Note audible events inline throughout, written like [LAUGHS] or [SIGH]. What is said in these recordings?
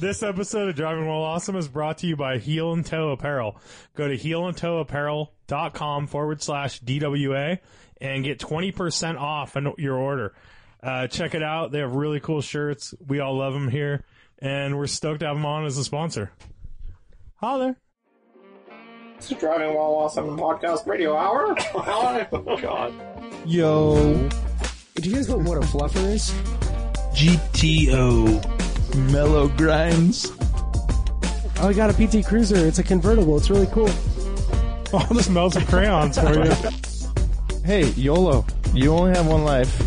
This episode of Driving While Awesome is brought to you by Heel and Toe Apparel. Go to heelandtoeapparel.com forward slash DWA and get 20% off on your order. Uh, check it out. They have really cool shirts. We all love them here and we're stoked to have them on as a sponsor. Holler. It's the Driving While Awesome Podcast Radio Hour. [LAUGHS] oh, God. Yo, Do you guys know what a fluffer is? GTO, Mellow Grimes. Oh, I got a PT Cruiser. It's a convertible. It's really cool. All this melted [LAUGHS] crayons for you. Hey, YOLO, you only have one life.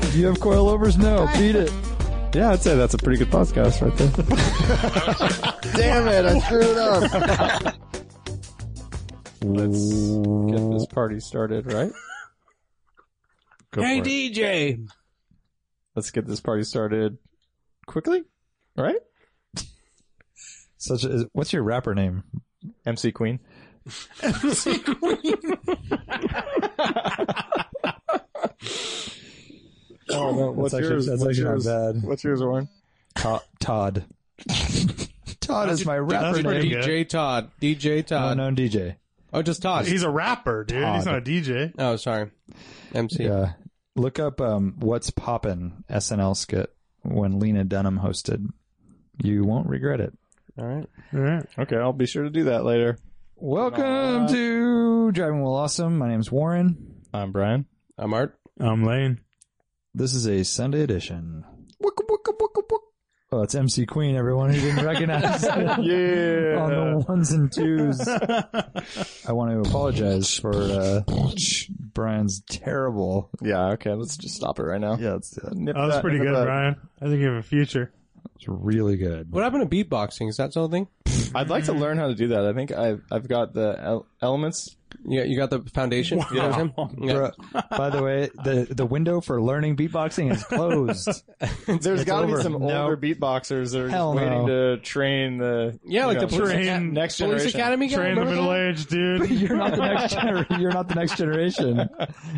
Do you have coilovers? No, beat it. Yeah, I'd say that's a pretty good podcast right [LAUGHS] there. Damn it, I screwed it up. Let's get this party started, right? Go Hey for it. DJ, Let's get this party started quickly, right? Such as what's your rapper name? MC Queen. [LAUGHS] Oh, no, what's actually- yours? that's what's actually not yours? bad. What's yours, Warren? Todd. Todd, [LAUGHS] Todd is my That's rapper pretty name. good. DJ Todd, DJ Todd. Unknown DJ. Oh, just Todd. He's a rapper, dude. He's not a DJ. oh, sorry, MC. Yeah. Look up um, what's poppin' SNL skit when Lena Dunham hosted. You won't regret it. All right. All right. Okay, I'll be sure to do that later. Welcome to Driving Well Awesome. My name's Warren. I'm Brian. I'm Art. I'm Lane. This is a Sunday edition. Wicka, wicka, wicka, wick. Oh, it's MC Queen, everyone who didn't [LAUGHS] recognize it Yeah. Oh, on the ones and [LAUGHS] twos. I want to apologize for [LAUGHS] uh, Brian's terrible. yeah, okay, let's just stop it right now. Yeah, it's, uh, Nip That was pretty nip good, that. Brian. I think you have a future. it's really good. What happened to beatboxing? Is that still a thing? I'd like to learn how to do that. I think I've, I've got the el- elements. You got, you got the foundation. You know what I'm saying? Yeah. Bruh, By the way, the the window for learning beatboxing is closed. [LAUGHS] There's got to be over. some No. older beatboxers that are Hell just waiting no. to train the Yeah, like you know, the police, Train- aca- next police generation. academy. guy, Train the remember middle that? age, dude. you're not the next gener- you're not the next generation.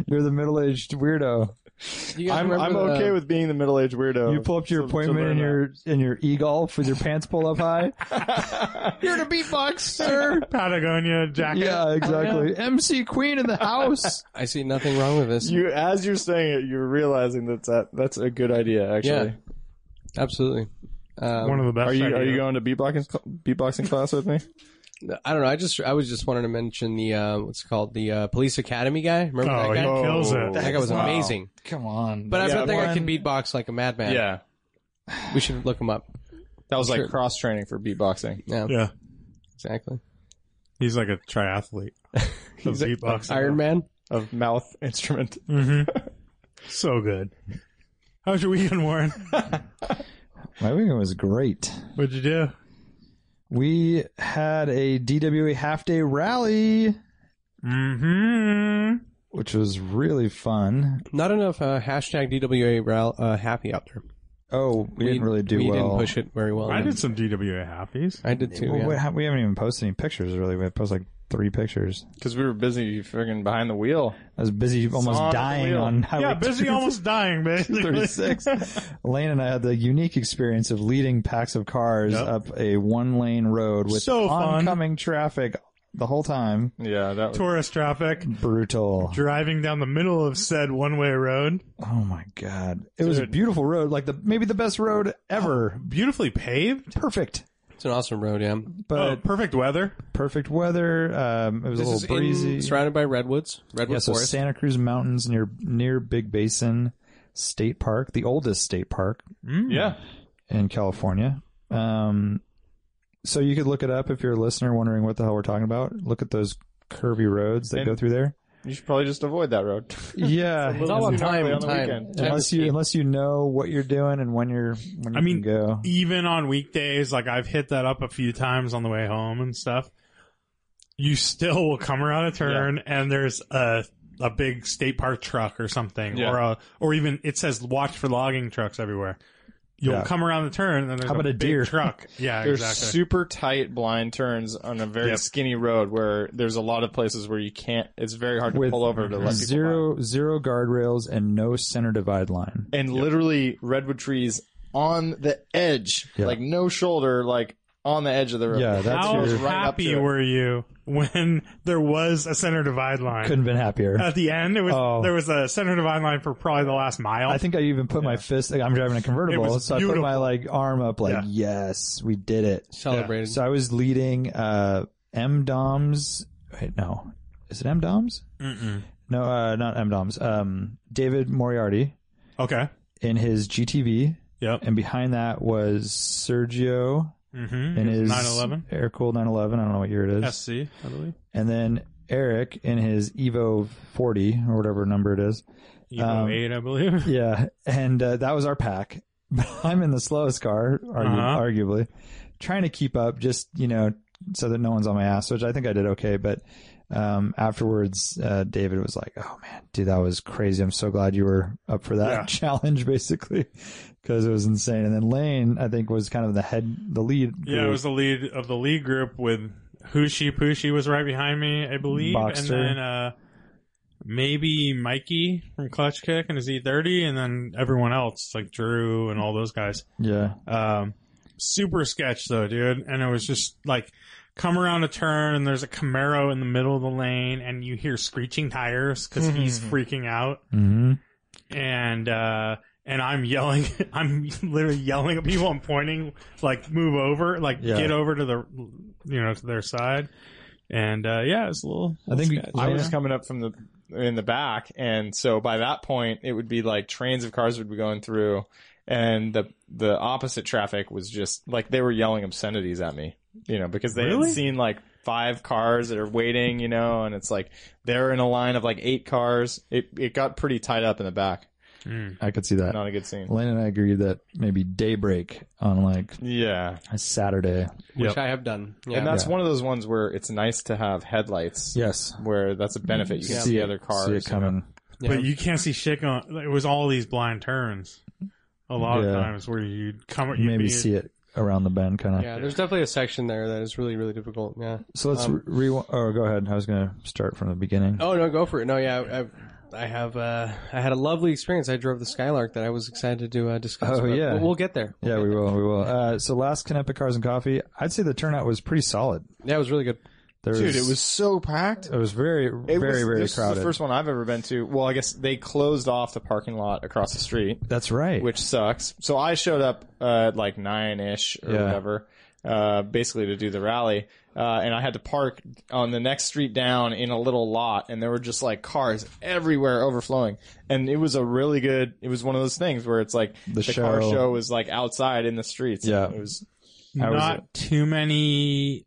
You're the middle aged weirdo. You guys I'm, remember I'm the- uh, okay with being the middle aged weirdo. You pull up to your to- to appointment in Oh, learn your in your e golf with your pants pulled up high. You're [LAUGHS] the beatboxer. Patagonia jacket. yeah, exactly. MC Queen in the house. I see nothing wrong with this. You as you're saying it, you're realizing that, that that's a good idea. Actually, Absolutely. Um, One of the best. are you are ideas. you going to beatboxing cl- beatboxing class with [LAUGHS] me? I don't know. I just I was just wanting to mention the uh, what's it called the uh, police academy guy. Remember Oh, that guy? he Oh. kills it. That guy was Wow. amazing. Come on. But I Yeah, don't think I one- can beatbox like a madman. we should look him up. that was like Sure. cross training for beatboxing. Yeah, Yeah. exactly. He's like a triathlete. He's a- beatboxing. Iron Man. of mouth [LAUGHS] instrument. Mm-hmm. [LAUGHS] so good. How was your weekend, Warren? My weekend was great. What'd you do? We had a DWA half day rally, Mm-hmm. which was really fun. Not enough uh, hashtag DWA rally, uh, happy out there. Oh, we, didn't really do we well. didn't push it very well. I did some DWA happies. Uh, I did too. Well, yeah. we, ha- we haven't even posted any pictures, really. We posted like three pictures. Because we were busy friggin' behind the wheel. I was busy almost on the dying wheel. on Highway Yeah, busy almost dying, basically. 36. Lane and I had the unique experience of leading packs of cars Yep. up a one lane road with So fun. oncoming traffic the whole time. Yeah, that was [LAUGHS] Tourist traffic. Brutal. Driving down the middle of said one-way road. Oh my God. It was a beautiful road. Like the, maybe the best road ever. Beautifully paved. Perfect. It's an awesome road. Yeah, But oh, perfect weather. perfect weather. Um, it was a this is little in- breezy. surrounded by redwoods, redwood Yeah, so forest. Santa Cruz Mountains near near Big Basin State Park, the oldest state park [LAUGHS] Mm. yeah. in California. Um, so you could look it up if you're a listener wondering what the hell we're talking about. Look at those curvy roads that And- go through there. You should probably just avoid that road. Yeah, [LAUGHS] it's all about It's time. normally on and the time. weekend. Time unless to you speed. unless you know what you're doing and when you're when you I mean, can go. even on weekdays, like I've hit that up a few times on the way home and stuff. You still will come around a turn and there's a a big state park truck or something, Yeah. or a, or even it says watch for logging trucks everywhere. You'll Yeah. come around the turn and there's How about a big deer? [LAUGHS] truck? Yeah, There's exactly. super tight blind turns on a very Yep. skinny road where there's a lot of places where you can't. It's very hard to With pull over to let people Zero zero guardrails and no center divide line. by. and literally redwood trees on the edge, Yeah. like no shoulder, like on the edge of the road. Yeah, that's I How was your- right up happy to it. were you when [LAUGHS] there was a center divide line? Couldn't have been happier. At the end, it was Oh. there was a center divide line for probably the last mile. I think I even put my fist. I'm driving a It convertible, was so I put my beautiful. like arm up, like Yeah. yes, we did it. Celebrated. So I was leading uh, M Doms. Wait, no, is it M Doms? Mm-mm. No, uh, not M Doms. Um, David Moriarty Okay. in his GTV, Yep. and behind that was Sergio Mm-hmm. in his 911 air cooled 911. I don't know what year it is, SC, I believe. and then Eric in his Evo 40 or whatever number it is. Evo Um, eight, I believe. Yeah, and uh, that was our pack. [LAUGHS] But I'm in the slowest car, argu- Uh-huh. arguably, trying to keep up, just you know, so that no one's on my ass, which I think I did okay. But um, afterwards, uh, David was like, "Oh man, dude, that was crazy. I'm so glad you were up for that Yeah. [LAUGHS] challenge, basically, because it was insane." And then Lane, I think, was kind of the head, the lead. [LAUGHS] Yeah, it group. was the lead of the lead group with Hushi Pushi was right behind me, I believe, Boxster. and then uh, maybe Mikey from Clutch Kick and his E30, and then everyone else like Drew and all those guys. yeah, Um, super sketch though, dude. And it was just like come around a turn and there's a Camaro in the middle of the lane and you hear screeching tires because he's Mm-hmm. freaking out hmm and uh, and I'm yelling, [LAUGHS] I'm literally yelling at people, I'm pointing like move over, like Yeah. get over to the you know to their side. And uh, yeah, it's a little. I think I was Lena- coming up from the in the back, and so by that point, it would be like trains of cars would be going through, and the the opposite traffic was just like they were yelling obscenities at me, you know, because they Really? had seen like five cars that are waiting, you know, and it's like they're in a line of like eight cars. It it got pretty tied up in the back. Mm. I could see that. Not a good scene. Lane and I agreed that maybe daybreak on like Yeah, a Saturday. which Yep. I have done. Yeah. and that's Yeah. one of those ones where it's nice to have headlights. Yes, Where that's a benefit. You can Yeah. see other cars. See you it know. coming. Yeah. But you can't see shit going. It was all these blind turns. A lot Yeah. of times where you'd come, you'd maybe be- see it around the bend, kind of. yeah, there's definitely a section there that is really, really difficult. Yeah. So let's Um, re. rewind. Oh, go ahead. I was going to start from the beginning. Oh no, go for it. No, yeah, I, I have. Uh, I had a lovely experience. I drove the Skylark that I was excited to uh, discuss. Oh, but yeah. we'll, we'll get there. Yeah, we will. We will. Uh, so last Connecticut Cars and Coffee, I'd say the turnout was pretty solid. That was really good. There Dude, it was so packed. It was very, It very, was- very this is crowded. the first one I've ever been to. Well, I guess they closed off the parking lot across the street, That's right. which sucks. So I showed up uh, at like nine ish or Yeah. whatever, uh, basically to do the rally, uh, and I had to park on the next street down in a little lot, and there were just like cars everywhere overflowing, and it was a really good. It was one of those things where it's like the, car show. show was like outside in the streets. Yeah. it was. How was not too many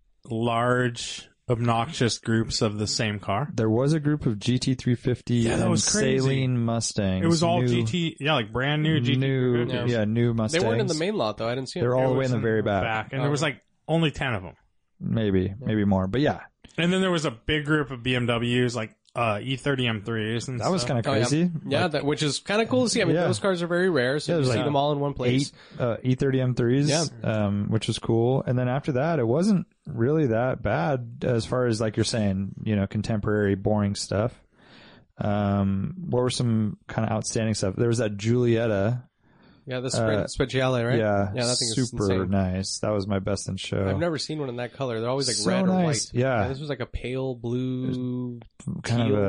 large obnoxious groups of the same car. there was a group of GT350 Yeah, that and was crazy. Saline Mustangs. It was all new, GT, yeah, like brand new GT. New, Yeah. yeah, new They Mustangs. weren't in the main lot though. I didn't see They're them. all the It way was in the very back. and there was like only 10 of them. Maybe, maybe more. But yeah, And then there was a big group of BMWs, like uh, E30 M3s. And that was stuff. kind of Oh, yeah. crazy. Yeah, Like that, which is kind of cool to see. I mean, Yeah. those cars are very rare, so Yeah, you there's see like them all in one place. eight uh, E30 M3s, um, which was cool. And then after that, it wasn't really that bad as far as like you're saying, you know, contemporary boring stuff. Um, what were some kind of outstanding stuff? There was that Julietta, Yeah, the Uh, Spag- Spagiale, right? yeah, yeah, that thing is super insane. nice. That was my best in show. I've never seen one in that color. They're always like So red or nice. white. Yeah. this was like a pale blue. kind of teal.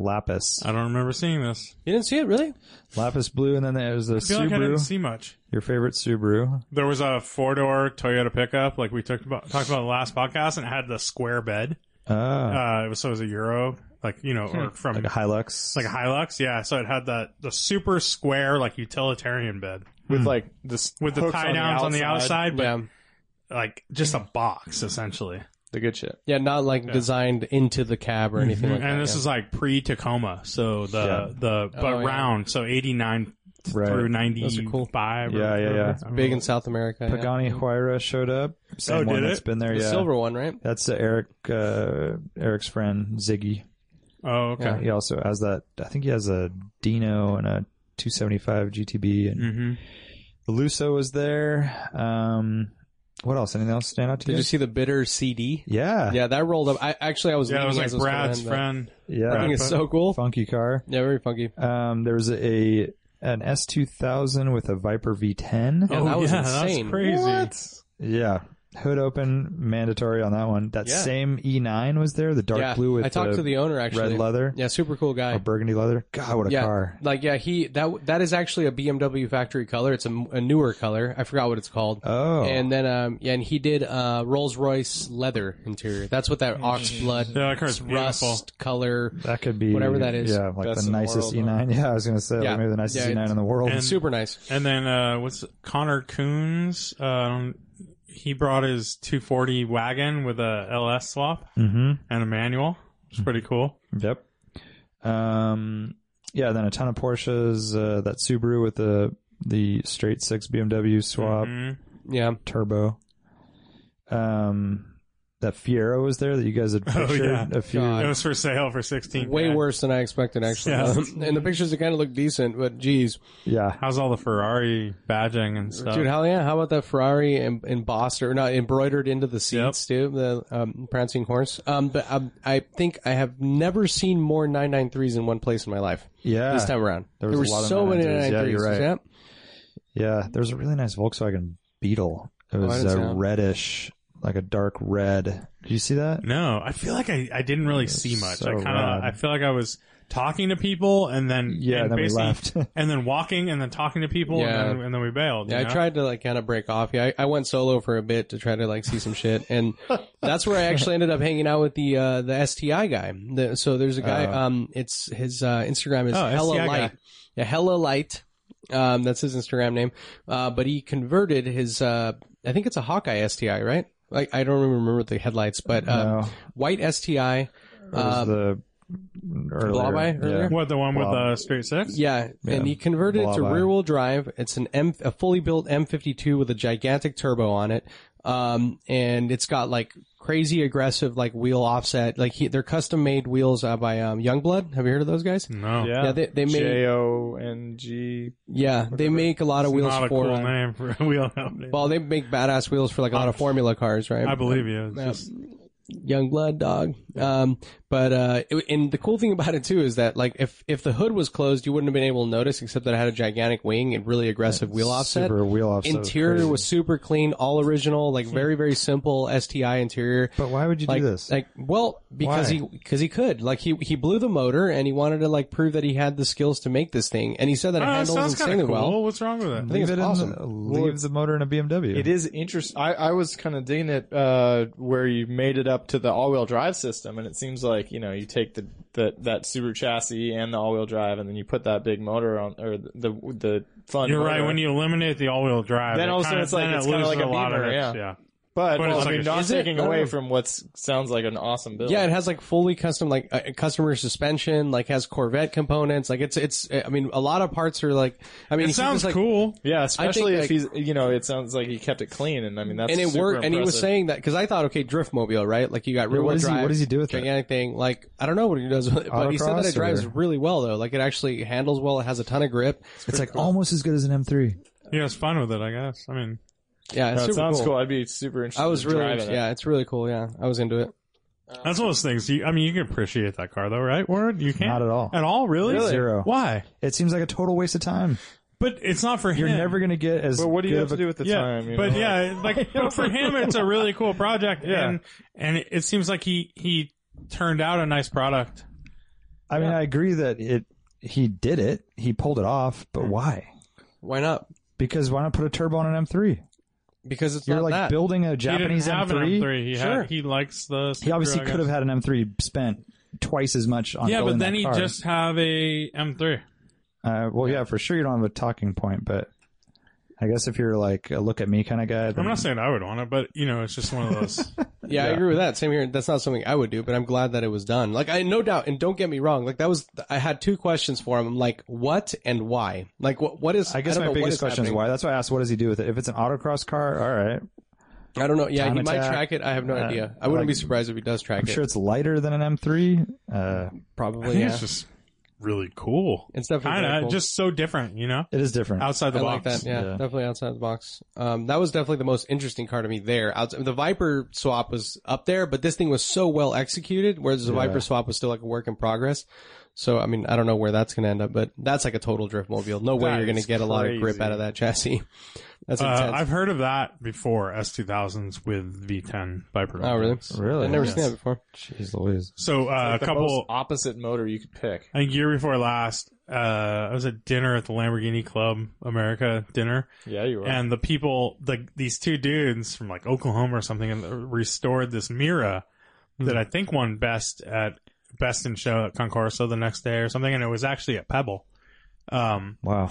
a lapis, I don't remember seeing this. You didn't see it, really? lapis blue, and then there was a I feel like I didn't Subaru. see much. your favorite Subaru? There was a four door Toyota pickup, like we talked about, talked about in the last podcast, and it had the square bed. Ah, Uh, it was, so it was a Euro, like, you know, or from like a Hilux, like a Hilux. Yeah. So it had that, the super square, like utilitarian bed With like this, with the hooks tie downs on the outside, but yeah, like just a box essentially. the good shit. yeah, not like designed into the cab or Mm-hmm. anything. like and that, this yeah. is like pre Tacoma, so the Yeah. the but Oh, yeah. round, so eighty nine Right. through Those ninety are cool. five. Yeah, yeah, yeah. big in South America. yeah. Pagani Huayra showed up. Same Oh, one did that's it? been there. the yeah, silver one, right? That's uh, Eric uh, Eric's friend Ziggy. Oh, okay. He also has that. I think he has a Dino and a 275 GTB. And Mm-hmm. Luso was there. Um, what else? Anything else stand out to Did you? you see the bitter CD? yeah, [LAUGHS] Yeah, that rolled up. I actually I was Yeah, it leaving was like as I Brad's going in, friend. but I yeah. think it's so cool. Funky car. Yeah, very funky. Um, there was a an S2000 with a Viper V10. Yeah, that was Oh, [LAUGHS] yeah, that's insane. crazy. Yeah. Hood open, mandatory on that one. That Yeah. same E9 was there, the dark yeah, blue with I talked the, to the owner actually. red leather Yeah, super cool guy. or burgundy leather. God, what a yeah, car. like yeah, he that that is actually a BMW factory color. It's a, a newer color. I forgot what it's called. Oh. And then um yeah, and he did uh Rolls Royce leather interior. That's what that ox blood, Mm-hmm. Yeah, that car's beautiful. rust color. that could be whatever that is. Yeah, like Best the in the nicest world, E9. [LAUGHS] Yeah, I was gonna say like, Yeah. maybe the nicest Yeah, E9 it's- in the world. And- Super nice. And then uh, what's Connor Coons? Um, he brought his 240 wagon with a LS swap hmm and a manual. It's pretty cool. Yep. Um, yeah, then a ton of Porsches. Uh, that Subaru with the the straight six BMW swap Mm-hmm. Mhm. Yeah. turbo. Um, that Fiero was there that you [LAUGHS] guys had Oh, pictured yeah. a few. God. It was for sale for 16. Way grand. worse than I expected, actually. Yeah. Um, [LAUGHS] and the pictures, it kind of look decent, but geez, Yeah, How's all the Ferrari badging and stuff? dude, hell yeah! How about that Ferrari em- embossed or not embroidered into the seats too? The um, prancing horse. Um, but um, I think I have never seen more 993s in one place in my life. yeah, This time around, There was were a lot of so many 993s. 993s. Yeah, you're right. Yep. yeah. There was a really nice Volkswagen Beetle. It Oh, I was didn't see uh, that. reddish, like a dark red. Did you see that? No, I feel like I, I didn't really see much. so I kind rad. of I feel like I was talking to people and Mm-hmm. then Yeah, and then we basically- left. [LAUGHS] and then walking and then talking to people Yeah. and, then, and then we bailed. Yeah, you I know? tried to like kind of break off. Yeah, I, I went solo for a bit to try to like see some shit, and that's where I actually ended up hanging out with the uh, the STI guy. The, so there's a guy. Oh. um, it's his uh, Instagram is Oh, hella STI guy. light. Yeah, hella light. Um, that's his Instagram name. Uh, but he converted his. Uh, I think it's a Hawkeye STI, right? Like I don't even remember the headlights, but um, no, white STI. it was Um, the earlier. Blobby earlier? What the one with Wow. uh, straight six? Yeah, and he converted it to Blah, blah. rear-wheel drive. It's an M, a fully built M52 with a gigantic turbo on it, um, and it's got like crazy aggressive like wheel offset. Like he, they're custom made wheels uh, by um, Youngblood. Have you heard of those guys? No, Yeah. Yeah, they, they make J O N G. yeah they make a lot of It's wheels not a for. cool uh, name for a wheel company. well, they make badass wheels for like a lot of formula cars, right? I believe you. It's Yeah. just- young blood dog um but uh it- and the cool thing about it too is that like if if the hood was closed you wouldn't have been able to notice except that it had a gigantic wing and really aggressive wheel offset Super wheel offset. was interior crazy. was super clean all original Hmm. like very very simple sti interior But why would you like, do this? like well because Why? he because he could like he he blew the motor and he wanted to like prove that he had the skills to make this thing and he said that Oh, it it handles sounds kind insanely of cool. well What's wrong with it? think leave it's it awesome. in. The, leave the motor in a BMW. It is interesting. I, I was kind of digging it uh, where you made it up to the all-wheel drive system, and it seems like you know you take the, the that Subaru chassis and the all-wheel drive, and then you put that big motor on or the the, the fun. You're right. motor. When you eliminate the all-wheel drive, Then it all of a sudden kinda- it's like- then it's it kinda loses like a a lot of Beamer, it. yeah. yeah. but, but well, it's I like mean, a- not Is it? taking I don't away know. from what sounds like an awesome build. Yeah, it has like fully custom, like uh, custom rear suspension, like has Corvette components. Like it's, it's, I mean, a lot of parts are like, I mean, It he sounds was, like, cool. Yeah, especially I if think, he's, you know, it sounds like he kept it clean, and I mean that's And it super worked, and he was impressive. saying that, cause I thought, okay, driftmobile, right? Like you got rear what wheel does he- drive. what does he do with that? gigantic thing? Like, I don't know what he does with it, but he said that Autocross it drives or- really well though. Like it actually handles well. It has a ton of grip. It's like almost as good as an M3. Yeah, it's fun with it. I guess. I mean, Yeah, it's No, it super sounds cool. I'd be super interested. I was in really, driving into- it. yeah, it's really cool. Yeah, I was into it. that's one of those things. You, I mean, you can appreciate that car though, right? Ward, you can't Not at all. At all, really? Really? Zero. Why? It seems like a total waste of time. But it's not for You're him. never going to get as. But what do you good have of to a- do with the yeah, time? You but know? yeah, like but for him, it's a really cool project, Yeah. and and it, it seems like he he turned out a nice product. I mean, I agree that it. He did it. He pulled it off. But why? Why not? Because why not put a turbo on an M3? Because it's You're not like that. building a Japanese he didn't have M3. an M3. He Sure. had, he likes the. He obviously Supra, I could have guess. had an M3 spent twice as much on. Yeah, building but then that he car. just have a M3. Uh, well, yeah, for sure you don't have a talking point, but I guess if you're like a look at me kind of guy, then I'm not saying I would want it, but you know, it's just one of those. Yeah, I agree with that. Same here. That's not something I would do, but I'm glad that it was done. Like, I no doubt, and don't get me wrong. Like, that was I had two questions for him. I'm like, what and why? Like, what what is? I guess don't my know what biggest question is happening. why. That's why I asked, what does he do with it? If it's an autocross car, all right. I don't know. Yeah, Time he might attack. track it. I have no Uh, idea. I like- wouldn't be surprised if he does track I'm it. sure it's lighter than an M3. Uh, I probably. think [LAUGHS] Yeah, it's just really cool. it's definitely Kind very of cool. just so different, you know, it is different. outside the I box. like that. Yeah, Yeah. definitely outside the box. Um, that was definitely the most interesting car to me there. Outside, the Viper swap was up there, but this thing was so well executed, whereas the Yeah. Viper swap was still like a work in progress. So I mean, I don't know where that's going to end up, but that's like a total drift mobile. No way That you're going is to get a lot of grip crazy. out of that chassis. [LAUGHS] That's Uh, intense. I've heard of that before, S2000s with V10 biproduct. oh really? Really? I've never seen that before. Jeez Louise. So uh, Like a the couple, most opposite motor you could pick. I think year before last, uh, I was at dinner at the Lamborghini Club America dinner, Yeah, you are. and the people, the these two dudes from like Oklahoma or something, and restored this Mira that Hmm. I think won best at best in show at Concorso the next day or something, and it was actually at Pebble. Um, Wow.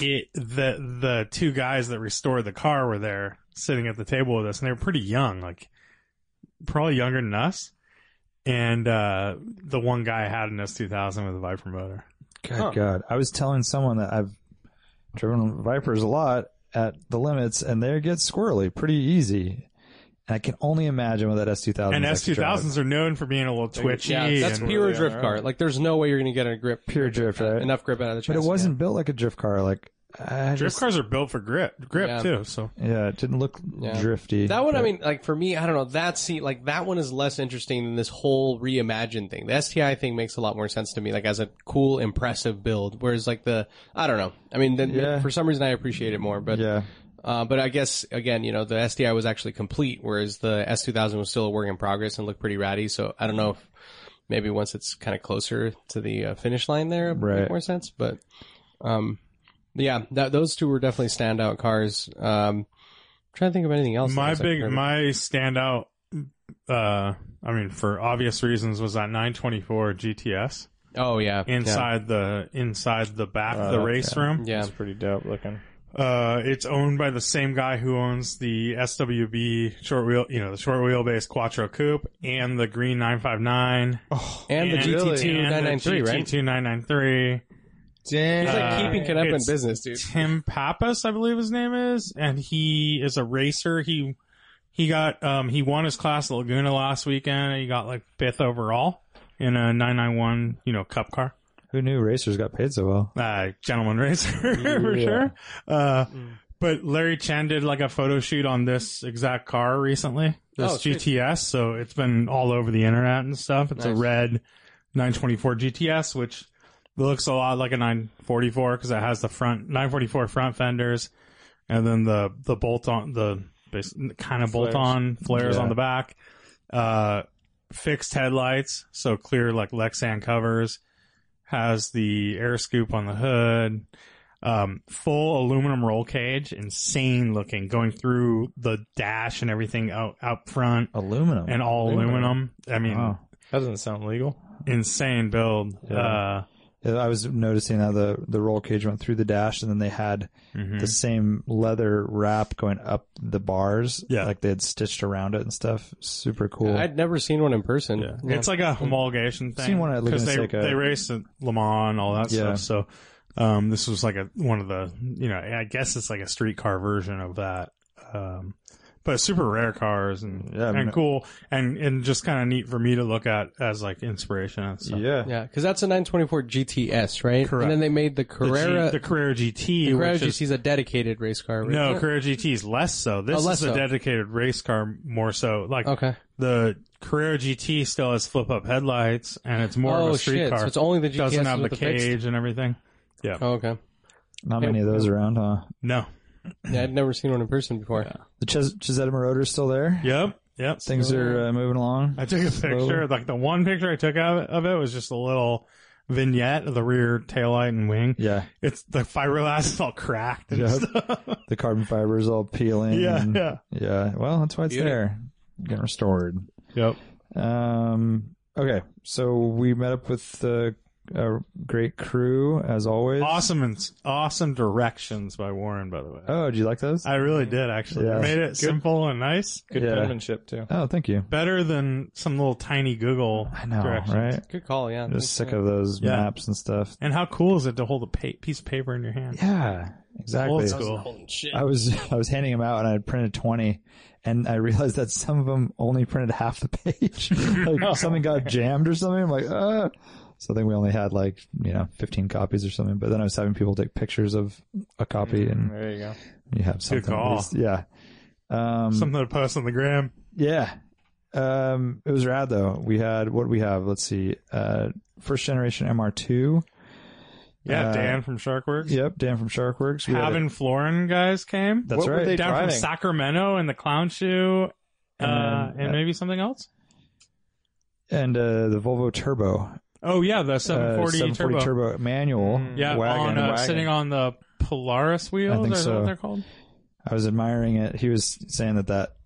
it the the two guys that restored the car were there sitting at the table with us and they were pretty young like probably younger than us and uh the one guy had an s2000 with a viper motor Good Huh. God. I was telling someone that I've driven Vipers a lot at the limits and they get squirrely pretty easy. And I can only imagine what that S2000 and is like to drive. s2000s are known for being a little twitchy yeah, That's and, really pure on drift their car. own. Like there's no way you're going to get a grip, Pure drift, right? enough grip out of the but chassis. it wasn't built like a drift car. Like, I drift just- cars are built for grip grip Yeah. too so Yeah, it didn't look Yeah. drifty. That one, I but- mean, like for me, I don't know. That see, like that one is less interesting than this whole reimagined thing. The STI thing makes a lot more sense to me, like as a cool, impressive build. Whereas, like the, I don't know. I mean, then Yeah. for some reason, I appreciate it more. But, yeah, uh, but I guess again, you know, the STI was actually complete, whereas the S2000 was still a work in progress and looked pretty ratty. So I don't know if maybe once it's kind of closer to the uh, finish line, there it'll Right. make more sense. But, um, yeah, that, those two were definitely standout cars. Um, trying to think of anything else. that my was, like, big really- my standout uh i mean for obvious reasons was that 924 gts Oh yeah, inside the inside the back of the Uh, race yeah. room Yeah. It's pretty dope looking. Uh, it's owned by the same guy who owns the SWB short wheel, you know, the short wheelbase Quattro Coupe and the green 959 Oh, yeah. and the GT2 993, right? GT2 993. damn. He's like Uh, keeping it up in it's- business, dude. Tim Pappas, I believe his name is, and he is a racer. He he got um he won his class at Laguna last weekend. He got like fifth overall in a 991, you know, cup car. who knew racers got paid so well? uh, gentleman racer [LAUGHS] for Yeah. sure. Uh, Mm. But Larry Chen did like a photo shoot on this exact car recently, this Oh, sweet. GTS. So it's been all over the internet and stuff. It's a Nice. red 924 GTS, which looks a lot like a 944 because it has the front 944 front fenders and then the the bolt on the bas- kind of bolt on flares Yeah. on the back. Uh, fixed headlights, so clear like Lexan covers, has the air scoop on the hood, um, full aluminum roll cage, insane looking, going through the dash and everything out out front, Aluminum and all aluminum. I mean, Wow. That doesn't sound legal. insane build. Uh, Yeah, I was noticing how the the roll cage went through the dash, and then they had mhm. the same leather wrap going up the bars. Yeah. like they had stitched around it and stuff. Super cool. I'd never seen one in person. Yeah. It's like a homologation thing. Seen one at Laguna because they Seca. they race at Le Mans and all that Yeah. stuff. So um, this was like a one of the you know I guess it's like a street car version of that. Um, but super rare cars and Yeah, I mean- and cool and and just kind of neat for me to look at as like inspiration and stuff. yeah, yeah, because that's a 924 GTS, right? Correct. And then they made the The, G- Carrera. the Carrera GT, the Carrera which GT is a dedicated race car. is Right? no Carrera GT is less so. This Oh, less is a so. dedicated race car more so. Like Okay. the Carrera GT still has flip up headlights and it's more oh of a street shit! car. So it's only the GTS doesn't have the with cage fixed- and everything. Oh, okay. not many of those around, huh? No. Yeah, I'd never seen one in person before. The Chis- Chisettima rotor still there. Yep. Yep. Things are uh, moving along. I took a picture. Like the one picture I took of it, of it was just a little vignette of the rear taillight and wing. Yeah, It's the fiberglass is all cracked and Yep. stuff. [LAUGHS] the carbon fibers all peeling. yeah. and- Yeah. yeah. Well, that's why it's Beauty. there, getting restored. Yep. Um. Okay, so we met up with the a great crew as always. Awesome and awesome directions by Warren, by the way. Oh, do you like those? I really did actually. Yeah. It Made it simple and nice. Good Yeah. penmanship too. oh, thank you. Better than some little tiny Google I know, directions. right? Good call. Yeah. I'm just sick of those Yeah. maps and stuff. And how cool is it to hold a pa- piece of paper in your hand? Yeah, exactly. Old school. I was [LAUGHS] I was handing them out and I had printed twenty, and I realized that some of them only printed half the page. [LAUGHS] like something got jammed or something. I'm like, ah. So I think we only had like you know 15 copies or something. But then I was having people take pictures of a copy, and There you go. you have something. at call. least. Yeah. Um, Something to post on the gram. yeah. um, it was rad though. We had what we have. Let's see, uh, first generation MR2. Yeah, Uh, Dan from Sharkworks. Yep, Dan from Sharkworks. We had a- Having Florin guys came. That's What were right. they down driving? from Sacramento and the clown shoe, uh, And, and, uh, maybe something else. and uh, the Volvo Turbo, Oh yeah, the uh, 740, turbo. 740 turbo, manual. Yeah, on wagon. uh, sitting on the Polaris wheels. I think or is that so. what they're called? I was admiring it. He was saying that that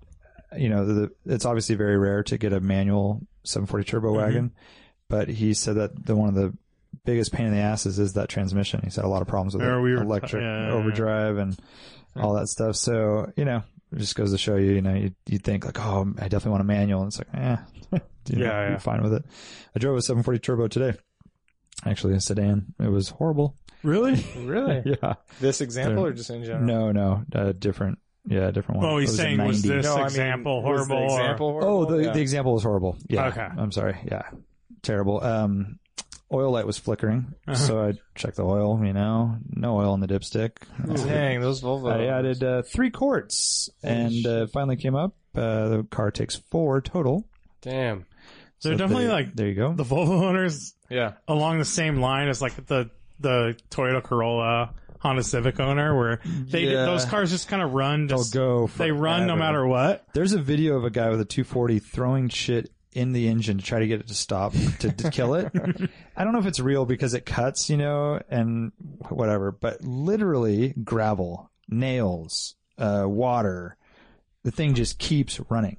you know the, it's obviously very rare to get a manual 740 turbo Mm-hmm. wagon, but he said that the one of the biggest pain in the asses is that transmission. He said a lot of problems with Yeah, it, we were- electric yeah, yeah, yeah. overdrive and all that stuff. So you know, it just goes to show you. You know, you you think like, oh, I definitely want a manual. And it's like, eh, [LAUGHS] you know, Yeah, yeah. you're fine with it. I drove a 740 turbo today. Actually, a sedan. It was horrible. [LAUGHS] Really? Really? Yeah. This example or just in general? No, no, uh, different. Yeah, different one. Oh, he's It a saying was 90. this No, I mean, example was the horrible? or- example Oh, horrible? the, Yeah. the example was horrible. Yeah. Okay. I'm sorry. Yeah. Terrible. Um, oil light was flickering. Uh-huh. So I checked the oil, you know, no oil in the dipstick. Dang, those Volvo. [LAUGHS] I added uh, three quarts and uh, finally came up. Uh, the car takes four total. Damn. They're So definitely they- like there you go. the Volvo owners Yeah. along the same line as like the the Toyota Corolla Honda Civic owner, where they Yeah. those cars just kind of run. They'll Just, go. they run no forever. matter what. There's a video of a guy with a 240 throwing shit in the engine to try to get it to stop to, to kill [LAUGHS] it. I don't know if it's real because it cuts, you know, and whatever, but literally gravel, nails, uh, water, the thing just keeps running.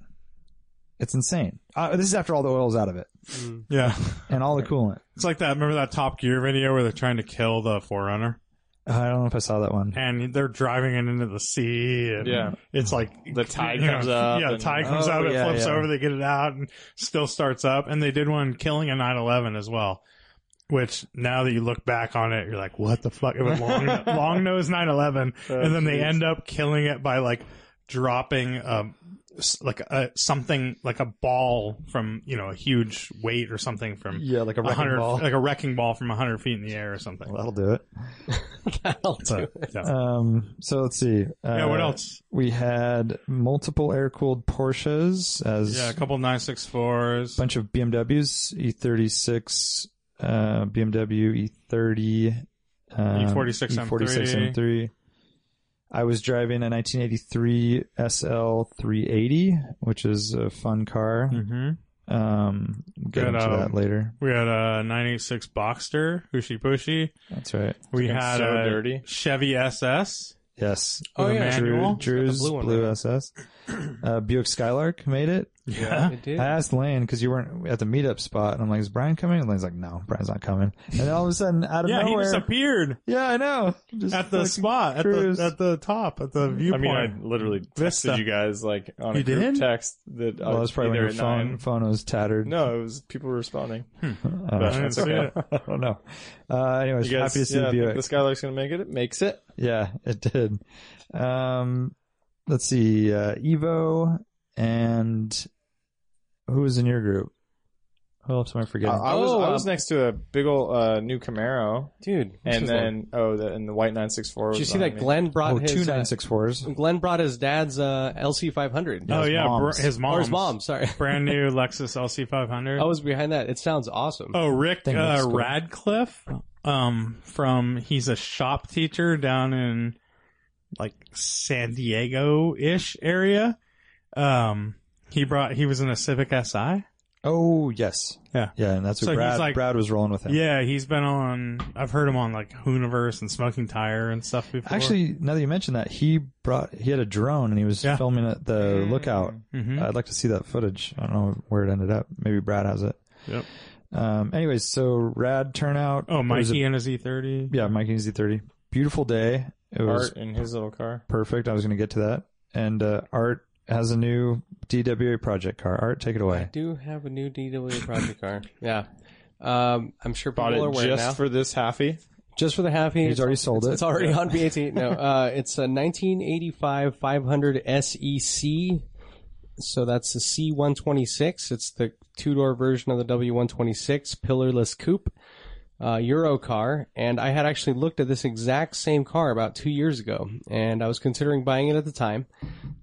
It's insane. Uh, this is after all the oil's out of it Yeah, and all the coolant. it's like that. Remember that Top Gear video where they're trying to kill the Forerunner? Uh, I don't know if I saw that one. and they're driving it into the sea. And Yeah. it's like The tide you know, comes up. Yeah, the and- tide comes Oh, up. It yeah, flips yeah. over. They get it out and still starts up. And they did one killing a 911 as well. Which now that you look back on it, you're like, what the fuck? It was [LAUGHS] long, long nose 911, Oh, and then they end up killing it by like dropping um s- like a something like a ball from you know a huge weight or something from Yeah, like a a wrecking hundred ball. like a wrecking ball from hundred feet in the air or something. Well, that'll do it. That'll do. yeah. [LAUGHS] Um, so let's see. Uh, yeah. What else? We had multiple air cooled Porsches as Yeah, a couple nine six fours. bunch of BMWs, E36, E uh, BMW E30, um, E46 M3. E46 M3. I was driving a 1983 SL380, which is a fun car. Mm-hmm. Um, we'll get Good, into um, that later. We had a nine eight six Boxster, Hushy Pushy. That's right. We It's had so a dirty. Chevy SS. Yes. Oh, with a yeah, Drew- manual. Drew's blue blue, one, right? SS. Uh, Buick Skylark made it. Yeah. It did. I asked Lane because you weren't at the meetup spot, and I'm like, "Is Brian coming?" And Lane's like, "No, Brian's not coming." And then all of a sudden, out of Yeah, he nowhere, just appeared yeah, I know, Just at the fucking- spot, at cruise. the, at the top, at the I viewpoint. mean, I literally texted Vista. you guys like on a You group did? text that I Well, that's probably when either your at phone nine- phone was tattered. No, it was people were responding. Uh, But didn't that's see okay. [LAUGHS] I don't know. Uh, anyways, You guys, happy to see uh, yeah, I you. think this guy looks gonna make it. It makes it. Yeah, it did. Um, let's see, uh, Evo and who was in your group? Who else am I I, forgetting? I was Oh, I um, was next to a big old uh, new Camaro, Dude. this and was a- then oh, the, and the white nine six four. Did you see that Glenn brought oh, his two uh, nine six fours. Glenn brought his dad's uh, LC500. oh his yeah, mom's. br- his mom. Or his mom, sorry. [LAUGHS] Brand new Lexus LC five hundred. I was behind that. It sounds awesome. Oh, Rick Thing looks uh, cool. Radcliffe um, from he's a shop teacher down in like San Diego ish area. Um, he brought he was in a Civic SI. Oh yes, Yeah. yeah, and that's what So he's Brad like- Brad was rolling with him. Yeah, he's been on. I've heard him on like Hooniverse and Smoking Tire and stuff before. Actually, now that you mention that, he brought he had a drone and he was Yeah. filming at the lookout. Mhm. I'd like to see that footage. I don't know where it ended up. Maybe Brad has it. Yep. Um. Anyways, so rad turnout. oh, It was a- Mikey and his E30. yeah, Mikey Z thirty. Beautiful day. It was Art in his little car. perfect. I was going to get to that. And uh, Art has a new DWA project car. Art, take it I away. do have a new DW project car. [LAUGHS] Yeah. Um, I'm sure people Bought are it aware just now. for this happy. just for the happy. He's already sold it. It's already on [LAUGHS] BAT. No, uh, it's a 1985 500 SEC. E So that's the C126. It's the two door version of the W126 pillarless coupe uh, Euro car. And I had actually looked at this exact same car about two years ago, and I was considering buying it at the time.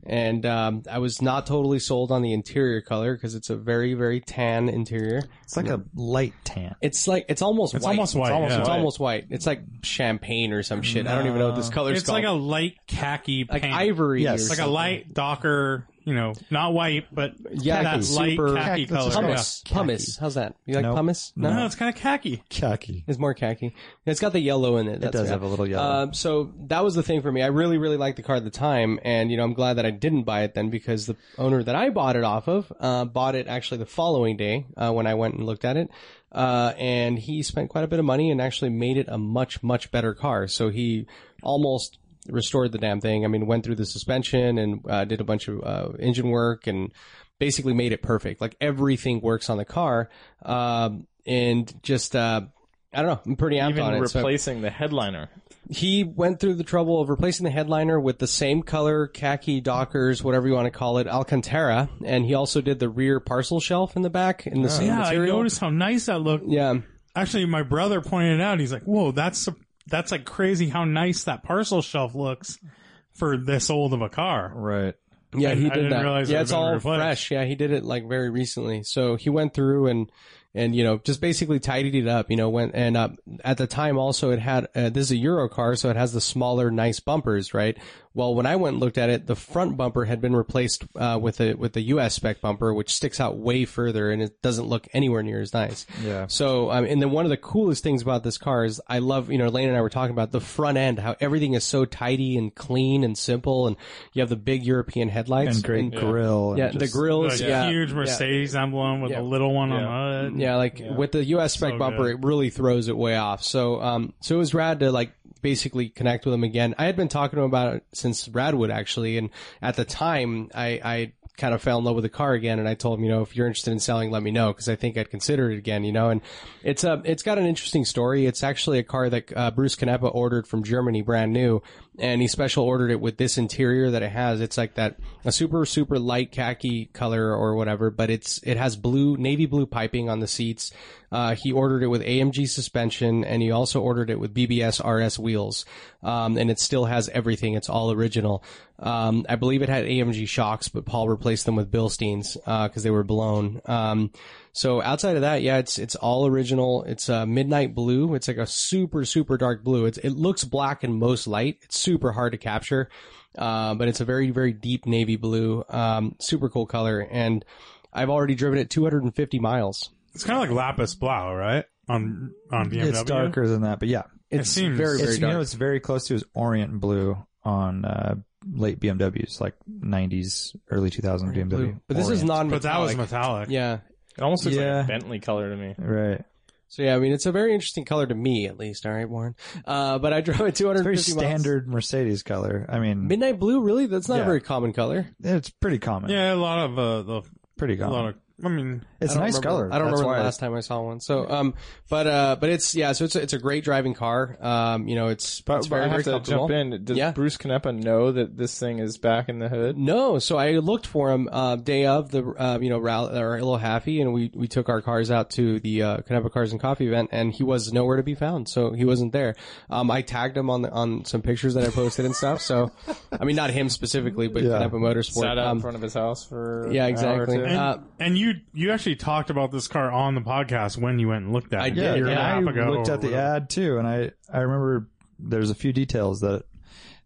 And um, I was not totally sold on the interior color because it's a very, very tan interior. It's like a light tan. It's like it's almost It's white. almost white, It's almost, yeah. it's White. almost white. It's like champagne or some shit. I don't even know what this color's It's called. like a light khaki like paint. ivory. Yes. or It's like a something. light docker, you know, not white, but Yeah, that khaki. light Super- khaki Khaki, that's color. Yeah. pumice. Pumice. How's that? You like Nope. pumice? No, it's kind of khaki. Khaki. It's more khaki. It's got the yellow in it. That's does have a little yellow. Um, so that was the thing for me. I really, really liked the car at the time, and you know, I'm glad that I didn't buy it then because the owner that I bought it off of uh, bought it actually the following day uh, when I went and looked at it, uh, and he spent quite a bit of money and actually made it a much, much better car. So he almost restored the damn thing. I mean, went through the suspension and uh, did a bunch of uh, engine work and basically made it perfect. Like everything works on the car, um, and just. Uh, I don't know. I'm pretty amped Even on it. so- replacing the headliner. he went through the trouble of replacing the headliner with the same color khaki dockers whatever you want to call it alcantara and he also did the rear parcel shelf in the back in the same Yeah, I material noticed how nice that looked. yeah Actually, my brother pointed it out. He's like, "Whoa, that's that's like crazy how nice that parcel shelf looks for this old of a car." Right. yeah he I did didn't that realize it yeah had it's been all replaced. fresh yeah he did it like very recently so he went through and and you know just basically tidied it up you know went and uh, at the time also it had uh, this is a euro car so it has the smaller nice bumpers right well when i went and looked at it the front bumper had been replaced uh, with a with a us spec bumper which sticks out way further and it doesn't look anywhere near as nice Yeah. so um, and then one of the coolest things about this car is i love you know lane and i were talking about the front end how everything is so tidy and clean and simple and you have the big european headlights And great grill. and yeah, the just- grills. Like yeah, a Oh, huge Mercedes emblem with Yeah. a little one Yeah. on the yeah, like with the US spec So bumper, good. it really throws it way off. So, um, so it was rad to like basically connect with him again. I had been talking to him about it since Radwood actually, and at the time, I, I kind of fell in love with the car again, and I told him, you know, if you're interested in selling, let me know because I think I'd consider it again, you know. And it's a, it's got an interesting story. It's actually a car that uh, Bruce Canepa ordered from Germany, brand new, and he special ordered it with this interior that it has. It's like that a super super light khaki color or whatever, but it's it has blue navy blue piping on the seats. Uh, he ordered it with AMG suspension, and he also ordered it with BBS RS wheels. Um, and it still has everything. It's all original. Um, I believe it had AMG shocks, but Paul replaced them with Bilsteins because they were blown. Um, so outside of that, yeah, it's it's all original. It's uh, midnight blue. It's like a super super dark blue. It's it looks black in most light. It's super hard to capture, uh, but it's a very very deep navy blue. Um, super cool color, and I've already driven it 250 miles. It's kind of like lapis blau, right? On on BMW. It's darker than that, but yeah. It seems very It's, very you know, dark. it's very close to is orient blue on uh, late BMWs, like 90s, early 2000 BMW. But this is Orient. non but that was metallic. Yeah. It almost looks Yeah. like a Bentley color to me. Right. So yeah, I mean, it's a very interesting color to me, at least. All right, Warren. Uh, but I [LAUGHS] drove it It's very 250 miles. standard Mercedes color. I mean, Midnight blue, really? That's not a Yeah. very common color. it's pretty common. Yeah, a lot of uh, the Pretty a common. lot of. I mean, it's I a don't nice remember- color. I don't That's remember why the last time I saw one. So, um, but uh, but it's yeah. So it's a, it's a great driving car. Um, you know, it's But, it's but very I have very to comfortable. jump in. Does Yeah. Bruce Canepa know that this thing is back in the hood? No, so I looked for him uh, day of the uh, you know rally or Ilohafi, and we we took our cars out to the uh, Canepa Cars and Coffee event, and he was nowhere to be found. So he wasn't there. Um, I tagged him on the, on some pictures that I posted and stuff. So, I mean, not him specifically, but Yeah. Canepa Motorsport. Sat out in Um, front of his house for yeah, an hour or exactly. two? and, Uh, and you you actually talked about this car on the podcast when you went and looked at I it. did, a year yeah. and a I half ago looked or at the whatever. ad too, and I I remember there's a few details that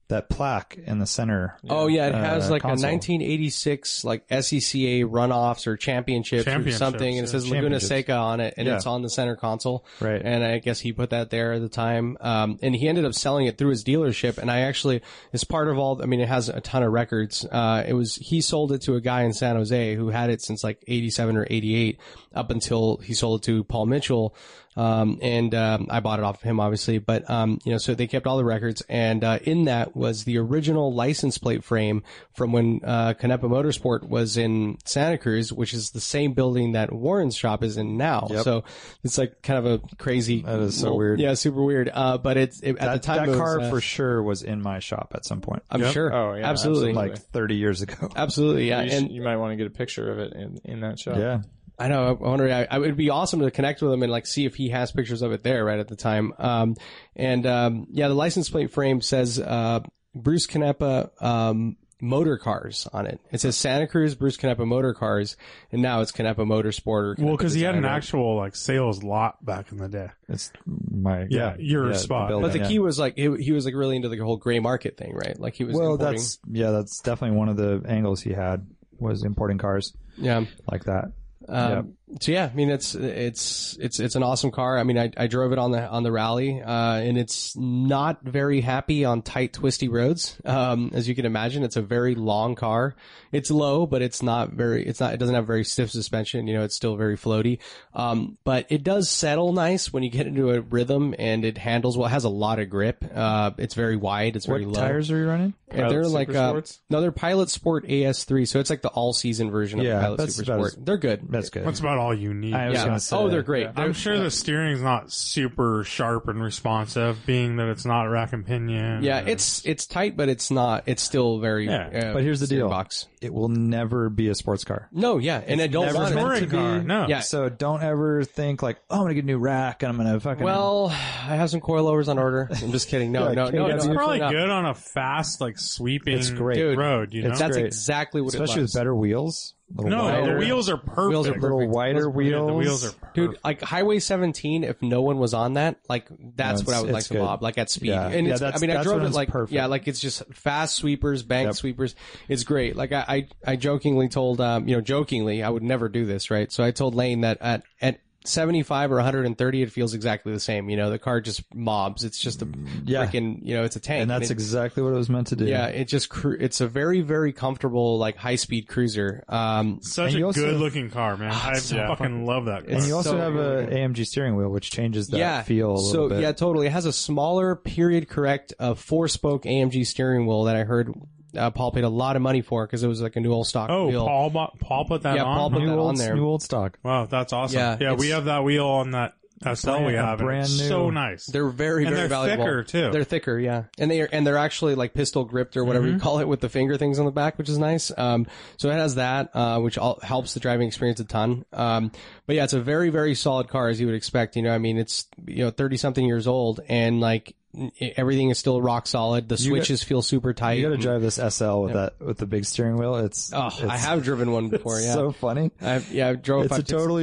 that plaque in the center. Oh yeah, it uh, has like console. a 1986 like SECA runoffs or championships, Championships, or something, and it yeah. says Laguna Championships. Seca on it, and Yeah. it's on the center console. Right. And I guess he put that there at the time, um, and he ended up selling it through his dealership. And I actually, as part of all, I mean, it has a ton of records. Uh, it was he sold it to a guy in San Jose who had it since like 87 or 88, up until he sold it to Paul Mitchell. Um, and um, I bought it off of him, obviously. But um, you know, so they kept all the records, and uh, in that was the original license plate frame from when uh, Canepa Motorsport was in Santa Cruz, which is the same building that Warren's shop is in now. So it's like kind of a crazy. That is so weird. Yeah, super weird. Uh, but it's it, at That, the time that it car was, uh, for sure was in my shop at some point, I'm sure. Oh, yeah, absolutely. like 30 years [LAUGHS] ago. Absolutely, yeah, you, sh- and you might want to get a picture of it in, in that shot. Yeah, I know. I wonder. I, I would be awesome to connect with him and like see if he has pictures of it there right at the time. Um, and um, yeah, the license plate frame says uh, Bruce Canepa um, motor cars on it. It says Santa Cruz Bruce Canepa Motor Cars, and now it's Canepa Motorsport. Or Well, Canepa because he had an Designer. actual like sales lot back in the day. It's my Yeah, your the spot. building, But the yeah. key was like he, he was like really into the whole gray market thing, right? Like he was well, importing- that's yeah, that's definitely one of the angles he had was importing cars yeah. like that. Um, So yeah, I mean it's it's it's it's an awesome car. I mean I, I drove it on the on the rally, uh, and it's not very happy on tight twisty roads. Um, as you can imagine, it's a very long car. It's low, but it's not very it's not it doesn't have very stiff suspension. You know, it's still very floaty. Um, but it does settle nice when you get into a rhythm, and it handles well. It has a lot of grip. Uh, it's very wide. It's very what low. tires are you running? And they're like Super uh, Sports? no, they're Pilot Sport AS3, so it's like the all season version of Yeah, Pilot that's Super about Sport. as- they're good. That's good. That's about all you need. I was Yeah. gonna say. oh, they're great. They're- I'm sure the steering's not super sharp and responsive, being that it's not rack and pinion. Yeah, and- it's it's tight, but it's not. It's still very. Yeah, uh, but here's the deal. Box. It will never be a sports car. No, yeah, and I don't never want meant it. touring to be- car. No, Yeah. So don't ever think like, oh, I'm gonna get a new rack and I'm gonna fucking. [LAUGHS] Well, I have some coilovers on order. I'm just kidding. [LAUGHS] No, Yeah, no, no, no. KW. it's no, probably no. good on a fast, like sweeping It's great. Dude, road. You know, it's That's great. exactly what especially it with was. better wheels. Little no, wider, the wheels are perfect. Wheels are little perfect. wider Yeah, wheels. The wheels are perfect. Dude, like Highway 17, if no one was on that, like that's No, what I it's- would like it's to good. mob, like at speed. Yeah. And Yeah, it's, I that's- mean, I that's drove when it it's like, perfect. yeah, like it's just fast sweepers, bank Yep. sweepers. It's great. Like I, I, I jokingly told, um, you know, jokingly, I would never do this, right? So I told Lane that at, at 75 or 130, it feels exactly the same. You know, the car just mobs. It's just a Yeah. freaking, you know, it's a tank. and that's it- exactly what it was meant to do. yeah, it just cru- it's a very very comfortable like high speed cruiser. Um, Such and a you also- good looking car, man. I fucking love that. Car. And you also So- have a AMG steering wheel, which changes that feel a little so, bit. yeah, totally. It has a smaller period correct uh, four spoke AMG steering wheel that I heard uh, Paul paid a lot of money for because it was like a new old stock oh, wheel. Paul, bought- Paul put that Yeah, on. Paul put new that old, on there. new old stock. wow, that's awesome. Yeah, Yeah, we it's- have that wheel on that SL we Brand- have. and brand it's new. So nice. They're very And very they're valuable. thicker, too. They're thicker, yeah. And they are, and they're actually like pistol gripped or Mm-hmm. whatever you call it with the finger things on the back, which is nice. Um, so it has that, uh, which all, helps the driving experience a ton. Um, but yeah, it's a very very solid car as you would expect. You know, I mean, it's you know thirty something years old and like. n- e, Everything is still rock solid. The switches feel super tight. You got to drive this SL with that with the big steering wheel. It's, Oh, it's I have driven [LAUGHS] one before. Yeah, so funny. I've, yeah, I drove. It's a 560 totally-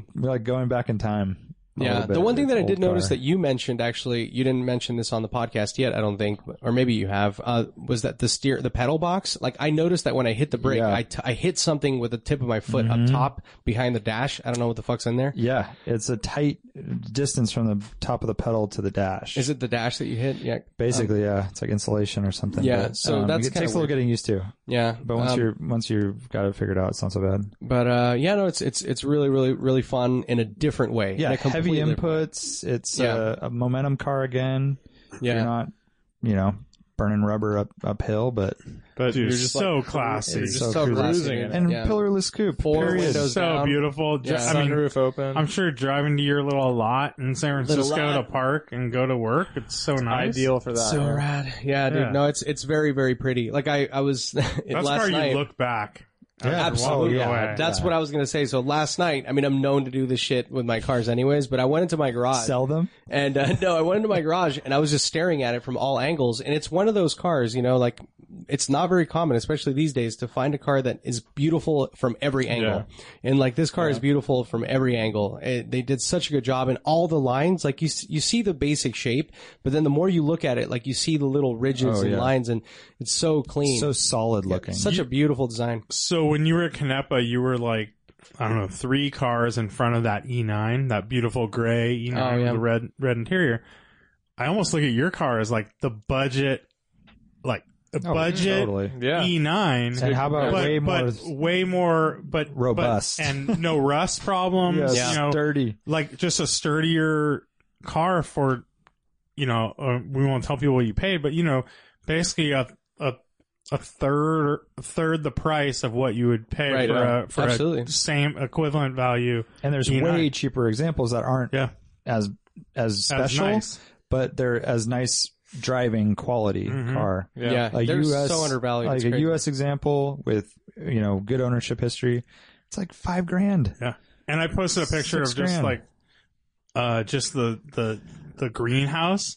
560. Like going back in time. a Yeah, little bit the one thing with that I old did notice car. that you mentioned actually, you didn't mention this on the podcast yet. I don't think, or maybe you have. Uh, was that the steer, the pedal box? Like I noticed that when I hit the brake, Yeah. Mm-hmm. I, t- I hit something with the tip of my foot up top behind the dash. I don't know what the fuck's in there. yeah, it's a tight distance from the top of the pedal to the dash. Is it the dash that you hit? Yeah, Basically, yeah, it's like insulation or something. Um, yeah, but, so um, that's it kinda takes a little weird. getting used to. yeah. But once Um, you're once you've got it figured out, it's not so bad. but uh, yeah, no, it's it's it's really really really fun in a different way. Yeah, In a completely heavy different- inputs. It's uh, Yeah. a, a momentum car again. You're Yeah, not, you know, burning rubber up uphill, but But Dude, you're just so like, classy. You're It's just so so, cruising. cruising in it. and Yeah. pillarless coupe. Four period. windows so down. beautiful. Ju- Yeah. I mean, Sunroof open. I'm sure driving to your little lot in San Francisco to lot. park and go to work, it's so nice. ideal for that. So yeah. rad. Yeah, dude. Yeah. No, it's it's very very pretty. Like I I was [LAUGHS] That's last where you night. look back. Yeah, Absolutely. Oh, yeah. That's what I was going to say. So last night, I mean, I'm known to do this shit with my cars anyways, but I went into my garage Sell them. and uh, [LAUGHS] no, I went into my garage and I was just staring at it from all angles. And it's one of those cars, you know, like it's not very common, especially these days, to find a car that is beautiful from every angle. And like this car is beautiful from every angle. It, they did such a good job in all the lines. Like you, s- you see the basic shape, but then the more you look at it, like you see the little ridges Oh, and yeah. lines, and it's so clean. So solid looking. such a beautiful design. So when you were at Canepa, you were like, I don't know, three cars in front of that E9, that beautiful gray E9 Oh, yeah. with the red red interior. I almost look at your car as like the budget, like the Oh, budget Totally. Yeah. E9. And how about E but, way but more way more, but but- Robust. and [LAUGHS] no rust problems. yeah, You know, sturdy? like just a sturdier car for you know uh, we won't tell people what you paid but you know basically a a a third a third the price of what you would pay Right, for yeah. a for Absolutely. a same equivalent value And there's E9. way cheaper examples that aren't yeah as as that's special, nice but they're as nice driving quality Mm-hmm. Mhm. car. Yeah, A they're US, so undervalued. Like It's a crazy. U.S. example with you know good ownership history. It's like five grand. and i posted a picture Six of just grand. like uh just the the the greenhouse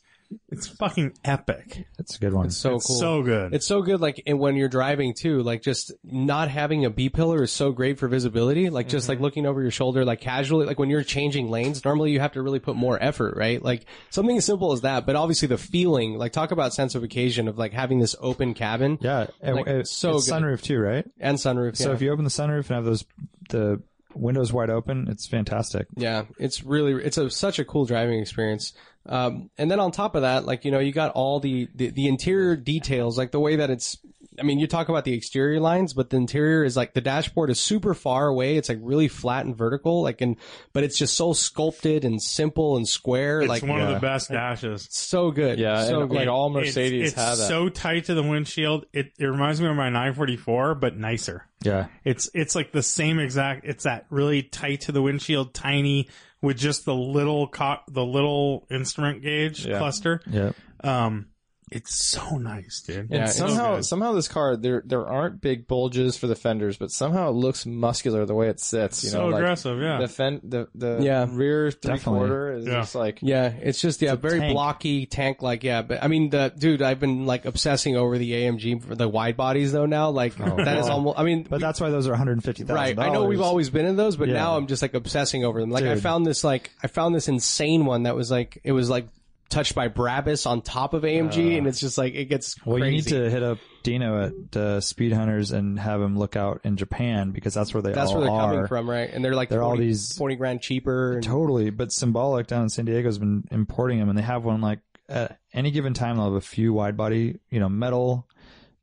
It's fucking epic. That's a good one. It's so cool. So good. It's so good, like and when you're driving too. Like just not having a B pillar is so great for visibility. Like just like looking over your shoulder, like casually. Like when you're changing lanes, normally you have to really put more effort, right? Like something as simple as that. But obviously the feeling, like talk about sense of occasion of like having this open cabin yeah, and Like, it- so it's good. sunroof too, right? and sunroof. So yeah. if you open the sunroof and have those the windows wide open, it's fantastic. Yeah, it's really it's a such a cool driving experience. Um, and then on top of that, like you know, you got all the, the the interior details, like the way that it's. I mean, you talk about the exterior lines, but the interior is like the dashboard is super far away. It's like really flat and vertical, like and but it's just so sculpted and simple and square, It's like uh, one of the best dashes. so good. Yeah, so and good. like all Mercedes it's, it's have that. so tight to the windshield. It, it reminds me of my 944, but nicer. Yeah, It's it's like the same exact. It's that really tight to the windshield, tiny with just the little co- the little instrument gauge Yeah. cluster. yeah. Um, it's so nice, dude. And Yeah, it's somehow, good. somehow this car there there aren't big bulges for the fenders, but somehow it looks muscular the way it sits. You so know, like aggressive, yeah. the fen the the Yeah. rear three Definitely. quarter is Yeah. just like Yeah, it's just yeah, very tank. blocky tank like yeah. But I mean, the dude, I've been like obsessing over the AMG for the wide bodies though. Now, like that is almost. I mean, But that's why those are one hundred fifty thousand. Right. I know we've always been in those, but Yeah. now I'm just like obsessing over them. Like I Dude. found this like I found this insane one that was like it was like touched by Brabus on top of Uh. AMG and it's just like it gets Well, crazy. you need to hit up Dino at uh, Speed Hunters and have him look out in Japan because that's where they That's all where they're are. coming from, right? And they're like They're 40, all these- 40 grand cheaper and Totally, but Symbolic down in San Diego's been importing them, and they have one like at any given time they'll have a few wide body, you know, metal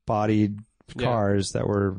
bodied Yeah. cars that were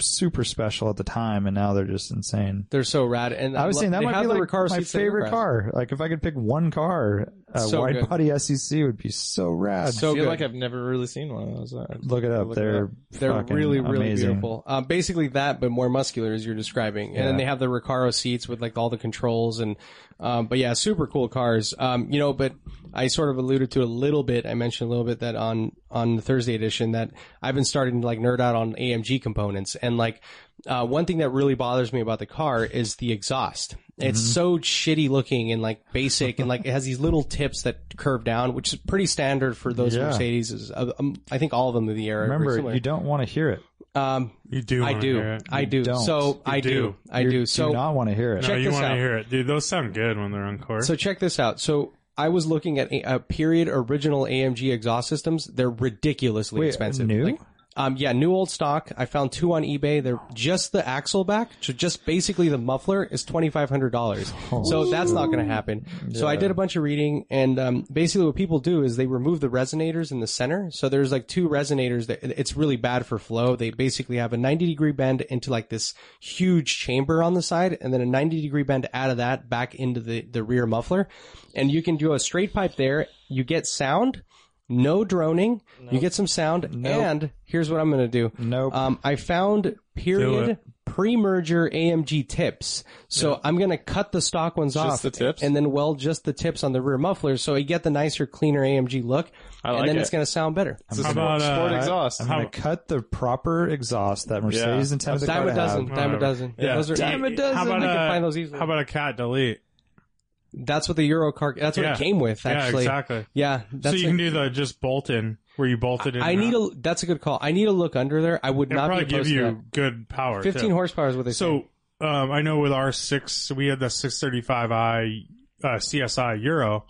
super special at the time, and now they're just insane. they're so rad. And I was lo- saying that they might have be the like car my seats they look favorite rad. car. Like if I could pick one car, a So wide good. body SEC would be so rad. I So feel good. like I've never really seen one of those. I- look it up. Look it they're up. They're fucking really, really amazing. beautiful. Um, basically that, but more muscular as you're describing. And then they have the Recaro seats with like all the controls and, um, but yeah, super cool cars. Um, you know, but I sort of alluded to a little bit. I mentioned a little bit that on, on the Thursday edition that I've been starting to like nerd out on AMG components and like, uh, one thing that really bothers me about the car is the exhaust. It's Mm-hmm. so shitty looking and like basic and like it has these little tips that curve down, which is pretty standard for those Yeah. Mercedes. Um, I think all of them in the era. are very Remember, similar. you don't want to hear it. Um, you do. I wanna hear do. it. I do. don't. So I do. do. I You do. So do not want to hear it. No, Check you this want to out. hear it, dude. Those sound good when they're on court. so check this out. So I was looking at a, a period original AMG exhaust systems. They're ridiculously Wait, expensive. new? um, yeah, new old stock. I found two on eBay. They're just the axle back, so just basically the muffler is twenty five hundred dollars. So that's not going to happen. So I did a bunch of reading, and um, basically what people do is they remove the resonators in the center. So there's like two resonators that it's really bad for flow. They basically have a ninety degree bend into like this huge chamber on the side, and then a ninety degree bend out of that back into the the rear muffler, and you can do a straight pipe there. You get sound. No droning. You get some sound. And here's what I'm going to do. Nope. Um, I found Do it. period pre-merger AMG tips. So I'm going to cut the stock ones off. the tips? And then weld just the tips on the rear mufflers so I get the nicer, cleaner AMG look. like and then it. it's going to sound better. It's a How sport, about, uh, sport I- exhaust. I'm going to cut the proper exhaust that Mercedes Yeah. intended the car Dime to a dozen. have. Dime a dozen. Yeah. Those are, Dime a How dozen. about, I How can about, find uh, those easily. How about a cat delete? that's what the Euro car, that's what Yeah. it came with, actually. Yeah, exactly. Yeah. That's so you it. can do the just bolt in where you bolt it in. I and need out. a, that's a good call. I need to look under there. I would It'll not probably be give opposed to that. you good power. too. 15 horsepower is what they say. So um, I know with our six, we had the 635i uh, CSI Euro,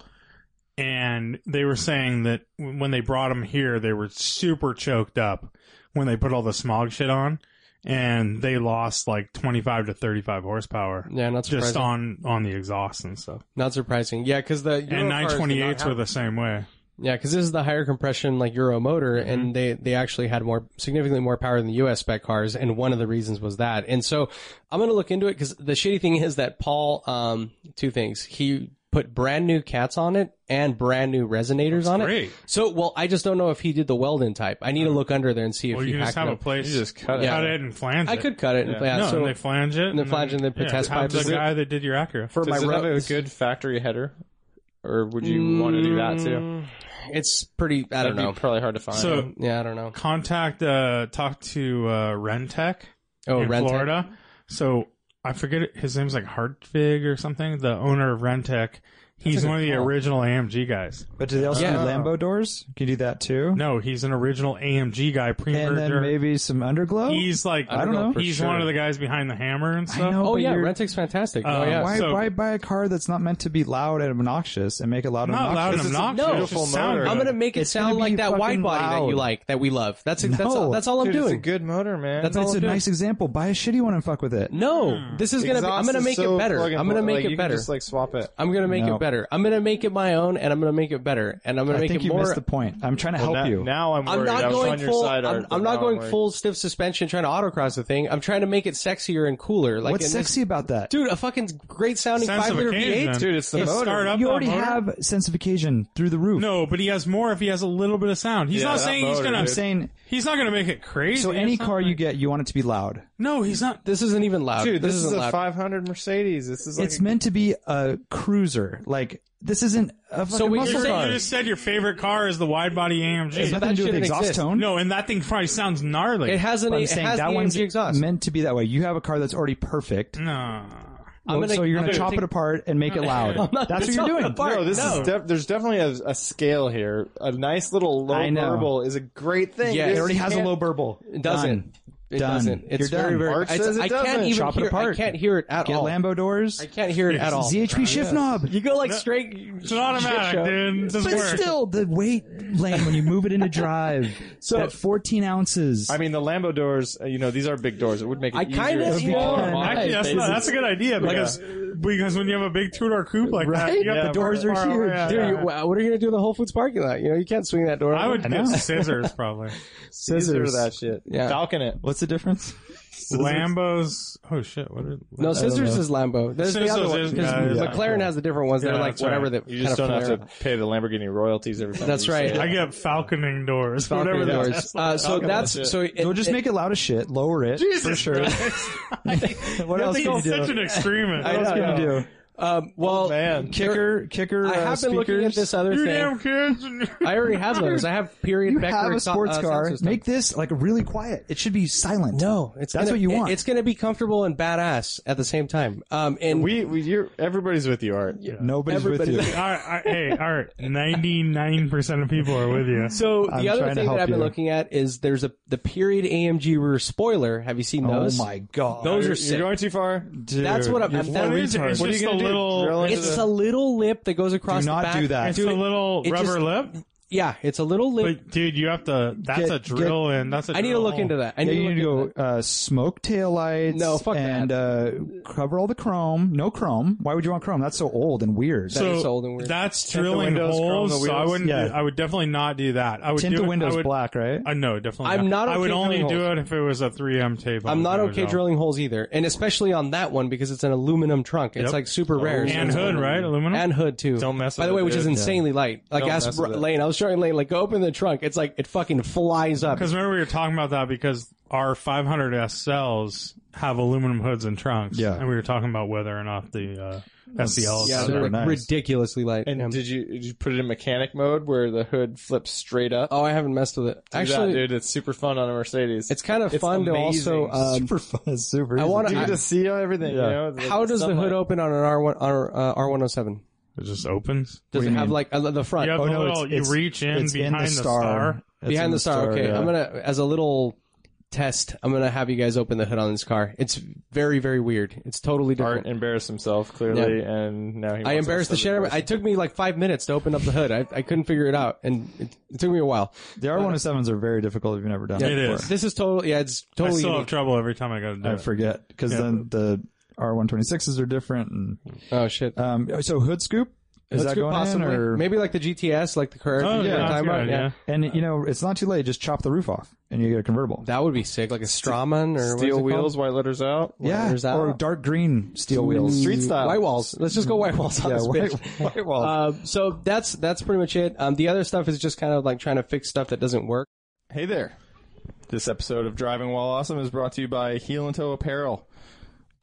and they were saying that w- when they brought them here, they were super choked up when they put all the smog shit on, and they lost like 25 to 35 horsepower Yeah, not surprising. just on on the exhaust and stuff. Not surprising. Yeah, because the Euro and cars did not 928s were have- the same way. yeah, because this is the higher compression like Euro motor, Mm-hmm. and they they actually had more significantly more power than the U.S. spec cars, and one of the reasons was that. And so I'm gonna look into it because the shitty thing is that Paul, um, two things he put brand new cats on it and brand new resonators on Great. Mm-hmm. it. So well, I just don't know if he did the weld in type. I need to look under there and see if Well, he you can just hacked have it a up. place. You just cut it. cut Yeah. it and flange I it. could cut it. Yeah, Yeah. No, so and they flange it. and they flange and they put yeah, test have pipes. The guy that did your Acura. for Does my it have road- a good factory header, or would you want to do that too? It's pretty. I That'd Mm, don't know. be probably hard to find. So Yeah, I don't know. contact uh talk to uh Rentech Oh, in rent it. Florida. So I forget it- his name's like Hartvig or something, the owner of Rentech. He's one of the original AMG guys. But do they also Yeah. do Lambo doors? Can you do that too? No, he's an original AMG guy. And then Pre-merger. maybe some underglow. He's like I don't know. He's For one sure. of the guys behind the hammer and I stuff. know, Oh but yeah, you're- Rentic's fantastic. Uh, oh yeah, why- Why, So- why buy a car that's not meant to be loud and obnoxious and make it loud and Not loud obnoxious? and obnoxious. no. it's just sound Beautiful I'm good. gonna make it It's sound gonna like be that wide fucking body that loud. you like, that we love. That's that's No. all, that's all I'm Dude, doing. It's a good motor, man. That's all It's I'm a doing. nice example. Buy a shitty one and fuck with it. No, this is gonna. Be, I'm Hmm. Exhaust gonna is make so it better. plug and I'm gonna play. make Like, you it can better. just like swap it. I'm gonna make No. it better. I'm gonna make it my own, and I'm gonna make it better, and I'm gonna I make think it you more. missed the point. I'm trying to help now, you. Now I'm I'm worried. not I was going on your full. side, I'm, Art, I'm but not now going worried. full stiff suspension, trying to autocross the thing. I'm trying to make it sexier and cooler. Like What's and this- sexy about that? dude? A fucking great sounding Sense of 500 occasion. V8. dude. It's the It's motor. start up you on already motor. have sensification through the roof. No, but he has more if he has a little bit of sound. He's Yeah, not that saying he's motor, gonna. I'm dude. saying He's not gonna make it crazy. so. or Any car something. you get, you want it to be loud. No, he's not. This isn't even loud. Dude, this, is isn't a loud. 500 Mercedes. This is like it's a, meant to be a cruiser. Like this isn't a fucking we- muscle You're saying- car. you just said your favorite car is the wide body It's AMG. nothing to do with shouldn't exhaust exist. tone. No, and that thing probably sounds gnarly. It has an. But I'm It saying has that the one's AMG exhaust. meant to be that way. You have a car that's already perfect. no. I'm gonna- so you're gonna I'm gonna chop take- it apart and make it [LAUGHS] loud. not That's what chop you're it doing. apart. No, this No. is def- there's definitely a, a scale here. A nice little low I know. verbal is a great thing. Yeah, This It already has a can't- low burble. It doesn't. It Done. doesn't. It's You're very done. very. Art it's- says it I can't doesn't. even Chop it hear. apart. I can't hear it at Get all. Lambo doors. Oh. I can't hear it at all. ZHP shift knob. You go like [LAUGHS] straight. It's an automatic, dude. It doesn't But work. still, the weight lane when you move it into [LAUGHS] drive, so at 14 ounces. I mean, the Lambo doors. uh, You know, these are big doors. It would make it I kinda- easier. yeah. smaller, more Actually, that's, spaces. not, that's a good idea because because when you have a big two door coupe like that, you have Yeah, to the park doors are far away. huge. Yeah, Dude, yeah, you, yeah. wow, what are you gonna do in the Whole Foods parking lot? You know, you can't swing that door. I would know. get scissors [LAUGHS] probably. scissors that shit. Yeah. Falcon it. What's the difference? Lambos. Oh shit! What are No, scissors know. is Lambo. There's the Scissors other one. is- 'cause yeah, yeah. McLaren has the different ones that Yeah, are like that's right. whatever the You just kind don't of have to pay the Lamborghini royalties every time. That's you say right. it. I get falconing doors. Falcon whatever that doors. is. Uh, so Falcon that's shit. so. It, You'll just it- make it loud as shit, lower it for sure. [LAUGHS] what else can you He's do? such an extremist. What else can you do? um, well, [LAUGHS] man. Kicker, kicker. I uh, have been looking at speakers. this other You damn thing. kids. [LAUGHS] I already have those. I have period. You Becker have a exha- sports uh, sound car. system. Make this like really quiet. It should be silent. no. It's that's gonna- what you it- want. It's gonna be comfortable and badass at the same time. Um, and We, we, you're, everybody's with you, Art. Nobody's with you. [LAUGHS] Everybody's- all right, all right, hey, all right. Ninety-nine percent of people are with you. So I'm the other trying to thing that help I've been you. looking at is there's a the period AMG rear spoiler. Have you seen Oh those? my god. Those are You're, sick. you're going too far. Dude, That's what I'm. you're I'm What is it? It's Oh, What are you just a gonna do? little. Drill into It's a the- little lip that goes across. Do not the back. do that. It's a little it rubber just- lip. Yeah, it's a little lip. But dude, you have to. That's Get- a drill, and that's a. I need to drill look hole. into that. I Yeah, need you need to, to look go into uh, smoke taillights. No, fuck and, uh, cover all the chrome. No chrome. Why would you want chrome? That's so old and weird. That So is old and weird. that's drilling windows, chrome holes. the so I wheels. wouldn't. Yeah. Do, I would definitely not do that. I would Tint do the it- windows I would, black, right? Uh, no, definitely. I'm not I would okay only drilling do holes. it if it was a 3M tape. that. on I'm the not nose okay job. drilling holes either, and especially on that one because it's an aluminum trunk. It's Yep. like super Oh, rare. so And it's hood, aluminum. right? Aluminum. And hood too. Don't mess By with the way, it, which is dude. insanely light. Like Don't ask mess Br- with it. Lane. I was showing Lane. Like go open the trunk. It's like it fucking flies up. Because remember we were talking about that because our 500 SLs have aluminum hoods and trunks. Yeah. And we were talking about whether or not the uh, SELs. Yeah, have that. they're super like nice. ridiculously light. And Yeah. did you did you put it in mechanic mode where the hood flips straight up? Oh, I haven't messed with it. Do that, Actually, dude, it's super fun on a Mercedes. it's kind of fun to also. amazing. [LAUGHS] Um, super fun. It's super. I easy. wanna- you I- get to see everything. Yeah. You know, It's like uh, how does the sunlight. hood open on an R one R uh, R one hundred seven? It just opens. Does it have like uh, the front You have Oh the no! little, it's, you it's- reach in it's behind in the star. It's behind in the, star? Okay, yeah. I'm gonna as a little test. I'm gonna have you guys open the hood on this car. It's very very weird. It's totally Art different. embarrassed himself clearly, and now he. I wants embarrassed the us to shit out of it. It took me like five minutes to open up the hood. I, I couldn't figure it out, and it, it took me a while. The R107s are very difficult if you've never done It it before. is. This is totally Oh, yeah. It's I totally. still have unique. trouble every time I go to do I it. forget because Yeah. then the R126s are different. And, Oh shit. um, so hood scoop is That's that good, going possibly. in or Maybe like the GTS, like the curve. Oh, yeah, that's a good idea. And you know it's not too late. Just chop the roof off and you get a convertible. That would be sick, like a Strawman or Steel what is it called? wheels, white letters out. yeah, there's that. or dark green steel wheels. Street style. White walls. Let's just go white walls on Uh, Yeah, this white, [LAUGHS] bitch. white wall. Um, so that's that's pretty much it. Um, the other stuff is just kind of like trying to fix stuff that doesn't work. Hey there. This episode of Driving While Awesome is brought to you by Heel and Toe Apparel.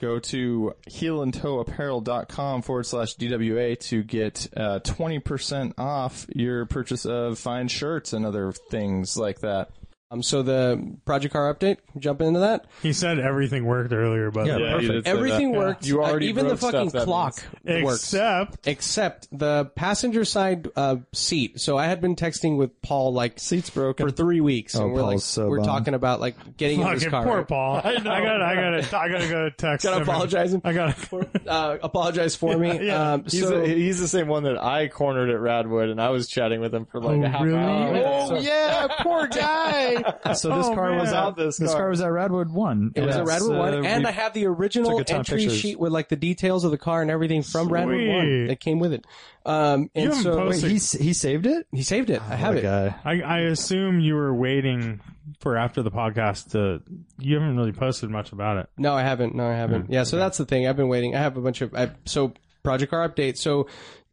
Go to heelandtoeapparel.com forward slash DWA to get uh, 20% off your purchase of fine shirts and other things like that. Um, so the project car update, jump into that. He said everything worked earlier, but Yeah, you perfect. did say Everything that. worked. You already uh, even the wrote stuff, fucking that clock works. except Except the passenger side uh, seat. So I had been texting with Paul like Seat's broken. for three weeks, Oh, and we're like Paul's so we're bummed. talking about like getting in this fucking car. poor Paul. I, gotta, I gotta, I gotta [LAUGHS] go text. Gotta him. apologize him. I gotta. [LAUGHS] Uh, apologize for me. yeah. Um, He's, so the, he's the same one that I cornered at Radwood, and I was chatting with him for like a half really? hour. Oh, So- yeah, poor guy. So this Oh, car was man. Without out. this This car. car was at Radwood One. It was a Radwood one, and I have the original took a ton of entry pictures. sheet with like the details of the car and everything from Radwood one Sweet. that came with it. Um, You and haven't so posted- Wait, he s- he saved it. he saved it. I have What a it. guy. I, I assume you were waiting for after the podcast to. You haven't really posted much about it. No, I haven't. No, I haven't. yeah, so that's the thing. I've been waiting. I have a bunch of I, so project car update. So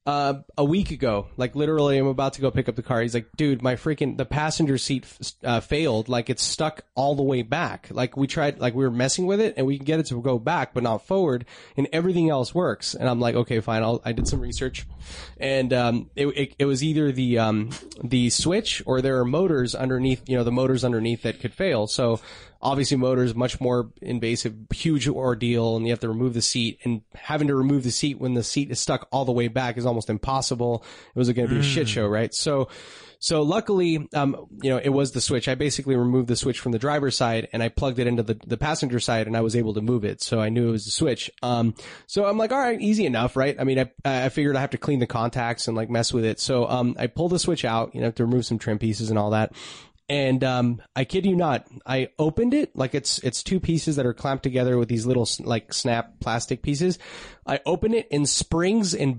uh, a week ago, like literally, I'm about to go pick up the car. He's like, "Dude, my freaking the passenger seat f- uh, failed. Like it's stuck all the way back. Like we tried, like we were messing with it, and we can get it to go back, but not forward, and everything else works." And I'm like, "Okay, fine. I'll, I did some research, and um, it, it it was either the um the switch or there are motors underneath. You know, the motors underneath that could fail. So." obviously motors much more invasive huge ordeal and you have to remove the seat and having to remove the seat when the seat is stuck all the way back is almost impossible it was going to be a shit show right so so luckily um you know it was the switch i basically removed the switch from the driver's side and i plugged it into the, the passenger side and i was able to move it so i knew it was the switch um so i'm like all right easy enough right i mean i i figured i have to clean the contacts and like mess with it so um i pulled the switch out you know to remove some trim pieces and all that and um, I kid you not, I opened it like it's it's two pieces that are clamped together with these little s- like snap plastic pieces. I opened it and springs and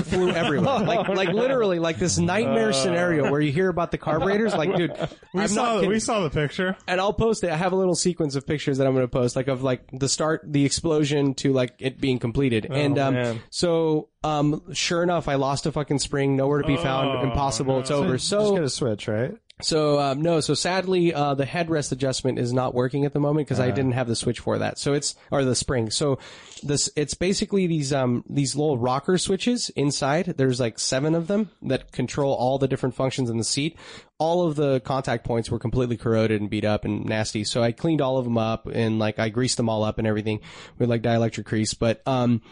[LAUGHS] flew everywhere, like like literally like this nightmare scenario where you hear about the carburetors. Like, dude, Uh. [LAUGHS] We I'm not saw. The, kidding we saw the picture. and I'll post it. I have a little sequence of pictures that I'm going to post, like of like the start, the explosion to like it being completed. Oh, and um, man. so um, sure enough, I lost a fucking spring, nowhere to be found, Oh, impossible. It's over. Just So get a switch, right? so um, no, so sadly, uh, the headrest adjustment is not working at the moment because I didn't have the switch for that. So it's or the spring. So this it's basically these um these little rocker switches inside. There's like seven of them that control all the different functions in the seat. All of the contact points were completely corroded and beat up and nasty. So I cleaned all of them up and like I greased them all up and everything with like dielectric grease. But um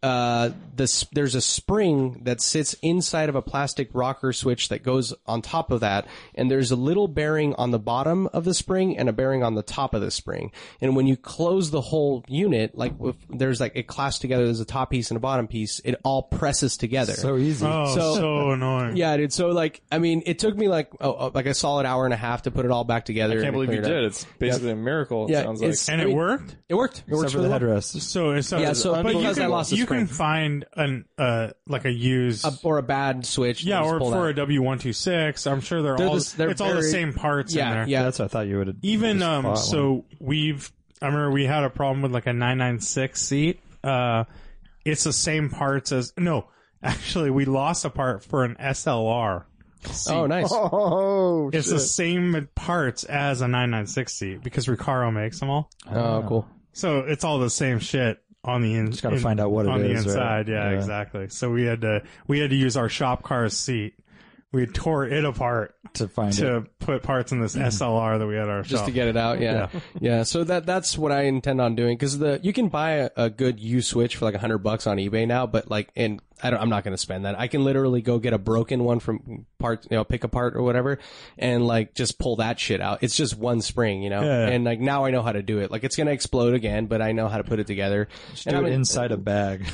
uh, this there's a spring that sits inside of a plastic rocker switch that goes on top of that, and there's a little bearing on the bottom of the spring and a bearing on the top of the spring. And when you close the whole unit, like if there's like it clasps together, there's a top piece and a bottom piece. It all presses together. So easy. Oh, so, So- uh, annoying. yeah, dude. So like, I mean, it took me like oh, oh, like a solid hour and a half to put it all back together. I can't and believe you clear it up. did. It's basically a miracle. It Yeah, sounds like. it's- and I it mean- worked. It worked. It Except worked for the headrest. So it's uh, Yeah, so but you because can, I lost the you spring. can find an uh like a used or a bad switch. yeah, that was or pulled out. for a W one two six. I'm sure they're, They're all the s- they're it's all the very- same parts in yeah, there. yeah. That's what I thought you would. Even um, so we've I remember we had a problem with like a nine nine six seat. Uh, it's the same parts as no. Actually, we lost a part for an SLR. [LAUGHS] Oh, nice. oh, It's the same parts as a nine nine six seat because Recaro makes them all. Oh, cool. So it's all the same shit on the inside. Just gotta find out what it on is, the right? inside. Yeah, Yeah. exactly. So we had to we had to use our shop car's seat. We tore it apart to find it. to put parts in this Mm. SLR that we had our just shop. to get it out. Yeah. [LAUGHS] yeah, So that that's what I intend on doing because the you can buy a, a good U switch for like a hundred bucks on eBay now, but like and I don't, I'm not going to spend that. I can literally go get a broken one from part, you know, pick a part or whatever, and like just pull that shit out. It's just one spring, you know. Yeah. And like now I know how to do it. Like it's going to explode again, but I know how to put it together. And do I'm it in- inside a [LAUGHS] bag.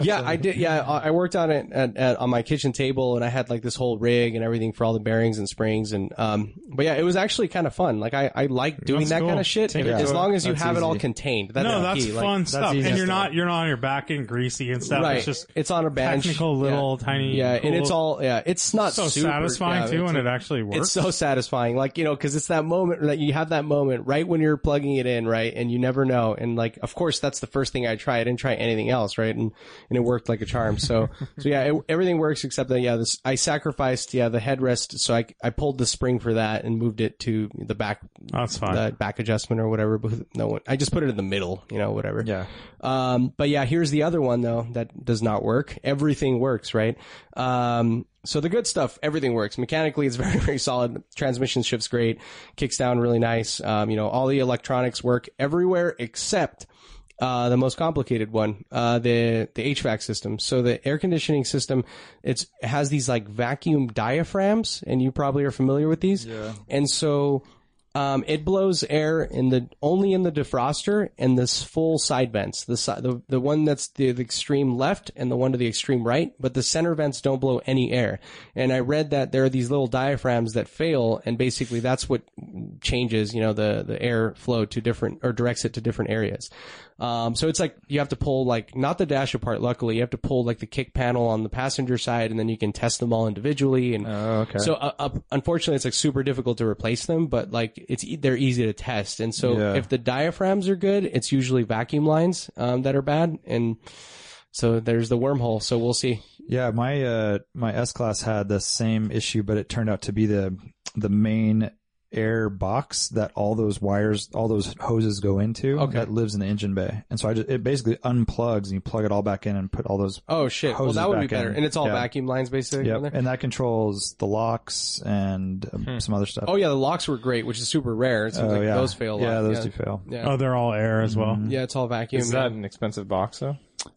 yeah, I did. Yeah, I I worked on it at, at, on my kitchen table, and I had like this whole rig and everything for all the bearings and springs, and um. But yeah, it was actually kind of fun. Like I, I like doing That's that cool. kind of shit, Take if- it as to long as you That's have it all easy. contained. That's no, the that's key. Like, fun stuff, easy and you're stuff. not you're not on your back and greasy and stuff. Right, It's just it's on a bench. technical little tiny. yeah, and cool- it's all yeah. It's not so super- satisfying yeah, too, it's and a- it actually works. It's so satisfying, like you know, because it's that moment that you have that moment right when you're plugging it in, right, and you never know. And like, of course, that's the first thing I tried. I didn't try anything else, right, and and it worked like a charm. So so yeah, it, everything works except that yeah, this I sacrificed yeah the headrest, so I I pulled the spring for that and moved it to the back that's fine. the back adjustment or whatever. But no one, I just put it in the middle, you know, whatever. yeah. Um, but yeah, here's the other one though that does not work. Everything works, right? Um, So the good stuff, everything works. Mechanically, it's [LAUGHS] very, very solid. Transmission shifts great. Kicks down really nice. Um, you know, all the electronics work everywhere except, uh, the most complicated one, uh, the, the HVAC system. So the air conditioning system, it's, it has these like vacuum diaphragms and you probably are familiar with these. Yeah. And so, um, it blows air in the only in the defroster and this full side vents. The si- the the one that's the, the extreme left and the one to the extreme right, but the center vents don't blow any air. And I read that there are these little diaphragms that fail, and basically that's what changes you know the the air flow to different or directs it to different areas. Um, so it's like you have to pull like not the dash apart. Luckily, you have to pull like the kick panel on the passenger side, and then you can test them all individually. And Oh, okay. so uh, uh, unfortunately, it's like super difficult to replace them, but like it's e- they're easy to test. And so Yeah. if the diaphragms are good, it's usually vacuum lines um, that are bad. And so there's the wormhole. So we'll see. Yeah, my uh my S class had the same issue, but it turned out to be the the main air box that all those wires, all those hoses go into Okay. that lives in the engine bay. And so I just it basically unplugs and you plug it all back in and put all those Oh shit! Hoses well, that would be back in. better. And it's all Yeah. vacuum lines basically. Yep. on there. And that controls the locks and um, some other stuff. Oh yeah, the locks were great, which is super rare. It seems like Oh, yeah. those fail. A lot. Yeah, those yeah. do fail. Yeah. Oh, they're all air as well. Yeah, it's all vacuum. Is that an expensive box though?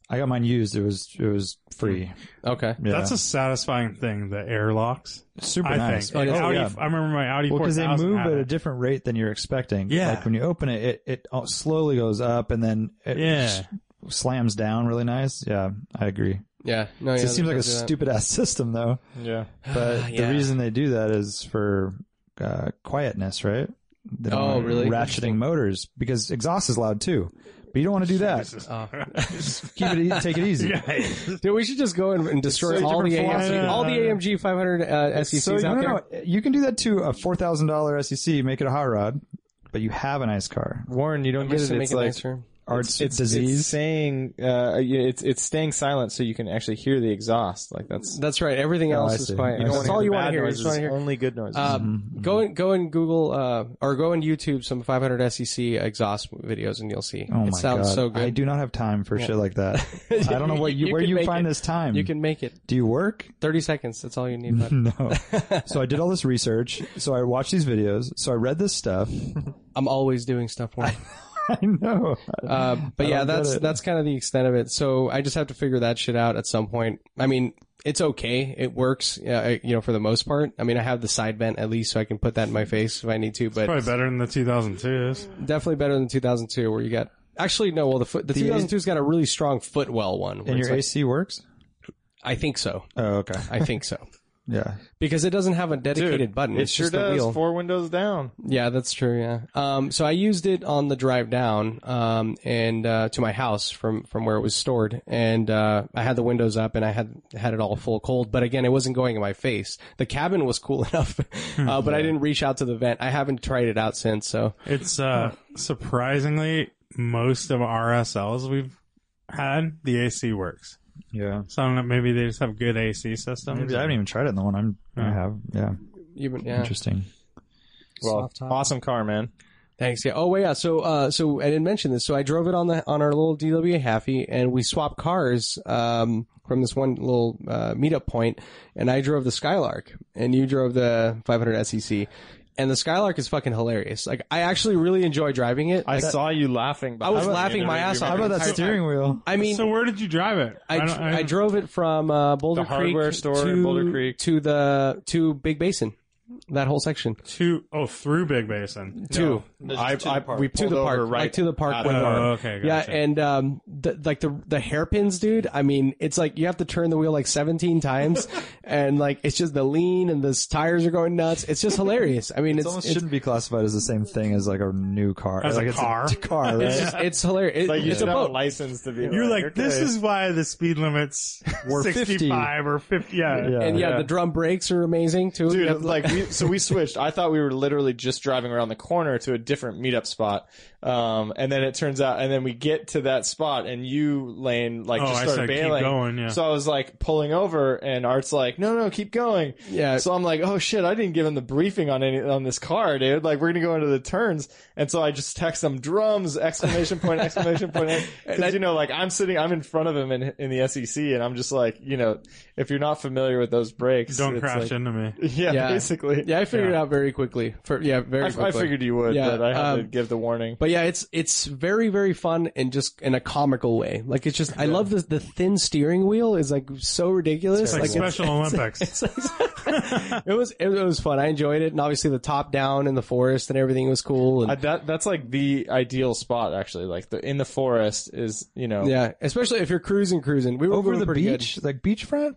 I got mine used. It was it was free. yeah. okay? Yeah. That's a satisfying thing, the airlocks. super I nice. think. Like, Oh, yeah. Audi, yeah. I remember my Audi Well, because 4000 they move had at it. a different rate than you're expecting. Yeah. Like when you open it, it, it all- slowly goes up and then it Yeah. s- slams down really nice. Yeah, I agree. Yeah. No, Oh, yeah, it seems like a those do that. stupid ass [LAUGHS] system though. Yeah. But [SIGHS] Yeah. the reason they do that is for uh, quietness, right? They don't Oh, want really? Ratcheting motors because exhaust is loud too. But you don't want to do that. Oh. [LAUGHS] Keep it, e- take it easy. Dude, we should just go and, and destroy so all the different from- AMG, all the AMG 500 uh, SECs So you, out no, there. no, no. you can do that to a four thousand dollar SEC, make it a hot rod, but you have a nice car. Warren, you don't I'm get just it. to It's make it like nicer. Arts it's, disease. It's saying uh, yeah, it's it's staying silent so you can actually hear the exhaust. Like that's That's right. Everything Oh, else I is see. quiet. You don't That's wanna all the you want to bad hear. You just noises, want to hear only good noises. Uh, Go and go and Google uh, or go and YouTube some 500 SEC E exhaust videos and you'll see. Oh it my sounds god! so good. I do not have time for shit like [LAUGHS] that. I don't know what you, You where can you make find it. this time. You can make it do you work? [LAUGHS] 30 seconds. That's all you need. Bud. [LAUGHS] No. so I did all this research. So I watched these videos. So I read this stuff. [LAUGHS] I'm always doing stuff. For you. I know. Uh, but I yeah, don't get that's it. that's kind of the extent of it. So I just have to figure that shit out at some point. I mean, it's okay. It works, yeah, I- you know, for the most part. I mean, I have the side vent at least, so I can put that in my face if I need to. But Probably better than the 2002s. definitely better than 2002, where you got actually no. Well, the foot, the, 2002's got a really strong footwell one. where and it's your like- AC works? I think so. Oh, okay. I think so [LAUGHS] Yeah. because it doesn't have a dedicated button. it it's sure just a does. wheel. Four windows down. Yeah, that's true. Yeah. Um, so I used it on the drive down, um, and uh, to my house from from where it was stored, and uh, I had the windows up, and I had had it all full cold. But again, it wasn't going in my face. The cabin was cool [LAUGHS] enough, uh, but I didn't reach out to the vent. I haven't tried it out since. So It's uh, surprisingly most of RSLs we've had the AC works. Yeah. So I don't know, maybe they just have good AC systems. Maybe I haven't even tried it in the one I'm, I Yeah. have. Yeah. even yeah. Interesting. Well, Soft top. awesome car, man. Thanks. Yeah. Oh, well, yeah. So, uh, so I didn't mention this. So I drove it on the on our little DWA halfy, and we swapped cars um, from this one little uh, meetup point, and I drove the Skylark, and you drove the 500 SEC, E and the Skylark is fucking hilarious. Like, I actually really enjoy driving it. I Like, saw you laughing. behind was me. laughing You my know, ass you off. How remember- about that I- steering wheel? I mean, so where did you drive it? I, don't- dr- I, drove it from uh, Boulder The Creek hardware store to, in Boulder Creek. to the to Big Basin, that whole section. to oh through Big Basin. Two. I, I, we to pulled the park, over right like to the park. at one it. park. Oh, okay. Gotcha. Yeah, and um, the, like the the hairpins, dude. I mean, it's like you have to turn the wheel like seventeen times, and like it's just the lean and the s- tires are going nuts. It's just hilarious. I mean, It it's almost it's, it's, shouldn't be classified as the same thing as like a new car. As a like it's car. a [LAUGHS] car, right? just- it's hilarious. It- Like you it's a should have a boat. license to be. You're like, this okay. is why the speed limits were 50. 65 or 50. Yeah. Yeah. and yeah, the drum brakes are amazing too. You Dude, have- like [LAUGHS] we, we so we switched. I thought we were literally just driving around the corner to a different meetup spot, um, and then it turns out, and then we get to that spot, and you Lane like Oh, just I started said keep bailing. going, yeah. So I was like pulling over, and Art's like, "No, no, keep going." Yeah. So I'm like, "Oh shit, I didn't give him the briefing on any on this car, dude. Like, we're gonna go into the turns." And so I just text him drums exclamation point [LAUGHS] exclamation point. [LAUGHS] Because you know, like I'm sitting, I'm in front of him in in the SEC, and I'm just like, you know, if you're not familiar with those brakes, Don't it's crash like- into me. [LAUGHS] yeah, Yeah. basically. Yeah, I figured it out very quickly. For, yeah, very I, quickly. I figured you would, Yeah, but I had to um, give the warning. But yeah, it's it's very very fun and just in a comical way. Like it's just I love this the thin steering wheel is like so [LAUGHS] It's ridiculous. like [LAUGHS] Special Olympics. it was it was fun. I enjoyed it, and obviously the top down in the forest and everything was cool. And I, that that's like the ideal spot, actually. Like the in the forest is, you know. yeah, especially if you're cruising, cruising. We were Over doing the pretty good. beach, like beachfront.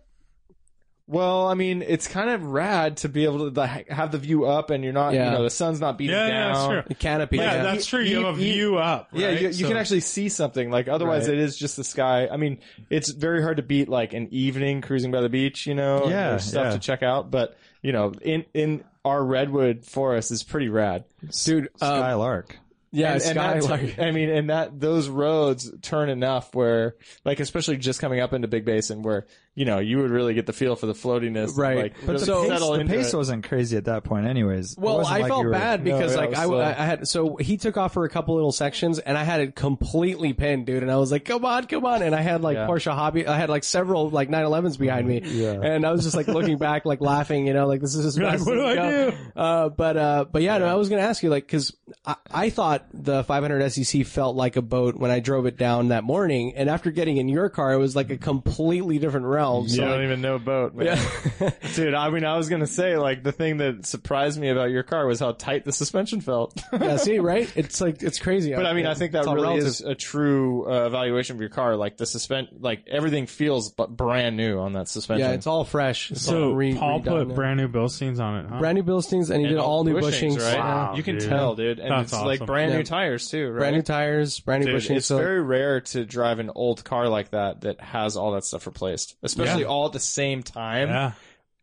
Well, I mean, it's kind of rad to be able to like, have the view up, and you're not, Yeah. you know, the sun's not beating Yeah, yeah, that's down. true. The canopy. yeah, yeah. that's true. You you- have a you- view up. Yeah, right? you, you So- can actually see something. Like otherwise, Right. it is just the sky. I mean, it's very hard to beat like an evening cruising by the beach. You know, and Yeah, there's stuff yeah. to check out. But you know, in in our redwood forest is pretty rad. dude. Um, Skylark. yeah, and, and that skyline. tur- I mean, and that those roads turn enough where, like, especially just coming up into Big Basin, where you know you would really get the feel for the floatiness, and, Right. Like, But really the so- pace, settle the into pace it. wasn't crazy at that point, anyways. It Well, wasn't I like felt you were- [LAUGHS] bad No, because yeah, like it was I, slow. I had so he took off for a couple little sections and I had it completely pinned, dude. And I was like, come on, come on. And I had like Porsche hobby. I had like several like 911s behind me, and I was just like looking back, like laughing, you know, like this is as like, fast what as do we I go. do? Uh, but uh, but yeah, no, I was gonna ask you like because I, I thought the 500 SEC E felt like a boat when I drove it down that morning, and after getting in your car, it was like a completely different realm. You So, don't like, even know boat, man. [LAUGHS] yeah. Dude, I mean, I was gonna say like the thing that surprised me about your car was how tight the suspension felt. [LAUGHS] yeah, see, right? It's like it's crazy. But I mean, I think that It's all really relative. is a true uh, evaluation of your car. Like the suspend, like everything feels but brand new on that suspension. Yeah, it's all fresh. It's So all re- Paul redone put now. brand new Bilsteins on it. Huh? brand new Bilsteins, and he And did all new bushings, right? Wow, you can dude. tell, dude. And That's it's like awesome. brand Yeah. new tires too, right? brand new tires, brand new Dude, bushings. it's So very rare to drive an old car like that that has all that stuff replaced, especially Yeah. all at the same time. yeah,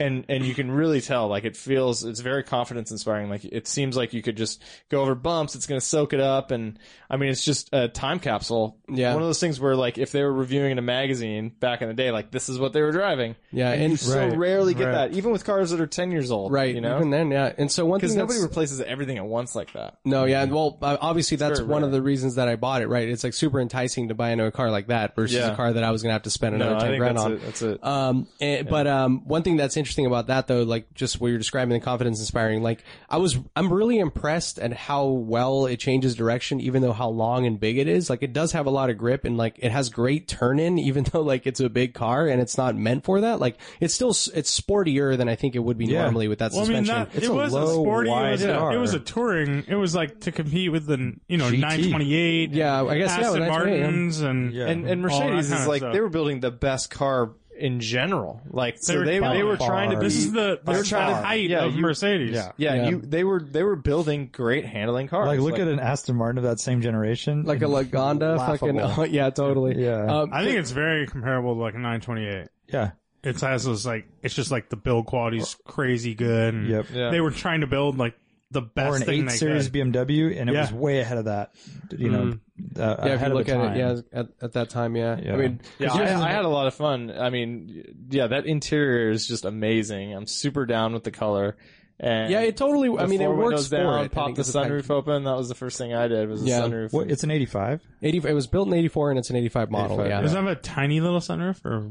And and you can really tell, like it feels, it's very confidence inspiring. Like it seems like you could just go over bumps, it's gonna soak it up, and I mean, it's just a time capsule. Yeah. one of those things where like if they were reviewing in a magazine back in the day, like this is what they were driving. yeah, And you and so rarely get that, even with cars that are ten years old, right, You know, even then, yeah. And so one thing because nobody that's replaces everything at once like that. no, yeah. and Well, uh, obviously that's very one rare. of the reasons that I bought it. Right, it's like super enticing to buy into a car like that versus Yeah. a car that I was gonna have to spend another ten grand on. That's it. Um, and, but um, one thing that's interesting about that though, like just what you're describing, the confidence inspiring. Like I was, I'm really impressed at how well it changes direction, even though how long and big it is. Like it does have a lot of grip, and like it has great turn in, even [LAUGHS] though like it's a big car and it's not meant for that. Like it's still s- it's sportier than I think it would be normally with that well, I mean suspension. that It's it a was a low, sporty. It was wide a, car. it was a touring. It was like to compete with the you know GT. 928. yeah, I guess yeah, Aston that's right, yeah. Martins and Yeah. and and all that Mercedes kinda is like stuff. they were building the best car in general. Like so were they by they were far. trying to be. This is the they this were is the trying to height yeah, of you- Mercedes. Yeah. Yeah, Yeah. you they were they were building great handling cars. Like, look at an Aston Martin of that same generation. like a Lagonda, fucking Laughable. [LAUGHS] [LAUGHS] yeah, totally. Yeah. Um, I think it's very comparable to like a 928. yeah. It has this like it's just like the build quality's crazy good. Mm. And Yep. Yeah. They were trying to build like the best Or an thing 8 they Series could. BMW, and it Yeah, was way ahead of that, you know, uh, Mm. yeah, if you ahead look of the at time. it, yeah, at, at that time, yeah. Yeah. I mean, Yeah, I, I had a lot of fun. I mean, yeah, that interior is just amazing. I'm super down with the color. And yeah, it totally. I the mean, it four works windows for down, it. I Pop think the it's a type- sunroof open. That was the first thing I did was the Yeah. sunroof. What, it's an 85? 80, it was built in 84 and it's an 85 model. 85, yeah. Does it have a tiny little sunroof or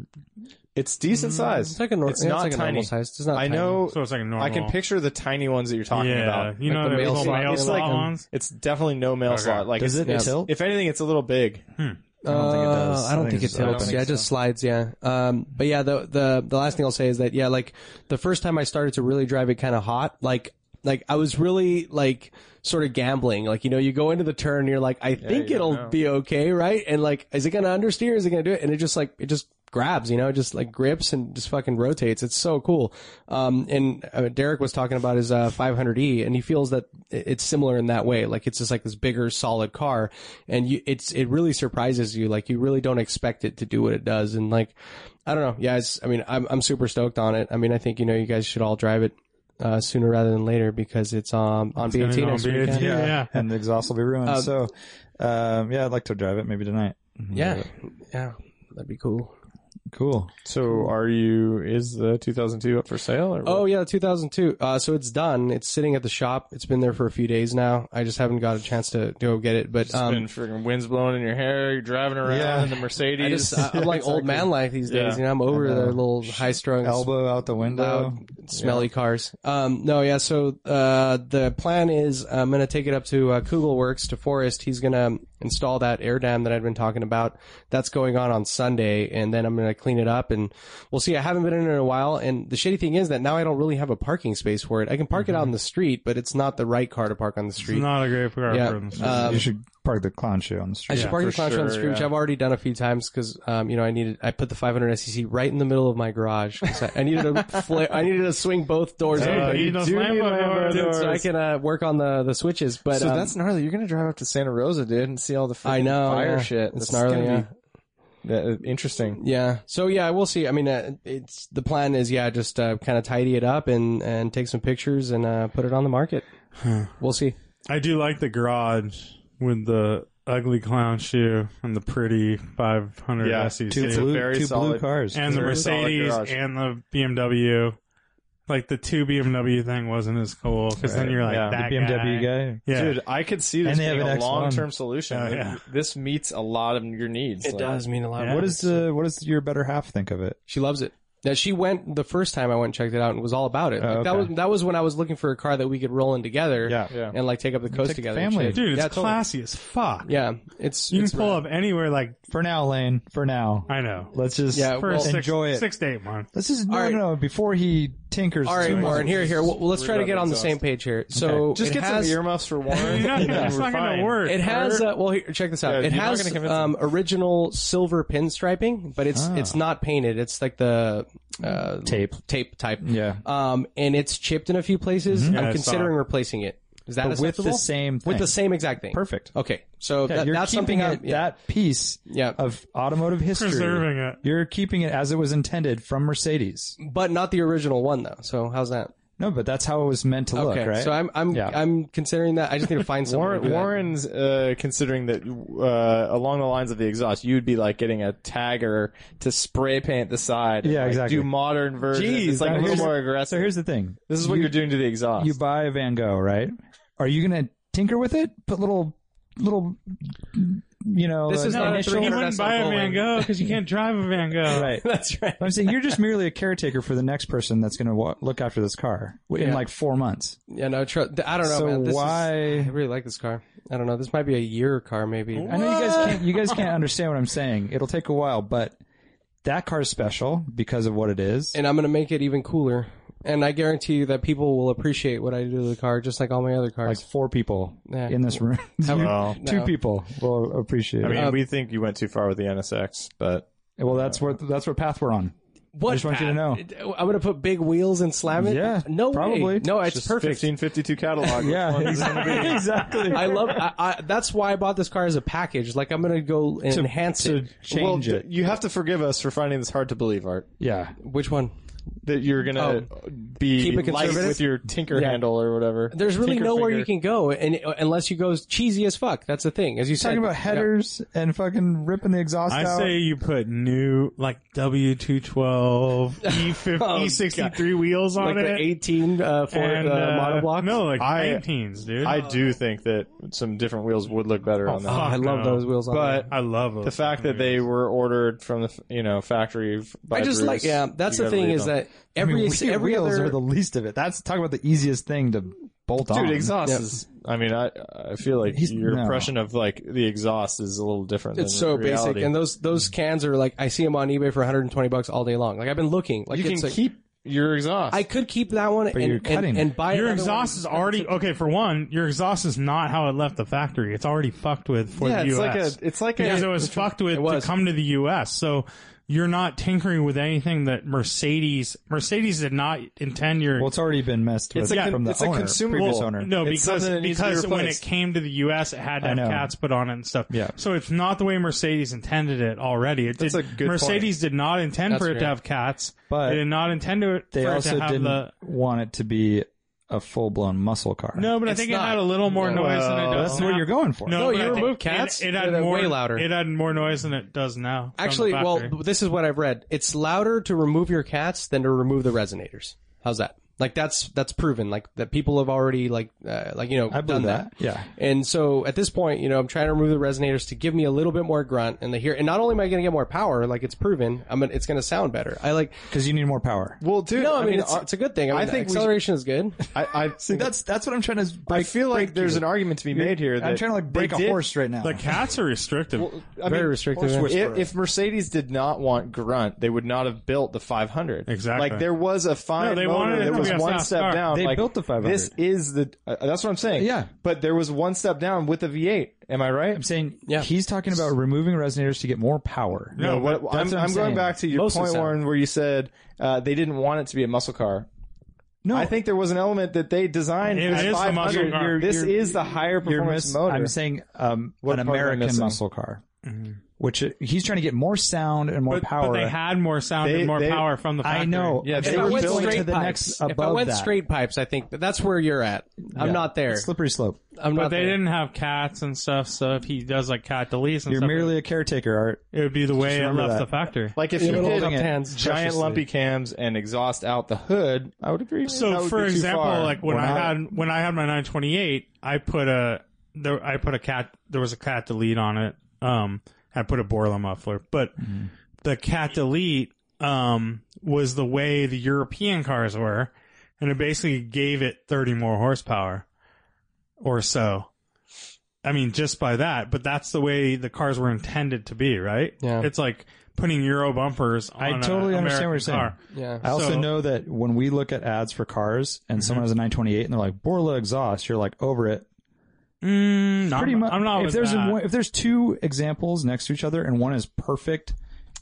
It's decent size. Mm, It's like a, nor- It's yeah, not it's like a tiny. normal size. It's not I tiny. know. so it's like a normal? I can picture the tiny ones that you're talking yeah, about. you know Like the the mail mail, slot. mail It's slot like- ones. It's definitely no mail Okay. slot. Like Does it's, it it's- tilt? If anything, it's a little big. I don't think it does. Uh, I don't think it it's tilts. open. Yeah, it just slides. Yeah. Um, but yeah, the, the, the last thing I'll say is that, yeah, like the first time I started to really drive it kind of hot, like, like I was really like sort of gambling. Like, you know, you go into the turn and you're like, I think you don't it'll know. be okay. Right. And like, is it going to understeer? Is it going to do it? And it just like, it just grabs, you know, it just like grips and just fucking rotates. It's so cool. Um, and uh, Derek was talking about his, uh, 500E and he feels that it- it's similar in that way. Like it's just like this bigger, solid car and you, it's, it really surprises you. Like you really don't expect it to do what it does. And like, I don't know. Yeah. It's, I mean, I'm, I'm super stoked on it. I mean, I think, you know, you guys should all drive it. uh, sooner rather than later because it's um, on Gonna BAT know next BAT, weekend. Yeah. yeah. and the exhaust will be ruined. Uh, so, um, yeah, I'd like to drive it maybe tonight. Yeah. Yeah. That'd be cool. Cool. So are you? Is the 2002 up for sale? Or what? Oh yeah, 2002. Uh, so it's done. It's sitting at the shop. It's been there for a few days now. I just haven't got a chance to go get it. But It's been um, freaking winds blowing in your hair. You're driving around Yeah. in the I Mercedes. [LAUGHS] just, I- I'm like old man life these days. Yeah. uh, You know, I'm over know. the little high strung, Elbow out the window. loud, smelly cars. Um, no, yeah. So uh, the plan is I'm gonna take it up to uh, Kugel Works to Forest. He's gonna install that air dam that I've been talking about. That's going on on Sunday, and then I'm gonna clean it up, and we'll see. I haven't been in it in a while, and the shitty thing is that now I don't really have a parking space for it. I can park it out on the street, but it's not the right car to park on the Mm-hmm. It's street. not a great car Yeah. for them. Um, you should park the clown shoe on the I street. should Yeah, park for the clown shoe on the sure, street, which yeah. I've already done a few times because, um, you know, I needed, I put the 500 SEC E right in the middle of my garage. 'cause I, I needed to [LAUGHS] flare, I needed to swing both doors Hey, open you need those Lambo doors. so I can, uh, work on the, the switches. But, so um, that's gnarly. You're gonna drive up to Santa Rosa, dude, and see all the freaking I know. fire yeah. shit. It's That's gnarly. gonna Yeah. be uh, interesting. yeah. So yeah, we'll see. I mean, uh, it's, the plan is, yeah, just, uh, kind of tidy it up and, and take some pictures and, uh, put it on the market. we'll see. I do like the garage with the ugly clown shoe and the pretty 500 Yeah, SEC. two It's a blue, very two blue solid- cars. and the Very solid Mercedes garage. and the BMW. Like the two BMW thing wasn't as cool because then you're like Yeah. that BMW guy. guy. Yeah, Dude, I could see this And they have being an a X1. long-term solution. Oh, yeah. This meets a lot of your needs. Like, mean a lot. Yeah. What does the what does your better half think of it? She loves it. Now she went the first time I went and checked it out and was all about it. Like, That okay. was that was when I was looking for a car that we could roll in together Yeah. Yeah. and like take up the coast take the together. and family. shit. dude, it's yeah, totally. classy as fuck. Yeah, it's you it's can pull rad. up anywhere. Like For now, Lane. For now, I know, let's just Yeah, for well- six, enjoy it. Six to eight [LAUGHS] months. Let's just no, All right. no, no. Before he tinkers. All right, too much. Warren. Here, here. Well, let's try to get on the Exhaust. same page here. So Just it get has, some earmuffs for [LAUGHS] one. You're not, it's not gonna work. It has uh, well. Here, check this out. Yeah, it you're not has gonna convince Ah. um, original silver pinstriping, but it's it's not painted. It's like the uh, Tape. tape type. Yeah. Um, and it's chipped in a few places. I Mm-hmm. I'm saw. considering replacing it. Is that But with the acceptable? same with the thing. same exact thing? Perfect. Okay, so Yeah, that, you're that's keeping something I'm- it, yeah. that piece Yeah. of automotive history. Preserving it. You're keeping it as it was intended from Mercedes. but not the original one though. So how's that? No, but that's how it was meant to okay, look, right? so I'm I'm Yeah. I'm considering that. I just need to find someone. to Warren, do that. Warren's uh, considering that uh, along the lines of the exhaust, you'd be like getting a tagger to spray paint the side. and, Yeah, like, exactly. Do modern version. Jeez, it's like now a little here's- more aggressive. So here's the thing. this is what you, are doing to the exhaust. You buy a Van Gogh, right? Are you going to tinker with it? Put little, little, you know, This is uh, not a initial. He 300 wouldn't that's buy not a Van going. Gogh because you can't drive a Van Gogh. [LAUGHS] Right. [LAUGHS] That's right. I'm saying you're just merely a caretaker for the next person that's going to wa- look after this car in Yeah. like four months. Yeah, no, tr- I don't know, so man. This is- I why? really like this car. I don't know. This might be a year car, maybe. I know you guys can't. You guys can't understand what I'm saying. It'll take a while, but that car's special because of what it is. And I'm gonna make it even cooler. And I guarantee you that people will appreciate what I do to the car, just like all my other like cars. four people Yeah. in this [LAUGHS] room. You- well, two no. people will appreciate I it. mean, we think you went too far with the NSX, but well, that's what that's what path we're on. what? just want you to know. I'm gonna put big wheels and slam it. Yeah, no, way. probably. No, it's just perfect. 1552 [LAUGHS] catalog. Yeah, exactly. [LAUGHS] exactly. I love. I, I, that's why I bought this car as a package. Like I'm gonna go and enhance to it. Well, change d- it. you have to forgive us for finding this hard to believe, Art. Yeah, Which one? That you're gonna Oh. be Keep it light conservative? with your tinker handle or whatever. There's really Tinker nowhere finger. you can go, and unless you go cheesy as fuck. That's the thing. As you said, talking about headers and fucking ripping the exhaust I out. say you put new like W two [LAUGHS] twelve E E sixty three wheels on Oh, like it. the 18 uh, Ford and, uh, monoblock. No, like I- 19s, dude. I do think that some different wheels would look better Oh, on that. fuck I love no. those wheels. on there. But I love those the fact that they were ordered from the f- you know factory. f- By I just Bruce, like yeah. That's you the gotta thing leave is them. that I mean, every wheel- every [LAUGHS] wheels other are the least of it. That's talk about the easiest thing to bolt on. dude exhaust Yeah. is. I mean, I I feel like He's- your no. impression of like the exhaust is a little different. it's than so reality. basic, and those those cans are like I see them on eBay for 120 bucks all day long. Like I've been looking. Like you it's can like, keep your exhaust. I could keep that one and, you're and- cutting and, it. buy your another exhaust one. is already okay. For one, your exhaust is not how it left the factory. It's already fucked with for yeah, the it's U.S. like a it's like because a it was fucked with was. to come to the U.S. So you're not tinkering with anything that Mercedes Mercedes did not intend your Well, it's already been messed with It's a con- from the it's a owner, consumable. previous owner. No, It's because something that needs to be because when it replaced. came to the U.S., it had to I have know. cats put on it and stuff. Yeah. So it's not the way Mercedes intended it already. It That's did, a good Mercedes did not intend That's for it to great. have cats. But they did not intend to it. They for it also to have didn't the want it to be a full blown muscle car. no, but I It's think it not. had a little more Well, noise than it Well, does. that's now. what you're going for. No, No, but you I think remove cats, It, it they're had way more louder. It had more noise than it does now. from Actually, the well, factory. this is what I've read. It's louder to remove your cats than to remove the resonators. How's that? Like that's that's proven. Like that people have already like uh, like you know I done believe that. Yeah. And so at this point, you know, I'm trying to remove the resonators to give me a little bit more grunt and the hear. And not only am I going to get more power, like it's proven, I'm gonna, it's going to sound better. I like. Because you need more power. Well, dude, No, I, mean, it's, ar- it's a good thing. I, I mean, think we- acceleration is good. I, I See, that's that's what I'm trying to. I break- feel like break there's you. an argument to be made here. That I'm trying to like they break a did- horse right now. the cats are restrictive. I Very mean, restrictive. If, whisperer. if Mercedes did not want grunt, they would not have built the 500. Exactly. Like there was a No, fine they motor. wanted it there to was be a one fast step car. down. They like, built the 500. This is the. Uh, that's what I'm saying. Yeah. But there was one step down with the V8. Am I right? I'm saying Yeah. he's talking about removing resonators to get more power. No, that's what, I'm, what I'm I'm saying. going back to your Most of point, the time. Warren, where you said uh, they didn't want it to be a muscle car. no, I think there was an element that they designed. It this is the 500. muscle car. You're- this you're- is the higher you're performance miss- motor. I'm saying um, an part am I American missing? muscle car, which uh, he's trying to get more sound and more but, power. but they had more sound They- and more they- power from the factory. I know. Yeah, I'm they If saying I were he's went building going straight to the pipes, next if I above went that. straight pipes, I think that that's where you're at. I'm Yeah. not there. Slippery slope. I'm But not they there. didn't have cats and stuff, so if he does like cat deletes and You're stuff, merely a caretaker, Art. it would be the way it remember left that. the factory. like if you You're did holding it hands. giant preciously. lumpy cams and exhaust out the hood, I would agree. That So would for be too example, far. like when We're I not- had when I had my 928, I put a there I put a cat there was a cat delete on it. Um I put a Borla muffler, but Mm-hmm. the cat delete um was the way the European cars were and it basically gave it 30 more horsepower or so. I mean just by that, but that's the way the cars were intended to be, right? Yeah. It's like putting euro bumpers on I a totally understand what you're American saying. car. Yeah. I also So- know that when we look at ads for cars and someone has a 928 and they're like Borla exhaust, you're like over it. Mm, Pretty I'm, much. I'm not if with there's that. one- if there's two examples next to each other and one is perfect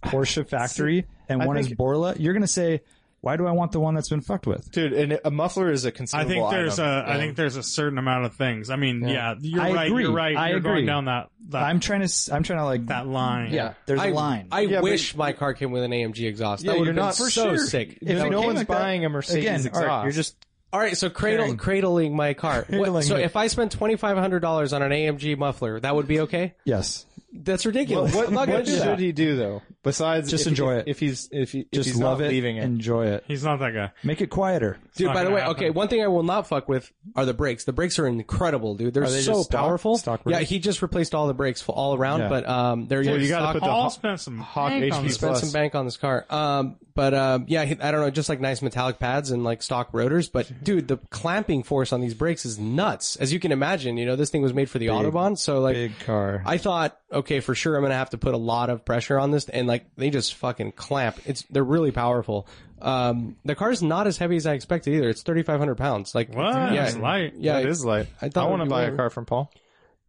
Porsche factory and I one is think- Borla, you're gonna say, why do I want the one that's been fucked with? dude, and a muffler is a I consumable. think there's item. a I think there's a certain amount of things. I mean, yeah, you're I right. agree. You're right. I you're going agree. down that that, I'm trying to s- I'm trying to like Uh, that line. Yeah, There's a a line. I Yeah, but- wish my car came with an AMG exhaust. Yeah, that would you're have been not- so for sure. sick. If That no came one's like that- buying a Mercedes again, Art, exhaust. you're just All right, so cradle, Caring. cradling my [LAUGHS] car. What- Cradling so it. if I spent twenty five hundred dollars on an AMG muffler, that would be okay. yes. That's Well, ridiculous. what I'm not gonna what do should that. he do though? Besides, Just if- enjoy it. If he's if, he, if Just he's love not it, leaving it. enjoy it. he's not that guy. Make it quieter. Dude, not by the gonna way, happen. okay, one thing I will not fuck with are the brakes. The brakes are incredible, dude. They're Are they so just stock- powerful. stock yeah, brakes? he just replaced all the brakes f- all around, Yeah. but um, they're Well, using you gotta stock- put the Paul Hawk- spent some Hawk bank on HP this. spend Plus. some bank on this car. Um, but um, yeah, I don't know, just like nice metallic pads and like stock rotors. But dude, the clamping force on these brakes is nuts. As you can imagine, you know this thing was made for the autobahn, so like Big car. I thought, okay, for sure, I'm gonna have to put a lot of pressure on this, and like they just fucking clamp. It's they're really powerful. Um, the car's not as heavy as I expected either. It's 3,500 pounds. Like What? Yeah, It's light. Yeah, It is light. I I, thought it want would to be buy a lighter. car from Paul.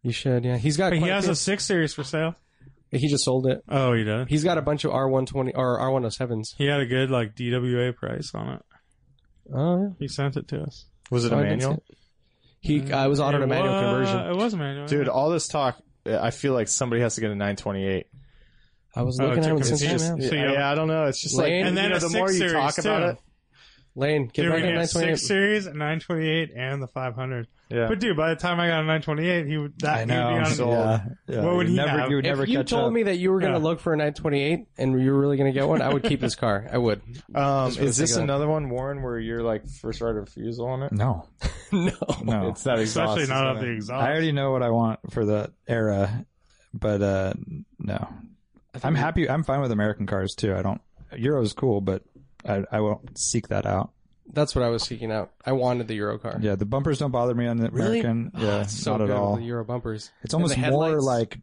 you should. Yeah, he's got. But he quite a has few. a six series for sale. He just sold it. Oh, he does. He's got a bunch of R120 or R107s. He had a good like DWA price on it. Oh yeah. He sent it to us. Was it Oh, a I didn't manual? see it. He uh, it was auto to It manual wa- conversion. It was a manual, Dude, yeah. all this talk, I feel like somebody has to get a 928. I was Oh, looking it's at a him since confusion. then, man. So, yeah, yeah. I don't know. It's just Lane. like, um, And you then know, a the more six you series, talk about too. it, Lane, get Dude, back we in had 928. six series, a 928, and the 500. Yeah. But dude, by the time I got a 928, he would that I he would know. be on So, gold. yeah, yeah. What would You he never, have? You would If never you catch told up. me that you were going to Yeah. look for a 928 and you were really going to get one, I would keep this car. I would. Um, is this figure out. another one, Warren, where you're like first right of refusal on it? no, no. no. It's that exhaust. Especially not isn't of the it? Oh. exhaust. I already know what I want for that era, but uh no, I'm happy. I'm fine with American cars too. I don't Euro's cool, but I I won't seek that out. That's what I was seeking out. I wanted the Euro car. Yeah, the bumpers don't bother me on the Really? Ah, American. Yeah, It's so not good at with all. The Euro bumpers. It's almost And the more headlights. like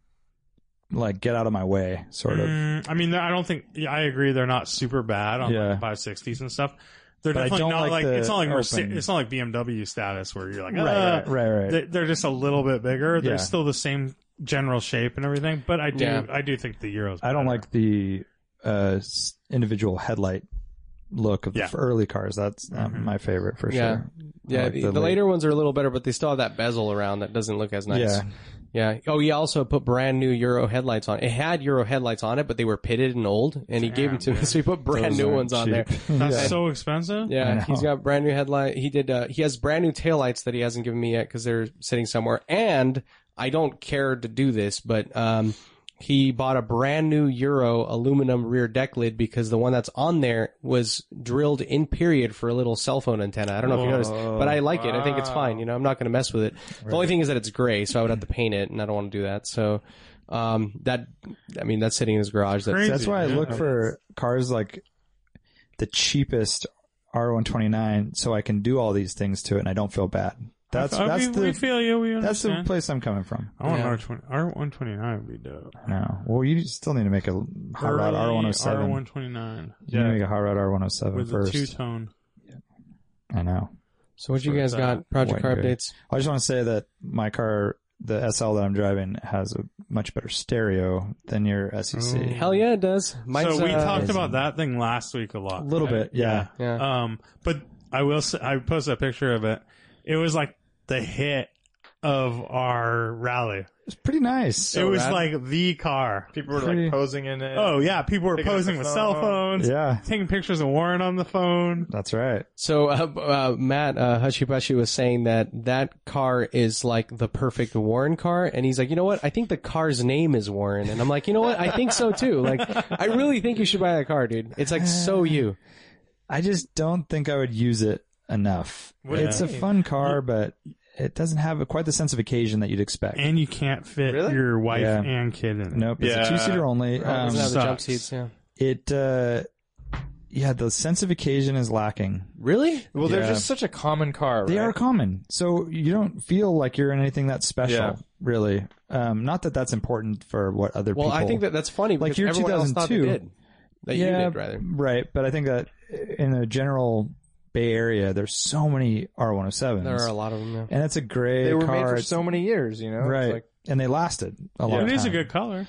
like get out of my way, sort of. Mm, I mean, I don't think. Yeah, I agree. They're not super bad on Yeah. like five sixties and stuff. They're But I definitely don't not like like, the it's not like Merce- open- it's not like BMW status where you're like Right, "Ah." Uh, right, right, right. They- They're just a little bit bigger. They're Yeah. still the same general shape and everything. But I do Yeah. I do think the Euros. I don't like the uh, s- individual headlight look of Yeah. the early cars. That's uh, my favorite for Mm-hmm. Yeah. sure. Yeah, Like the, the the later ones are a little better, but they still have that bezel around that doesn't look as nice. Yeah. Yeah. Oh, he also put brand new Euro headlights on. It had Euro headlights on it, but they were pitted and old, and he gave them to me. So he put brand Those new aren't ones on there. cheap. [LAUGHS] That's so expensive. I Yeah, know. he's got brand new headlight. He did. Uh, he has brand new taillights that he hasn't given me yet because they're sitting somewhere. And I don't care to do this, but um, he bought a brand new Euro aluminum rear deck lid because the one that's on there was drilled in period for a little cell phone antenna. I don't know if you noticed, but I like it. I think it's fine. You know, I'm not going to mess with it. The only thing is that it's gray, so I would have to paint it, and I don't want to do that. So um, that, I mean, that's sitting in his garage. That's Crazy. That's why I Yeah. look for cars like the cheapest R129, so I can do all these things to it, and I don't feel bad. That's Oh, that's we, we the feel you. We that's the understand. place I'm coming from. I want Yeah. R twenty. R one twenty nine would be dope. No, well, you still need to make a hot rod R R107. one twenty nine. You need to make a hot rod R107 with the first. two tone. I know. so what you guys got? Project car White gray. updates. I just want to say that my car, the SL that I'm driving, has a much better stereo than your E SEC. Oh. Hell yeah, it does. Mine's, so we uh, talked about that thing last week a lot. A little right? bit, yeah. Yeah. Um, but I will. Say, I posted a picture of it. It was like the hit of our rally. It's pretty nice. it was rad. like the car. People were Pretty- like posing in it. Oh yeah, people were Picking up posing the with phone. cell phones, Yeah, taking pictures of Warren on the phone. that's right. So [LAUGHS] uh, b- uh, Matt uh, Hushibashi was saying that that car is like the perfect Warren car, and he's like, you know what? I think the car's name is Warren, and I'm like, you know what? I think so too. Like, I really think you should buy that car, dude. It's like [SIGHS] so you. I just don't think I would use it enough. What do it's you a mean? fun car, but it doesn't have quite the sense of occasion that you'd expect. And you can't fit Really? your wife Yeah. and kid in it. nope, it's Yeah. a two seater only. Um, Um, the jump sucks. seats, yeah. it, uh, yeah, the sense of occasion is lacking. Really? Well, they're Yeah. just such a common car. They right? are common, so you don't feel like you're in anything that's special, Yeah. really. Um, not that that's important for what other Well, people. I think that that's funny Like because your everyone else thought they 2002. did. That you did rather. Right, but I think that in the general Bay Area, there's so many R107s, There are a lot of them. Yeah. and it's a great They were car. made for It's- so many years. You know, It's right, like- and they lasted a long It time. is a good color.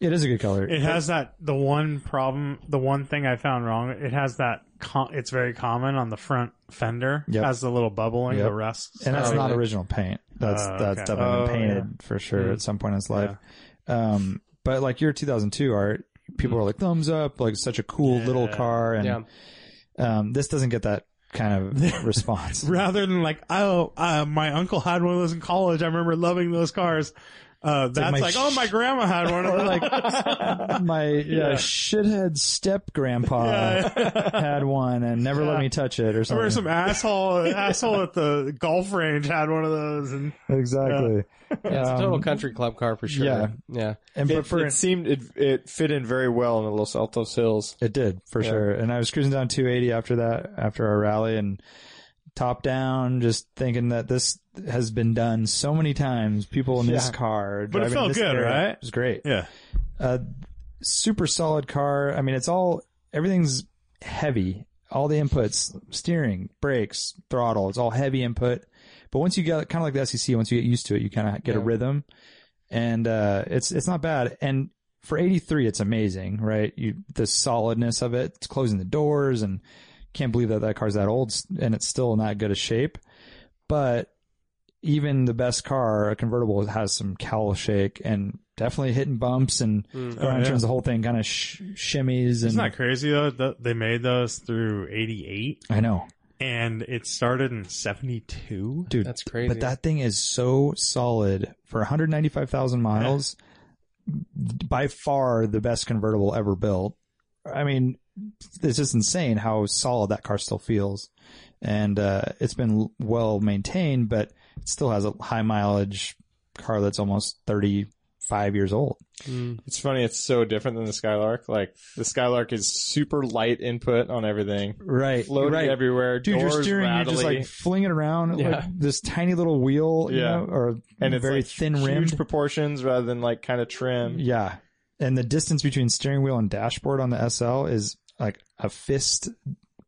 It is a good color. It has that the one problem, the one thing I found wrong. It has that. Com- it's very common on the front fender. Yep. Has the little bubbling, Yep. the rust, and that's stuff. not original paint. That's Oh, that's okay. definitely been Oh, painted for sure at some point in its life. Um, but like your 2002 art, people Mm-hmm. were like thumbs up, like such a cool little car, and Yeah. um, this doesn't get that kind [LAUGHS] of response. rather than like, oh, uh, my uncle had one of those in college. I remember loving those cars. Uh, that's my like, oh, my grandma had one. Or [LAUGHS] [LAUGHS] like, My yeah. shithead step grandpa had one and never let me touch it or I something. remember some asshole asshole at the golf range had one of those, and Exactly. yeah, it's a Um, total country club car for sure. yeah. yeah. And It, but for it seemed it it fit in very well in the Los Altos Hills. It did for sure. And I was cruising down 280 after that, after our rally, and top down, just thinking that this has been done so many times. People in this Yeah. car, But it driving felt this good, area. right? It was great. yeah, Uh, super solid car. I mean, it's all everything's heavy. All the inputs, steering, brakes, throttle, it's all heavy input. But once you get kind of like the SEC, once you get used to it, you kind of get a Yeah. rhythm, and uh, it's it's not bad. And for 83, it's amazing, right? You the solidness of it, it's closing the doors, and can't believe that that car's that old and it's still in that good a shape. But even the best car, a convertible, has some cowl shake and definitely hitting bumps and around oh, yeah. turns. The whole thing kind of sh- shimmies and isn't that crazy though? That they made those through '88, I know, and it started in '72. dude. That's crazy. But that thing is so solid for 195,000 miles. By far the best convertible ever built. I mean, it's just insane how solid that car still feels. And, uh, it's been well maintained, but it still has a high mileage car that's almost 35 years old. It's funny. It's so different than the Skylark. Like the Skylark is super light input on everything, Right. floating everywhere. Dude, doors you're steering, rattly, you just like fling it around Yeah. like this tiny little wheel, you Yeah. know, or and it's very like thin huge rimmed. proportions rather than like kind of trim. Yeah. And the distance between steering wheel and dashboard on the SL is like a fist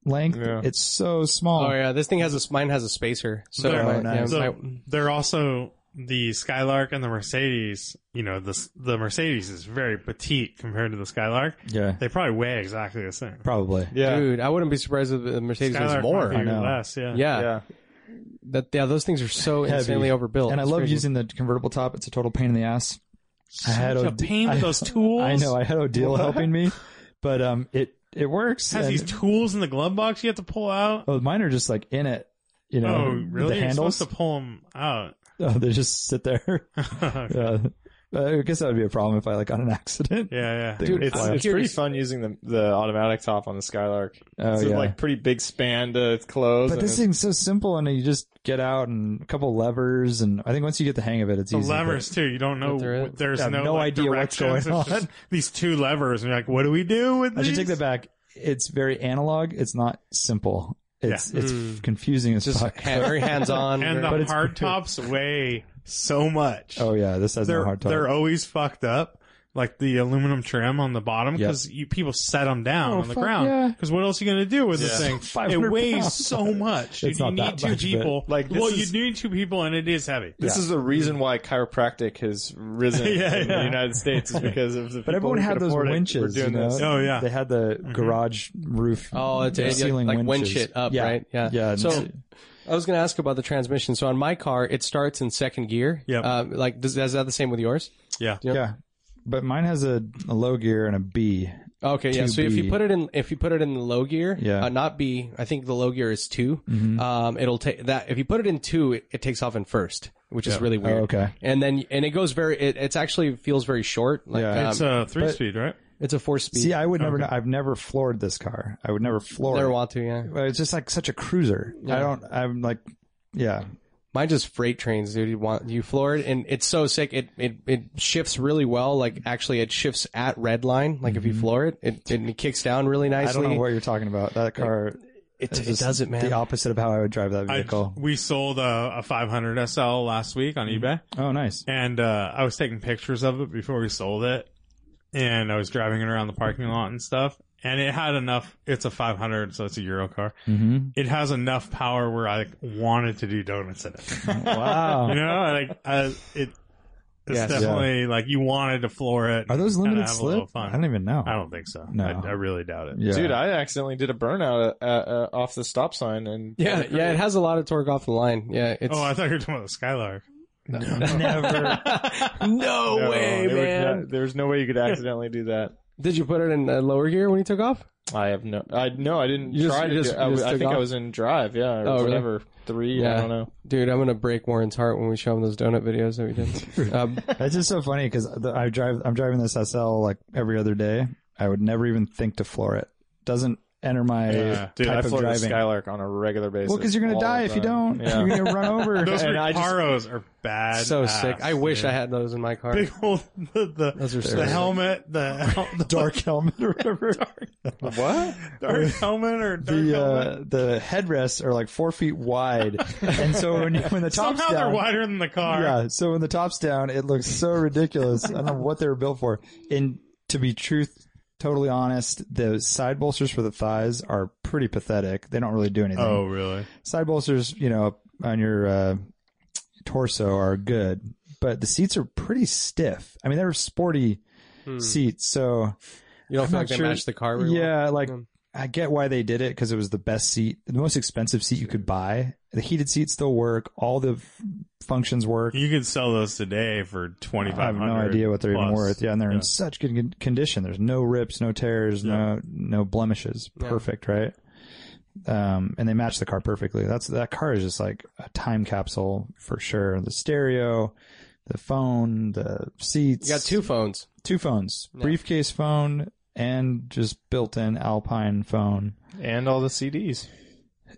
length. Yeah. It's so small. Oh yeah, this thing has a mine has a spacer. So Very my- nice. yeah, So my- they're also the Skylark and the Mercedes, you know, the the Mercedes is very petite compared to the Skylark. Yeah, They probably weigh exactly the same. probably. Yeah. Dude, I wouldn't be surprised if the Mercedes was Skylark more. might be I know. less, yeah. Yeah. yeah. That yeah, those things are so Heavy. insanely overbuilt. And I It's love crazy. using the convertible top. It's a total pain in the ass. I had Such a od- pain with [LAUGHS] I- those tools. I know. I had Odile helping me, but um, it it works. It has and- these tools in the glove box you have to pull out. oh, mine are just like in it. You know, oh, really? the You're handles. supposed to pull them out. [LAUGHS] [LAUGHS] Oh, they just sit there. [LAUGHS] yeah, yeah. I guess that would be a problem if I like on an accident. yeah. Dude, It's, I'm it's pretty curious. fun using the the automatic top on the Skylark. oh, it's a, yeah. like pretty big span to close. but and this it's- thing's so simple, and you just get out and a couple levers, and I think once you get the hang of it, it's The easy. but- levers too. You don't know. What they're in. There's Yeah, no, no like, idea what's directions. going It's just on. these two levers, and you're like, "What do we do with I these?" should take that back. It's very analog. It's not simple. It's Yeah. Hmm. it's f- confusing as just fuck. hand, very hands on. And But the it's- [LAUGHS] hard tops weigh so much. oh yeah, this has they're no hard time. they're always fucked up. Like the aluminum trim on the bottom, Yep. because you people set them down Oh, on the fuck ground. yeah. Because what else are you gonna do with [LAUGHS] Yeah. this thing? It 500 weighs pounds. so much. [LAUGHS] It's dude. not you need two that much, but- people. Like, this well, is- you need two people, and it is heavy. This is the reason why chiropractic has [LAUGHS] risen Yeah, in yeah. the United States is because of the people but everyone who had could those afford it were winches. doing you know? this. Oh, yeah. they had the garage roof. Oh, it's the it's ceiling like winches. winch it up, yeah. right? Yeah. yeah. So it's- I was going to ask about the transmission. So on my car, it starts in second gear. Yep. Uh, like, does, is that the same with yours? Yep. yeah. But mine has a, a low gear and a B. Okay. Yeah. So if you 2B. put it in, if you put it in the low gear, Yeah. uh, not B. I think the low gear is 2 Mhm. Um, it'll take that if you put it in two, it, it takes off in first, which is really Oh, weird. okay. And then and it goes very. It, it's actually feels very short. Like, Yeah. um, It's a three speed, right? it's a four speed. See, I would never. know I've never floored this car. I would never floor. Never it. want to. Yeah. Well, It's just like such a cruiser. I don't. I'm like, yeah. Mine just freight trains, dude. You want you floor it, and it's so sick. It it it shifts really well. Like actually, it shifts at red line. Like if you floor it, it it kicks down really I nicely. don't know what you're talking about. That car. it, is it just does it, man. The opposite of how I would drive that I, vehicle. we sold a, a 500 SL last week on eBay, oh, nice. and uh, I was taking pictures of it before we sold it, and I was driving it around the parking lot and stuff. And it had enough. It's a 500, so it's a Euro car. Mm-hmm. It has enough power where I wanted to do donuts in it. [LAUGHS] [LAUGHS] Wow. you know, like I, it. It's Yes. definitely like you wanted to floor it. Are those and limited have a little slip? fun. I don't even know. I don't think so. No. I, I really doubt it. yeah. Dude, I accidentally did a burnout uh, uh, off the stop sign, and yeah, yeah. It has a lot of torque off the line. Yeah, [LAUGHS] it's Oh, I thought you were talking about the Skylark. never. [LAUGHS] no, No, way, there was man. no- there was no way you could accidentally do that. Did you put it in uh, lower gear when you took off? I have no. I no. I didn't You just- try you to. just- do, I, you was- just I took think I off? was in drive. Yeah. Or Oh, really? whatever. Three. Yeah. I don't know. Dude, I'm gonna break Warren's heart when we show him those donut videos that we did. Um, That's just so funny because I drive. I'm driving this SL like every other day. I would never even think to floor it. Doesn't enter my Yeah. Dude, type I of flew the driving. Skylark on a regular basis. well, because you're all gonna the die if you time. don't. Yeah. You're gonna run [LAUGHS] over. Those And I just- Recaros are bad. so sick. I wish I had those in my car. big old the the, Those are so the sick. helmet, [LAUGHS] the, hel- the dark helmet [LAUGHS] or whatever. What? [LAUGHS] dark helmet or dark helmet. the uh, the headrests are like four [LAUGHS] feet wide, and so when you, when the top's Somehow down, they're wider than the car. yeah. So when the top's down, it looks so ridiculous. I don't know what they were built for. And to be truth, totally honest, the side bolsters for the thighs are pretty pathetic. They don't really do anything. Oh, really? Side bolsters, you know, on your uh, torso are good, but the seats are pretty stiff. I mean, they're sporty seats, so Hmm. You don't I'm feel not like they sure- match the car. very well? yeah, like Um, I get why they did it because it was the best seat, the most expensive seat you could buy. The heated seats still work. All the f- functions work. You could sell those today for twenty I five have hundred. no idea what they're even worth. Yeah, and they're Yeah. in such good con- condition. There's no rips, no tears, no no blemishes. Yeah. Perfect, right? Um, and they match the car perfectly. That's that car is just like a time capsule for sure. The stereo, the phone, the seats. You got two phones. two phones, Yeah. briefcase phone, and just built-in Alpine phone. And all the CDs.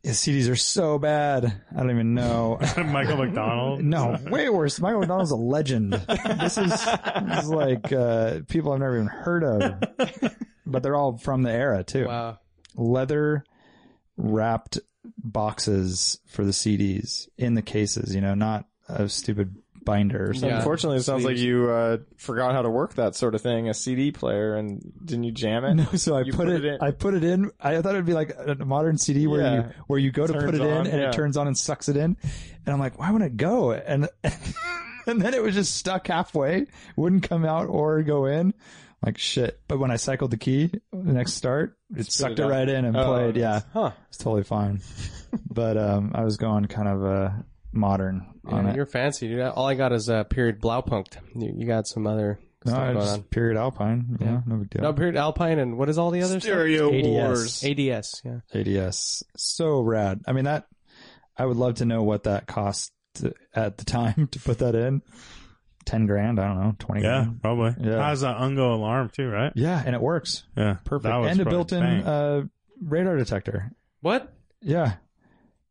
His CDs are so bad. I don't [LAUGHS] even know. [LAUGHS] Michael McDonald. no, way worse. Michael McDonald's a legend. This is, this is like uh, people I've never even heard of, but they're all from the era too. Wow. Leather wrapped boxes for the CDs in the cases. You know, not a stupid binder or something. Yeah. Unfortunately, it sounds like Sleeves. you uh, forgot how to work that sort of thing, a CD player, and didn't you jam it? No, [LAUGHS] so I You put, it. in. I put it in. I thought it'd be like a modern CD where Yeah. you where you go to Turns put it in on, and yeah. it turns on and [LAUGHS] sucks it in, and I'm like, why wouldn't it go? And and then it was just stuck halfway, wouldn't come out or go in. Like shit. But when I cycled the key the next start, it sucked it it, out. right in and Oh, played. Yeah, Huh. it's totally [LAUGHS] fine. but um, I was going kind of uh, modern on Yeah, it. you're fancy, dude. All I got is uh, period Blaupunkt. You, you got some other No, stuff I going just on. period Alpine. Yeah, no big deal. No, period Alpine and what is all the other Stereo ADS. Wars. stuff? ADS, yeah. ADS. So rad. I mean that I would love to know what that cost to, at the time [LAUGHS] to put that in. 10 grand, I don't know, 20 Yeah, grand. probably. Yeah. How's that Ungo alarm too? Right? Yeah, and it works. Yeah, Perfect. That was And a probably built-in bang. uh, radar detector. What? Yeah.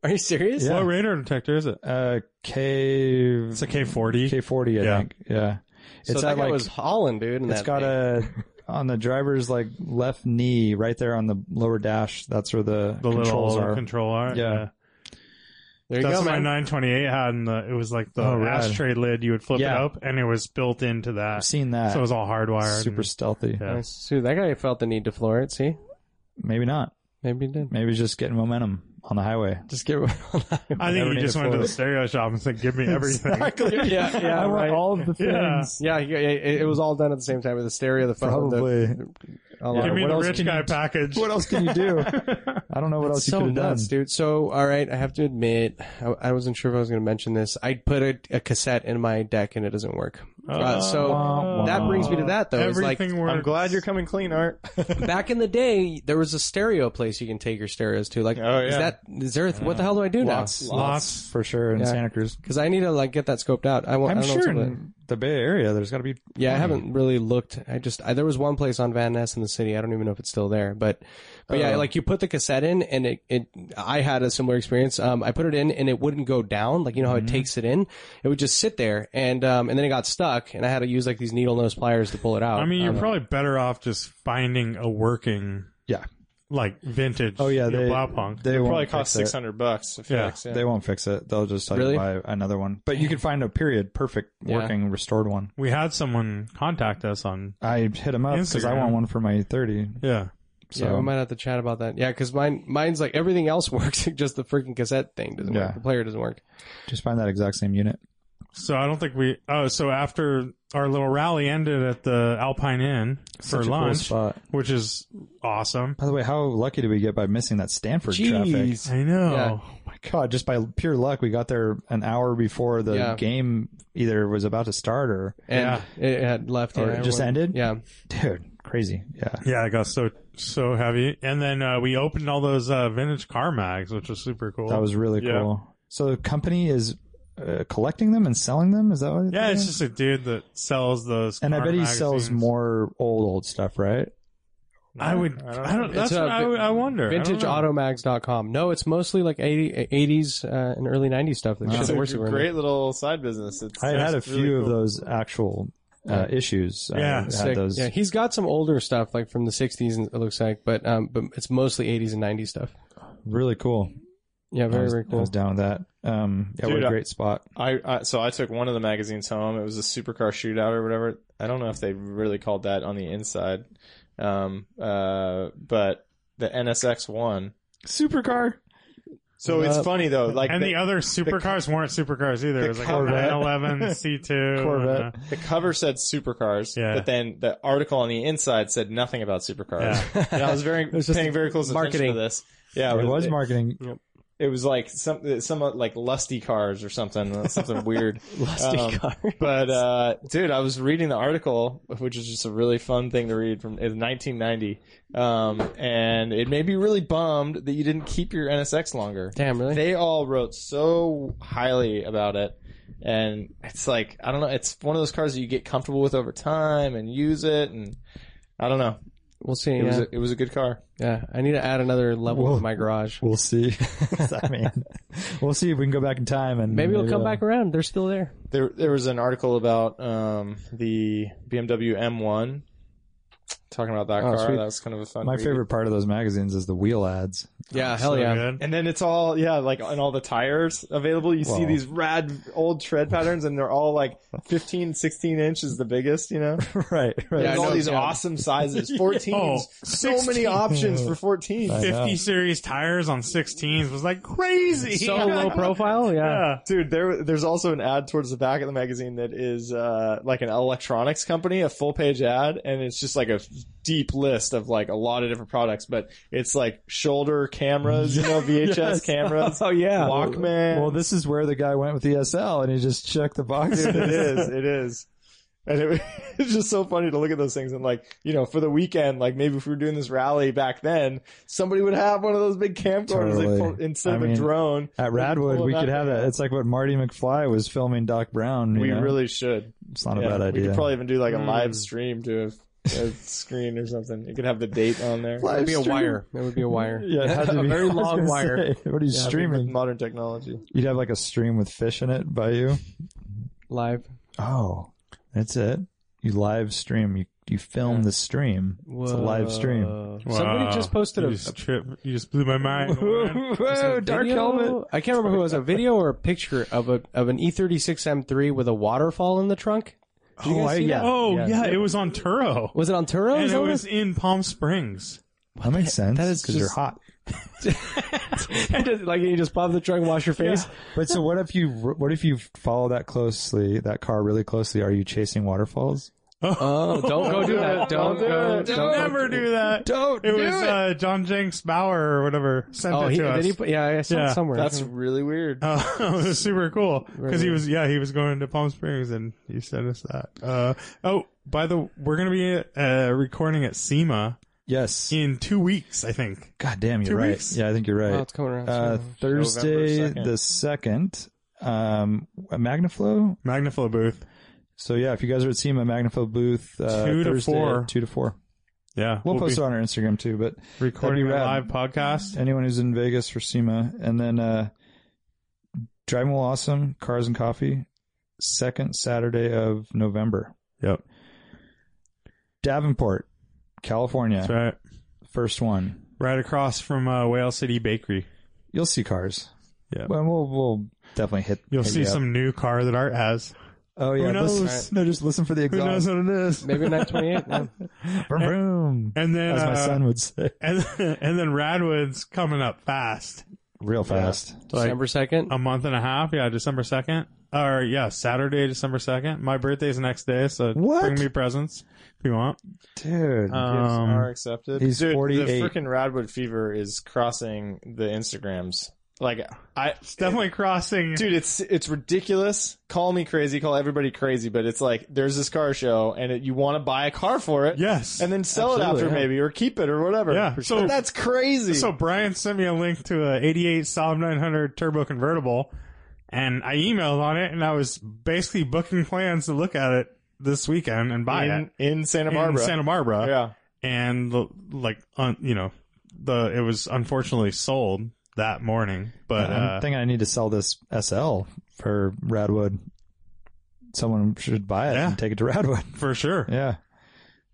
Are you serious? Yeah. What radar detector is it? Uh K It's a K forty. K40, I Yeah. think. Yeah. So It's that at, guy like- was hauling, dude. And It's that got thing. a on the driver's like left knee right there on the lower dash. That's where the, The controls little are. control art. Yeah. There you That's go, what my man. 928 had, and the, it was like the Oh, rad. ashtray lid. You would flip it Yeah. up, and it was built into that. I've seen that. So it was all hardwired. super and- stealthy. yeah. Nice. So that guy felt the need to floor it. See, Maybe not. maybe [LAUGHS] he did. Maybe it's just getting momentum [LAUGHS] on the highway. Just get. I Never think you need just to went to float. the stereo shop and said, [LAUGHS] "Give me everything." yeah, yeah, I want right. all of the things. Yeah. yeah, yeah, yeah, It it was all done at the same time with the stereo, the phone, the Probably. Give me What the else rich can guy you- package. what else can you do? I don't know what else you so could have done. nuts, dude. So, all right, I have to admit, I, I wasn't sure if I was going to mention this. I put a, a cassette in my deck and it doesn't work. Uh, so Wah, that wah. brings me to that though. It's like Everything works. I'm glad you're coming clean, Art. back in the day, there was a stereo place you can take your stereos to. Like, Oh, is yeah. that is there? What the hell do I do [LAUGHS] now? Lots. for sure in Yeah. Santa Cruz. Because I need to like get that scoped out. I want. I'm I don't sure Know what's up with it. in the Bay Area there's got to be. yeah, I Hmm. haven't really looked. I just I, there was one place on Van Ness in the city. I don't even know if it's still there, but but Oh. yeah, like you put the cassette in and it it I had a similar experience. Um, I put it in and it wouldn't go down. Like you know how Hmm. it takes it in, it would just sit there and um and then it got stuck and I had to use like these needle nose pliers to pull it out. I mean, you're Uh-huh. Um, probably better off just finding a working, Yeah. like vintage. Oh yeah, you know, they Blaupunk. they won't Probably fix cost it. six hundred bucks. if you Yeah. like, They won't fix it. They'll just tell Really? you to buy another one. But you can find a period perfect Yeah. working restored one. we had someone contact us on. I hit them up because I Instagram. want one for my 30. Yeah, So yeah, we might have to chat about that. Yeah, because mine mine's like everything else [LAUGHS] works, just the freaking cassette thing doesn't Yeah. work. The player doesn't work. just find that exact same unit. So I don't think we. Oh, so after our little rally ended at the Alpine Inn for Such a cool lunch, spot. which is awesome. By the way, how lucky did we get by missing that Stanford traffic? Jeez. I know. Yeah. My God, just by pure luck, we got there an hour before the Yeah. game either was about to start or And it had left. Or yeah, it just everyone- ended? Yeah. [LAUGHS] dude, crazy. Yeah. Yeah, it got so so heavy, and then uh, we opened all those uh, vintage car mags, which was super cool. That was really Yeah. cool. So the company is uh, collecting them and selling them. Is that what? yeah, they're it's doing? just a dude that sells those. And I car bet he sells magazines. more old old stuff, right? I would. I don't. that's It's a what I, would- I wonder. I don't know. VintageAutomags.com. No, it's mostly like 80, 80s uh, and early 90s stuff. That's It's just a the worst we're in. great little side business. It's, I had had a it's really few of cool. those actual uh, issues. Yeah, I had Sick. those. Yeah, he's got some older stuff like from the 60s. and It looks like, but um, but it's mostly 80s and 90s stuff. Really cool. Yeah, I very was, very I cool. uh, was down with that. Um, yeah, Dude, what I- a great spot. I, I so I took one of the magazines home. It was a supercar shootout or whatever. I don't know if they really called that on the inside, um, uh, but the NSX one supercar. So it's Uh, funny though, like and the, the, other supercars weren't supercars either. It was like a Corvette. 911 C2 Corvette. and, uh, the cover said supercars, Yeah. but then the article on the inside said nothing about supercars. [LAUGHS] And I was very was just paying very close marketing. attention to this. Yeah, it was [LAUGHS] marketing. It was like some some uh, like lusty cars or something, uh, something weird. [LAUGHS] Lusty Um, car. But uh, dude, I was reading the article, which is just a really fun thing to read from it's 1990, um, and it made me really bummed that you didn't keep your NSX longer. Damn, really? They all wrote so highly about it, and it's like I don't know. It's one of those cars that you get comfortable with over time and use it, and I don't know. we'll see. It was Yeah. a, it was a good car. yeah, I need to add another level Whoa. to my garage. We'll see. [LAUGHS] I mean, we'll see if we can go back in time and Maybe we'll come uh, back around. They're still there. There there was an article about um, the BMW M1. talking about that Oh, car. sweet. That was kind of a fun. My read. favorite part of those magazines is the wheel ads. [LAUGHS] Yeah, hell yeah. And then it's all yeah, like and all the tires available. You see Wow. these rad old tread patterns, and they're all like 15, 16 inches, the biggest. You know, right, right. Yeah, I There's all know, these yeah. awesome sizes. 14s. Oh, so many options for 14s. I know. 50 series tires on 16s was like crazy. [LAUGHS] So low profile, yeah. Dude, there, there's also an ad towards the back of the magazine that is uh, like an electronics company, a full page ad, and it's just like a deep list of like a lot of different products, but it's like shoulder cameras, you [LAUGHS] know, VHS cameras, Oh yeah, Walkman. Well, this is where the guy went with ESL, and he just checked the box. [LAUGHS] Dude, it is. It is. And it, [LAUGHS] it's just so funny to look at those things and like, you know, for the weekend, like maybe if we were doing this rally back then, somebody would have one of those big camcorders they Totally. pull- instead I of a mean, drone. At they Radwood, pull we it could have out. that. It's like what Marty McFly was filming Doc Brown. you We know? really should. it's not Yeah, a bad idea. We could probably even do like a Hmm. live stream to a, [LAUGHS] a screen or something. You could have the date on there. It would be a wire. It would be a wire. yeah, it had to [LAUGHS] a [LAUGHS] be- I very was long gonna wire. say, what are you Yeah, with streaming? modern technology. You'd have like a stream with fish in it by you. Live. Oh, that's it. You live stream. You you film the stream. It's a live stream. Somebody just posted a, You just, trip, you just blew my mind. [LAUGHS] [LAUGHS] Whoa, dark video- helmet. I can't remember who it was a video or a picture of a of an E E36 M3 with a waterfall in the trunk. Did you Oh, guys I- see that? yeah. oh, yeah, it was on Turo. Was it on Turo? and Is it that what was [LAUGHS] in Palm Springs. That makes sense. that is because you're just- hot. it was? like you just pop the trunk, wash your face. But so what if you what if you follow that closely, that car really closely? Are you chasing waterfalls? Oh, don't go do that. Don't, go. it. Don't. Never do that. Don't. It was uh, John Jenks Bauer or whatever sent Oh, it he, to did us. [LAUGHS] he? put- Yeah, I saw Yeah, it somewhere. That's really weird. Uh, it was super cool because he Right. was yeah he was going to Palm Springs and he sent us that. Uh, oh, by the we're gonna be uh, recording at SEMA Yes. in two weeks, I think. God damn, Two you're right. weeks. Yeah, I think you're oh, right. it's coming around. uh, soon. Thursday November 2nd. the second, um, a Magnaflow. Magnaflow booth. So yeah, if you guys are at SEMA Magnaflow booth, uh, Two to Thursday at four. two to four. Yeah, We'll, post be it on our Instagram too. But recording that'd a be live rad. podcast. anyone who's in Vegas for SEMA, and then uh, Driving Well Awesome, Cars and Coffee, second Saturday of November. Yep, Davenport, California. that's right. First one. Right across from uh, Whale City Bakery. You'll see cars. Yeah. Well, we'll, we'll definitely hit. You'll hit see you up. some new car that Art has. Oh yeah. Who knows? listen- no, just listen for the Who knows exhaust. what it is? Maybe night twenty eight. Yeah. Vroom, vroom, And then as my uh, son would say, [LAUGHS] and and then Radwood's coming up fast. [LAUGHS] real fast. December second. a month and a half. Yeah, December second, or yeah, Saturday, December second. My birthday's the next day, so What? bring me presents if you want. Dude. Um, are accepted. he's Dude, 48. The freaking Radwood fever is crossing the Instagrams. Like I, it's definitely crossing. dude, it's it's ridiculous. Call me crazy. Call everybody crazy. But it's like there's this car show, and it, you want to buy a car for it, yes, and then sell it after Absolutely, yeah. maybe, or keep it, or whatever. Yeah, But so- that's crazy. so Brian sent me a link to a '88 Saab 900 turbo convertible, and I emailed on it, and I was basically booking plans to look at it this weekend and buy in, it in Santa in Barbara. Santa Barbara. yeah. and the, like, un, you know, the it was unfortunately sold that morning, but I'm uh, thinking I need to sell this SL for Radwood. Someone should buy it Yeah. and take it to Radwood. for sure. [LAUGHS] Yeah.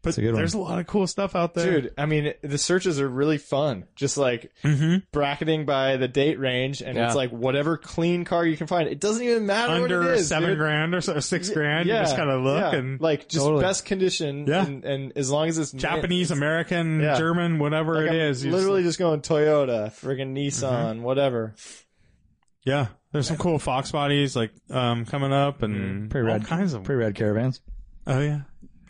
but it's a good one. there's a lot of cool stuff out there. Dude, I mean, the searches are really fun. Just like Mm-hmm. bracketing by the date range, and Yeah. it's like whatever clean car you can find. It doesn't even matter what under it is, seven dude. grand or so, six grand. You just kind of look yeah. and like just Totally. best condition. Yeah. and, and as long as it's mint- Japanese, American, Yeah. German, whatever like, it I'm is. you just- Mm-hmm. literally just going Toyota, friggin' Nissan, whatever. yeah. There's some cool fox bodies like um coming up and Mm-hmm. Pretty all rad. kinds of. Pretty rad caravans. oh yeah,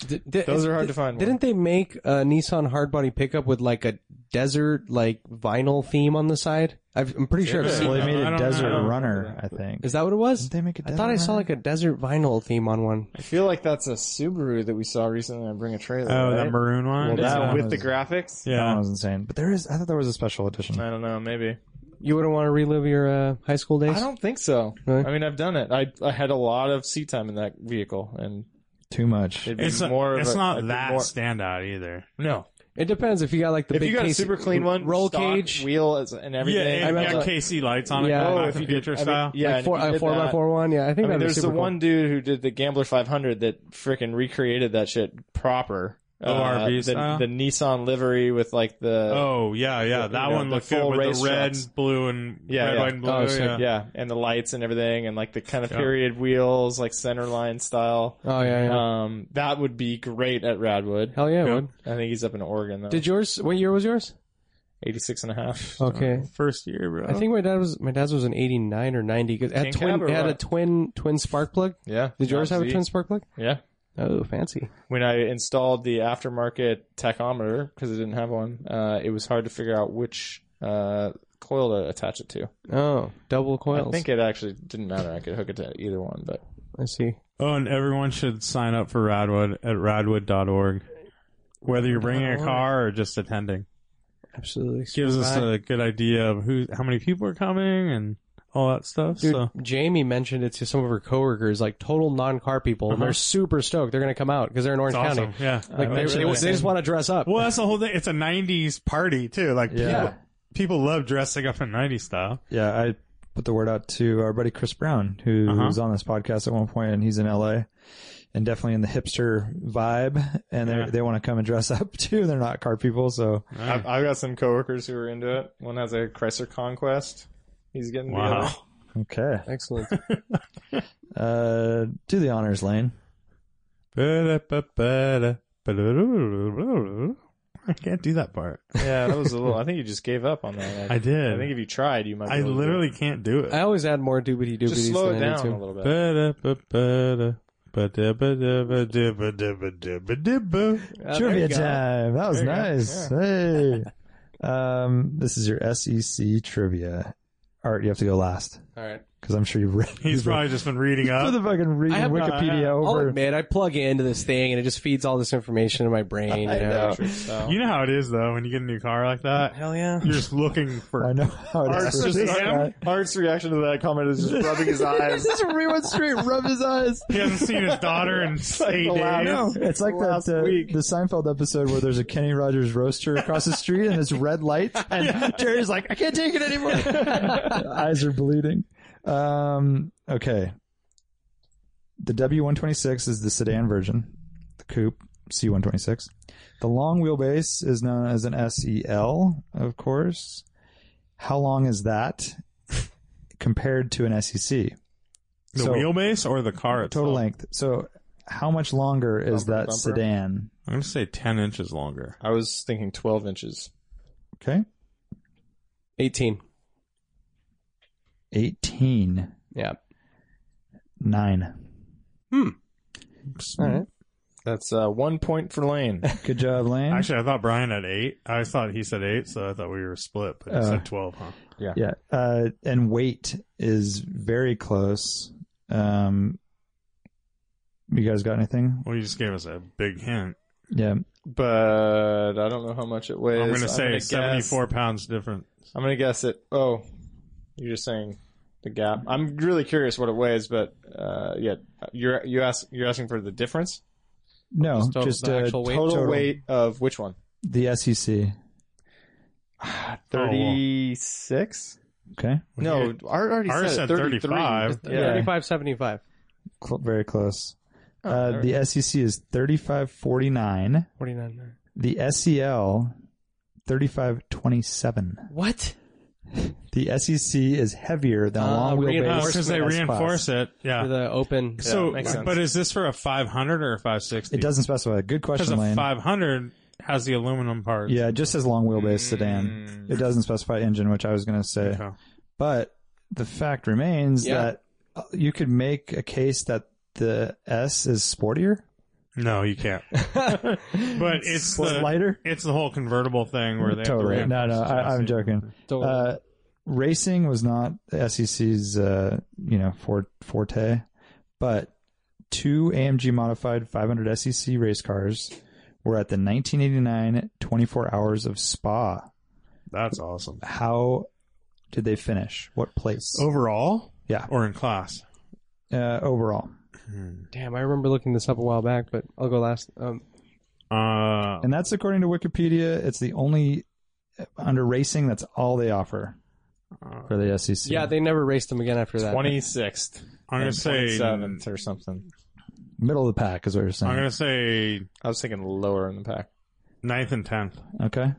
Did- did- Those are hard to find. Didn't they make a Nissan hardbody pickup with like a desert like vinyl theme on the side? I've, I'm pretty sure. I've Yeah. seen Well, they that. I made a don't desert know. runner, I think. Is that what it was? Didn't they make a I thought I desert saw runner? like a desert vinyl theme on one. I feel like that's a Subaru that we saw recently on Bring a Trailer. oh right? that maroon one. Well, Is that it one with the was- graphics. That one yeah, was insane. But there is, I thought there was a special edition. I don't know, maybe. You wouldn't want to relive your uh, high school days. I don't think so. Really? I mean, I've done it. I I had a lot of seat time in that vehicle, and Too much. it'd be it's more. more of it's a- not it'd be that more- standout either. No, It depends if you got like the if big you got case- a super clean one, roll stock, cage, wheel, is- and Yeah, everything. and, I yeah, mean, KC lights on it. Yeah. Yeah, Oh, back if to you did- future I mean, style. yeah, like and four, if you a did four by that- four one. Yeah, I think I mean, that'd be there's the super cool. one dude who did the Gambler 500 that freaking recreated that shit proper. Uh, ORV the, style? the Nissan livery with like the Oh yeah, yeah, you that know, one the looked good full with race the red, trucks. blue, and Yeah, red, yeah. white, and blue. Oh, sick. yeah. yeah, and the lights and everything, and like the kind of Yeah. period wheels, like centerline style. Oh yeah, yeah. Um, that would be great at Radwood. Hell yeah, it yeah. would. I think he's up in Oregon though. Did yours? What year was yours? 86 and a half. Okay. First year, bro. I think my dad was my dad's was an eighty nine or ninety because had King twin cab or it had a what? twin twin spark plug. Yeah. Did yours have a Z. twin spark plug? Yeah. Oh, fancy. When I installed the aftermarket tachometer because I didn't have one, uh, it was hard to figure out which uh, coil to attach it to. Oh, double coils. I think it actually didn't matter. I could hook it to either one, but I see. Oh, and everyone should sign up for Radwood at radwood.org. Whether you're bringing a car or just attending, Absolutely. gives us a good idea of who, how many people are coming, and all that stuff. Dude, so Jamie mentioned it to some of her coworkers, like total non-car people, and Uh-huh. they're super stoked. They're going to come out because they're in Orange it's awesome. County. Yeah. Like they, they, they just want to dress up. well, that's the whole thing. It's a '90s party too. Like Yeah. people, people love dressing up in '90s style. Yeah, I put the word out to our buddy Chris Brown, who Uh-huh. was on this podcast at one point, and he's in LA, and definitely in the hipster vibe, and they Yeah. they want to come and dress [LAUGHS] up too. They're not car people, so I've, I've got some coworkers who are into it. One has a Chrysler Conquest. He's getting Wow. [LAUGHS] together. okay. [LAUGHS] Excellent. Uh, do the honors, Lane. I can't do that part. Yeah, that was a little. I think you just gave up on that. I did. I think if you tried, you might. be I able to do literally it. can't do it. I always add more doobity doobities. just slow it than I need down to. a little bit. Trivia Uh, there Trivia you go. time. That was There you go. nice. Hey. um, this is your SEC trivia. Art, you have to go last All right. because I'm sure you've read. He's [LAUGHS] you've probably just been reading read- up. for the fucking reading have not- Wikipedia I'll over. admit, I plug into this thing and it just feeds all this information in my brain. I you know. know. So. You know how it is though when you get a new car like that. Hell yeah. You're just looking I for know how it Art's is. for just this [LAUGHS] him. guy. [LAUGHS] Art's reaction to that comment is just rubbing [LAUGHS] his eyes. Just re- went straight, rubbed his eyes. he hasn't seen his daughter in eight the days. last- No, [LAUGHS] it's like that Last uh, week. the Seinfeld episode where there's a Kenny Rogers roaster across the street and it's red light, [LAUGHS] and Jerry's like, "I can't take it anymore." Eyes are bleeding. Um, okay, the W126 is the sedan version, the coupe C126. The long wheelbase is known as an SEL, of course. How long is that [LAUGHS] compared to an SEC? The So- wheelbase or the car itself? Total length. So, how much longer is Bumper, that bumper. sedan? I'm gonna say ten inches longer. I was thinking 12 inches. Okay. 18. 18. Yeah. Nine. All right. That's uh, one point for Lane. Good job, Lane. Actually, I thought Brian had eight. I thought he said eight, so I thought we were split, but he Uh. said twelve, huh? yeah. Uh, and weight is very close. Um, you guys got anything? Well, you just gave us a big hint. Yeah. but I don't know how much it weighs. I'm gonna say guess- seventy-four pounds different. I'm going to guess it. Oh, you're just saying the gap. I'm really curious what it weighs, but uh, yeah, you're you ask you're asking for the difference? No, Just just, total- the uh, actual weight? Total, total. weight of which one? Oh, the E SEC. 36? Okay. No, Art already Art said said, 33. 35. Yeah. 35, 75. Cl- very close. Oh, there uh, the SEC is 3549. 49. The E SEL, 3527. What? The SEC is heavier than a Uh, long wheelbase. because Oh, they S-Class. reinforce it. For Yeah. the open. So, makes sense. but is this for a 500 or a 560? It doesn't specify. Good Because question, a Lane. 500 has the aluminum parts. Yeah, it just says long wheelbase sedan. It doesn't specify engine, which I was going to say. Mm. Okay. But the fact remains Yeah. that uh, you could make a case that the S is sportier, No, you [LAUGHS] can't. but it's was the lighter. it's the whole convertible thing where they Totally. Have to No, no, reinforce I, the I'm chassis. joking. Uh, racing was not the SEC's, uh, you know, for, forte, but two AMG modified 500 SEC E race cars were at the 1989 24 Hours of Spa. That's awesome. How did they finish? What place? Oh. Overall, Yeah. or in class, Uh, overall. Damn, I remember looking this up a while back, but I'll go last. Um, uh, Oh. And that's according to Wikipedia. It's the only uh, under racing. That's all they offer for the E SEC. yeah, they never raced them again after that. 26th. I'm gonna and say 27th or something. middle of the pack is what you're saying. I'm gonna say I was thinking lower in the pack. ninth and tenth. Okay.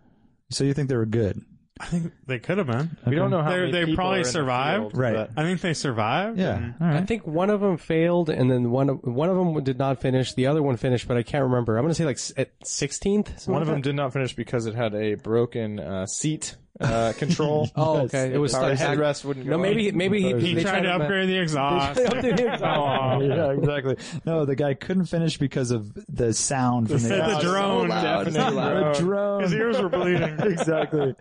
So you think they were good? I think they could have been. We don't know how They're- many they people probably are in the survived. field, Right. but- Mm-hmm. I think they survived. Yeah. and- All I right. [LAUGHS] think one of them failed, and then one of, one of them did not finish. The other one finished, but I can't remember. I'm going to say like s- at 16th. One of them did not finish because it had a broken uh, seat uh, control. Oh, okay. It was the stuck back. headrest wouldn't go. No, maybe on. maybe he, He they tried to [LAUGHS] upgrade the exhaust. upgrade. yeah, exactly. No, the guy couldn't finish because of the sound [LAUGHS] from said the the, drone. Definitely the drone. [LAUGHS] His ears were bleeding. exactly.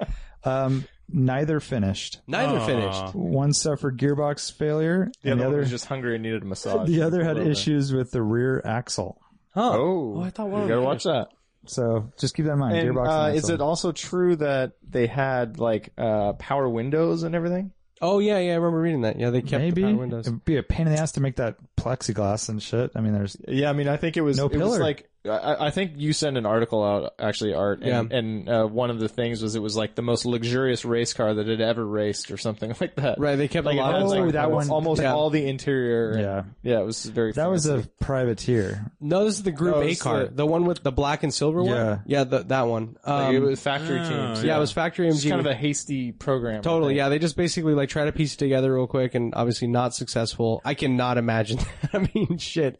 Um, neither finished. Neither Aw. finished. One suffered gearbox failure, The and other, one was just hungry and needed a [LAUGHS] massage. the other had Whatever. issues with the rear axle. Huh. Oh, I thought one you of gotta them watch that. So just keep that in mind. And, gearbox. uh, and is axle. it also true that they had like uh, power windows and everything? Oh yeah, yeah. I remember reading that. Yeah, they kept Maybe the power windows. it'd be a pain in the ass to make that plexiglass and shit. I mean, there's Yeah, I mean, I think it was No it was pillar. like I, I think you sent an article out actually, Art, and, Yeah. and uh, one of the things was it was like the most luxurious race car that had ever raced or something [LAUGHS] like that. Right, they kept Like, a it lot had, of like, Oh, that almost, one- almost yeah. all the interior. Yeah. yeah, it was very. that was fancy. a privateer. No, this is the Group No, A it's car, the- the one with the black and silver Yeah. one. Yeah, the, that one. Um, Like, it was factory oh, teams. yeah. yeah, it was factory It's MG. kind of a hasty program. I Totally, think. yeah. They just basically like try to piece it together real quick, and obviously not successful. I cannot imagine. [LAUGHS] That. I mean, shit.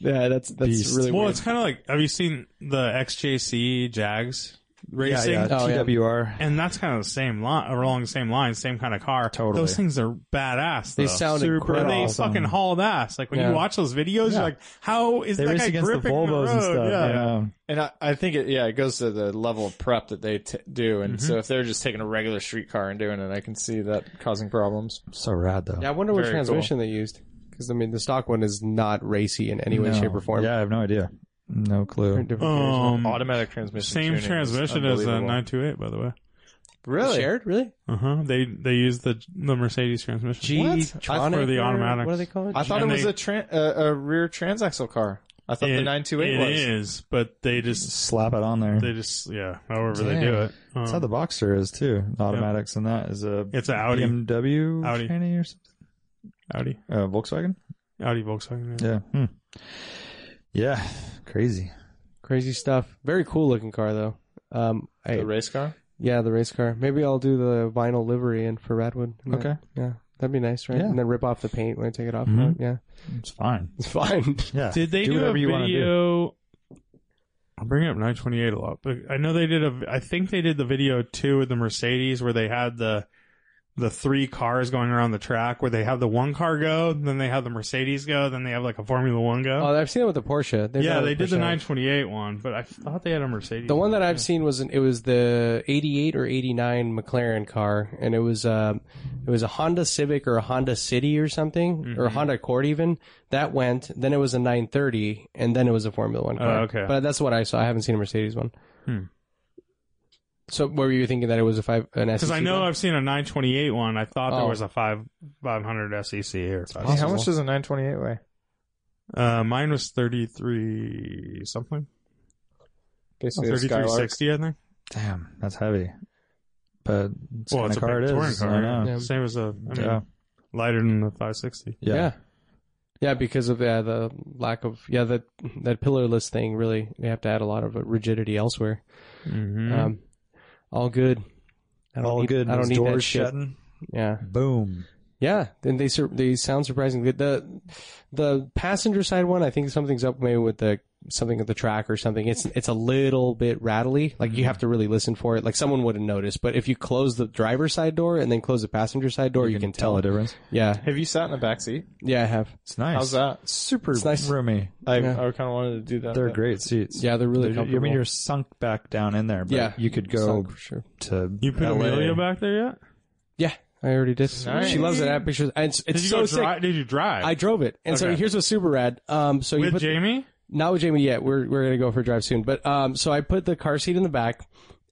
Yeah, that's that's Beast. really Well, weird. it's kind of like have you seen the XJC Jags racing? Oh, yeah. TWR. And that's kind of the same line, along the same line, same kind of car. Totally. Those things are badass. They though. sound Super- incredible. They Awesome. fucking hauled ass. Like when Yeah. you watch those videos, you're like, how is They that race guy against the gripping Volvos the road? and stuff. Yeah. Yeah. And I, I think it, yeah, it goes to the level of prep that they t- do. And so if they're just taking a regular street car and doing it, I can see that causing problems. So rad though. Yeah, I wonder what Very transmission they used because I mean the stock one is not racy in any way, No. shape, or form. Yeah, I have no idea. No clue. Different gears. Um, Automatic transmission. same tuning is transmission as uh, a unbelievable. 928, by the way. Really? shared, really? Uh huh. They they use the the Mercedes transmission. G-tronic For the or automatics. What are they called? I thought And it was they- a, tran uh, a rear transaxle car. I thought the 928 it was. is, but they just Slap it on there. they just yeah, however Damn. they do it. That's Um, how the Boxster is too. The automatics and that is a it's an Audi, BMW Audi. tranny or something. Audi, Uh, Volkswagen. Audi Volkswagen. Yeah. Hmm. Yeah. Crazy. Crazy stuff. Very cool looking car though. Um, I- The race car? yeah, the race car. Maybe I'll do the vinyl livery in for Radwood. And Okay. then- yeah, that'd be nice, right? Yeah. And then rip off the paint when I take it off. Mhm. Yeah, It's fine. it's fine. Yeah. Did they do, a whatever you wanna do. video? I'm bringing up 928 a lot, but I know they did a. I think they did the video too with the Mercedes where they had the the three cars going around the track where they have the one car go, then they have the Mercedes go, then they have like a Formula One go. oh, I've seen it with the Porsche. They've yeah, got a they did the Porsche. 928 one, but I thought they had a Mercedes. The one that I've seen was an, it was the '88 or '89 McLaren car, and it was um it was a Honda Civic or a Honda City or something, or a Mm-hmm. Honda Accord even. That went. Then it was a 930, and then it was a Formula One car. Oh, okay. but that's what I saw. I haven't seen a Mercedes one. Hmm. So, what were you thinking that it was a five an Because I SEC know one? I've seen a 928 one. I thought there Oh. was a five E 500 SEC or five. Hey, how much does a 928 weigh? Uh, mine was 33 something. Basically, Oh, a Skylark. 3360, I think. Damn, that's heavy. But it's Well, kind it's of a car big it touring is. I car. know. yeah. Same as a, I mean, Yeah. lighter than the 560. Yeah. yeah. Yeah, because of uh, the lack of yeah that that pillarless thing really they have to add a lot of uh, rigidity elsewhere. Mm-hmm. Um, all good. I don't All need- good. I don't Those need doors that shit. shutting. Yeah, Boom. yeah. And they sur- they sound surprisingly good. The the passenger side one, I think something's up maybe with the something at the track or something. It's it's a little bit rattly. Like Mm-hmm. you have to really listen for it. Like someone would have noticed. But if you close the driver's side door and then close the passenger side door, you, can, Tell tell the it. difference. Yeah, Have you sat in the back seat? yeah, I have. It's nice. How's that? Super It's nice. roomy. I, Yeah. I kind of wanted to do that. They're but- great seats. Yeah, they're really They're- I comfortable. mean, you're sunk back down in there, but Yeah. you could So, go for sure. to you put LA. Amelia back there yet? Yeah, I already did. Nice. She loves it. I have pictures. And It's, Did it's you so go sick. drive? Did you drive? I drove it, and so Okay. here's what's super rad. Um, so you With put Jamie? not with Jamie yet. We're we're gonna go for a drive soon. But um, so I put the car seat in the back,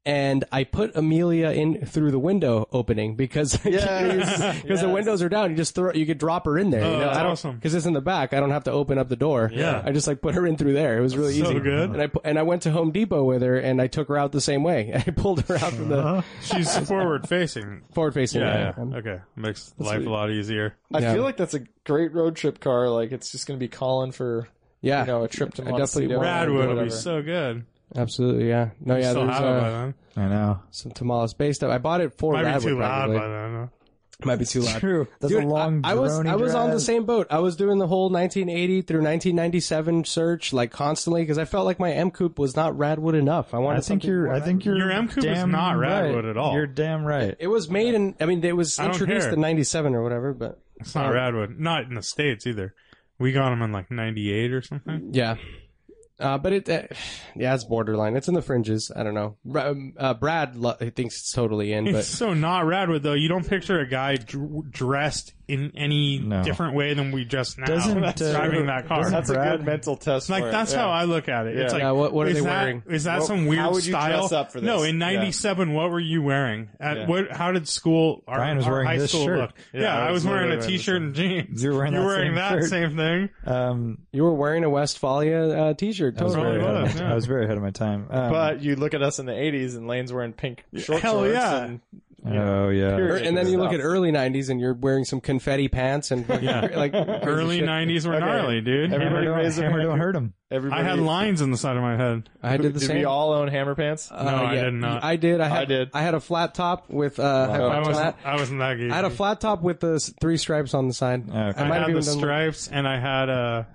and I put Amelia in through the window opening because [LAUGHS] because the windows are down. You just throw you could drop her in there. Oh, you know? that's I don't, awesome. Because it's in the back. I don't have to open up the door. Yeah. I just like put her in through there. It was really So easy. good. And I pu- and I went to Home Depot with her, and I took her out the same way. [LAUGHS] I pulled her out from the She's forward facing. forward facing. Uh-huh. Yeah, yeah. Okay. Makes life a lot easier. I Yeah. feel like that's a great road trip car. Like, it's just going to be calling for Yeah, you know, a trip to I definitely Montecito. want- Radwood will whatever. be so good. absolutely. Yeah, no, yeah. Still There's have it by uh, then. I know. some tamales based stuff. I bought it for Might Radwood. be too loud probably. by then. Might be too loud. True. That's Dude, a long. I, I was drony I was on the drive. same boat. I was doing the whole 1980 through 1997 search like constantly because I felt like my M coupe was not Radwood enough. I I wanted. think something you're. more I think you're. Your M coupe is damn not right. Radwood at all. You're damn right. It was made in. I mean, it was I don't introduced care. in '97 or whatever. But It's not Radwood. Not in the States either. We got them in like 98 or something. yeah, uh, but it. Uh, [SIGHS] yeah, it's borderline. It's in the fringes. I don't know. Bra- um, Uh, Brad lo- he thinks it's totally in, It's [LAUGHS] but so not Radwood though. You don't picture a guy dr- dressed in any No. different way than we dress now. Doesn't, That's uh, driving that car. doesn't That's a Brad- good mental test. Like for it, that's yeah. how I look at it. It's Yeah. like, Yeah, what- what are is they that- wearing? Is that Well, some weird how would you style? dress up for No, this? in Yeah. '97, what were you wearing? At Yeah. what? How did school? Our, Brian was our wearing high this school shirt. look. Yeah, Yeah, I I was was wearing literally a wearing this t-shirt and jeans. You were wearing that that same shirt. same [LAUGHS] thing. Um, you were wearing a Westphalia uh, T-shirt. I was, Totally. very Probably ahead of was, my, yeah. I was very ahead of my time. Um, But you look at us in the '80s, and Lane's wearing pink short Hell shorts. yeah. and- oh yeah, Period. Or- Er, and then you look Stuff. at early 90s and you're wearing some confetti pants and [LAUGHS] like Early shit. '90s were gnarly, dude. Everybody hammer, don't, raised their hammer hand. don't hurt him. Everybody, I had lines in the side of my head. I did the same. we all own hammer pants? Uh, No, I yeah, did not. I did. I had, I did. had a flat top with uh, high I five was flat. I wasn't that geeky. I had a flat top with the s- three stripes on the side. Okay. I might have had the even done- stripes, and I had uh, a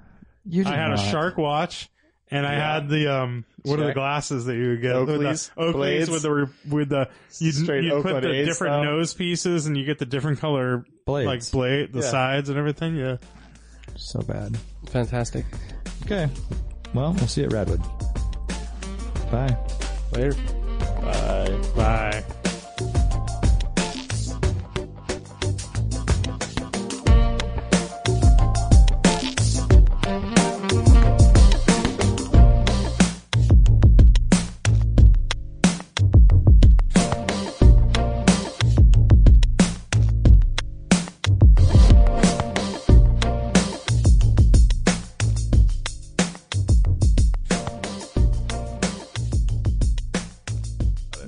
You did I had a not. shark watch, and I had the um what are the Check. glasses that you would get Oakleys, with the, Oakleys blades. with the re- with the you Straight you put Oakland the A's different style. nose pieces, and you get the different color Blades. like blade the Yeah. sides and everything. Yeah, so bad. Fantastic. Okay, well we'll see you at Radwood. Bye. Later. Bye. bye.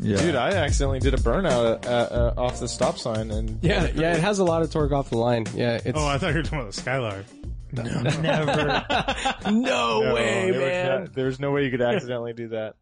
Yeah. Dude, I accidentally did a burnout uh, uh, off the stop sign, and Yeah, yeah. It has a lot of torque off the line. Yeah, it's Oh, I thought you were talking about the Skylark. never. no, way, there was man. [LAUGHS] no- there was no way you could accidentally do that.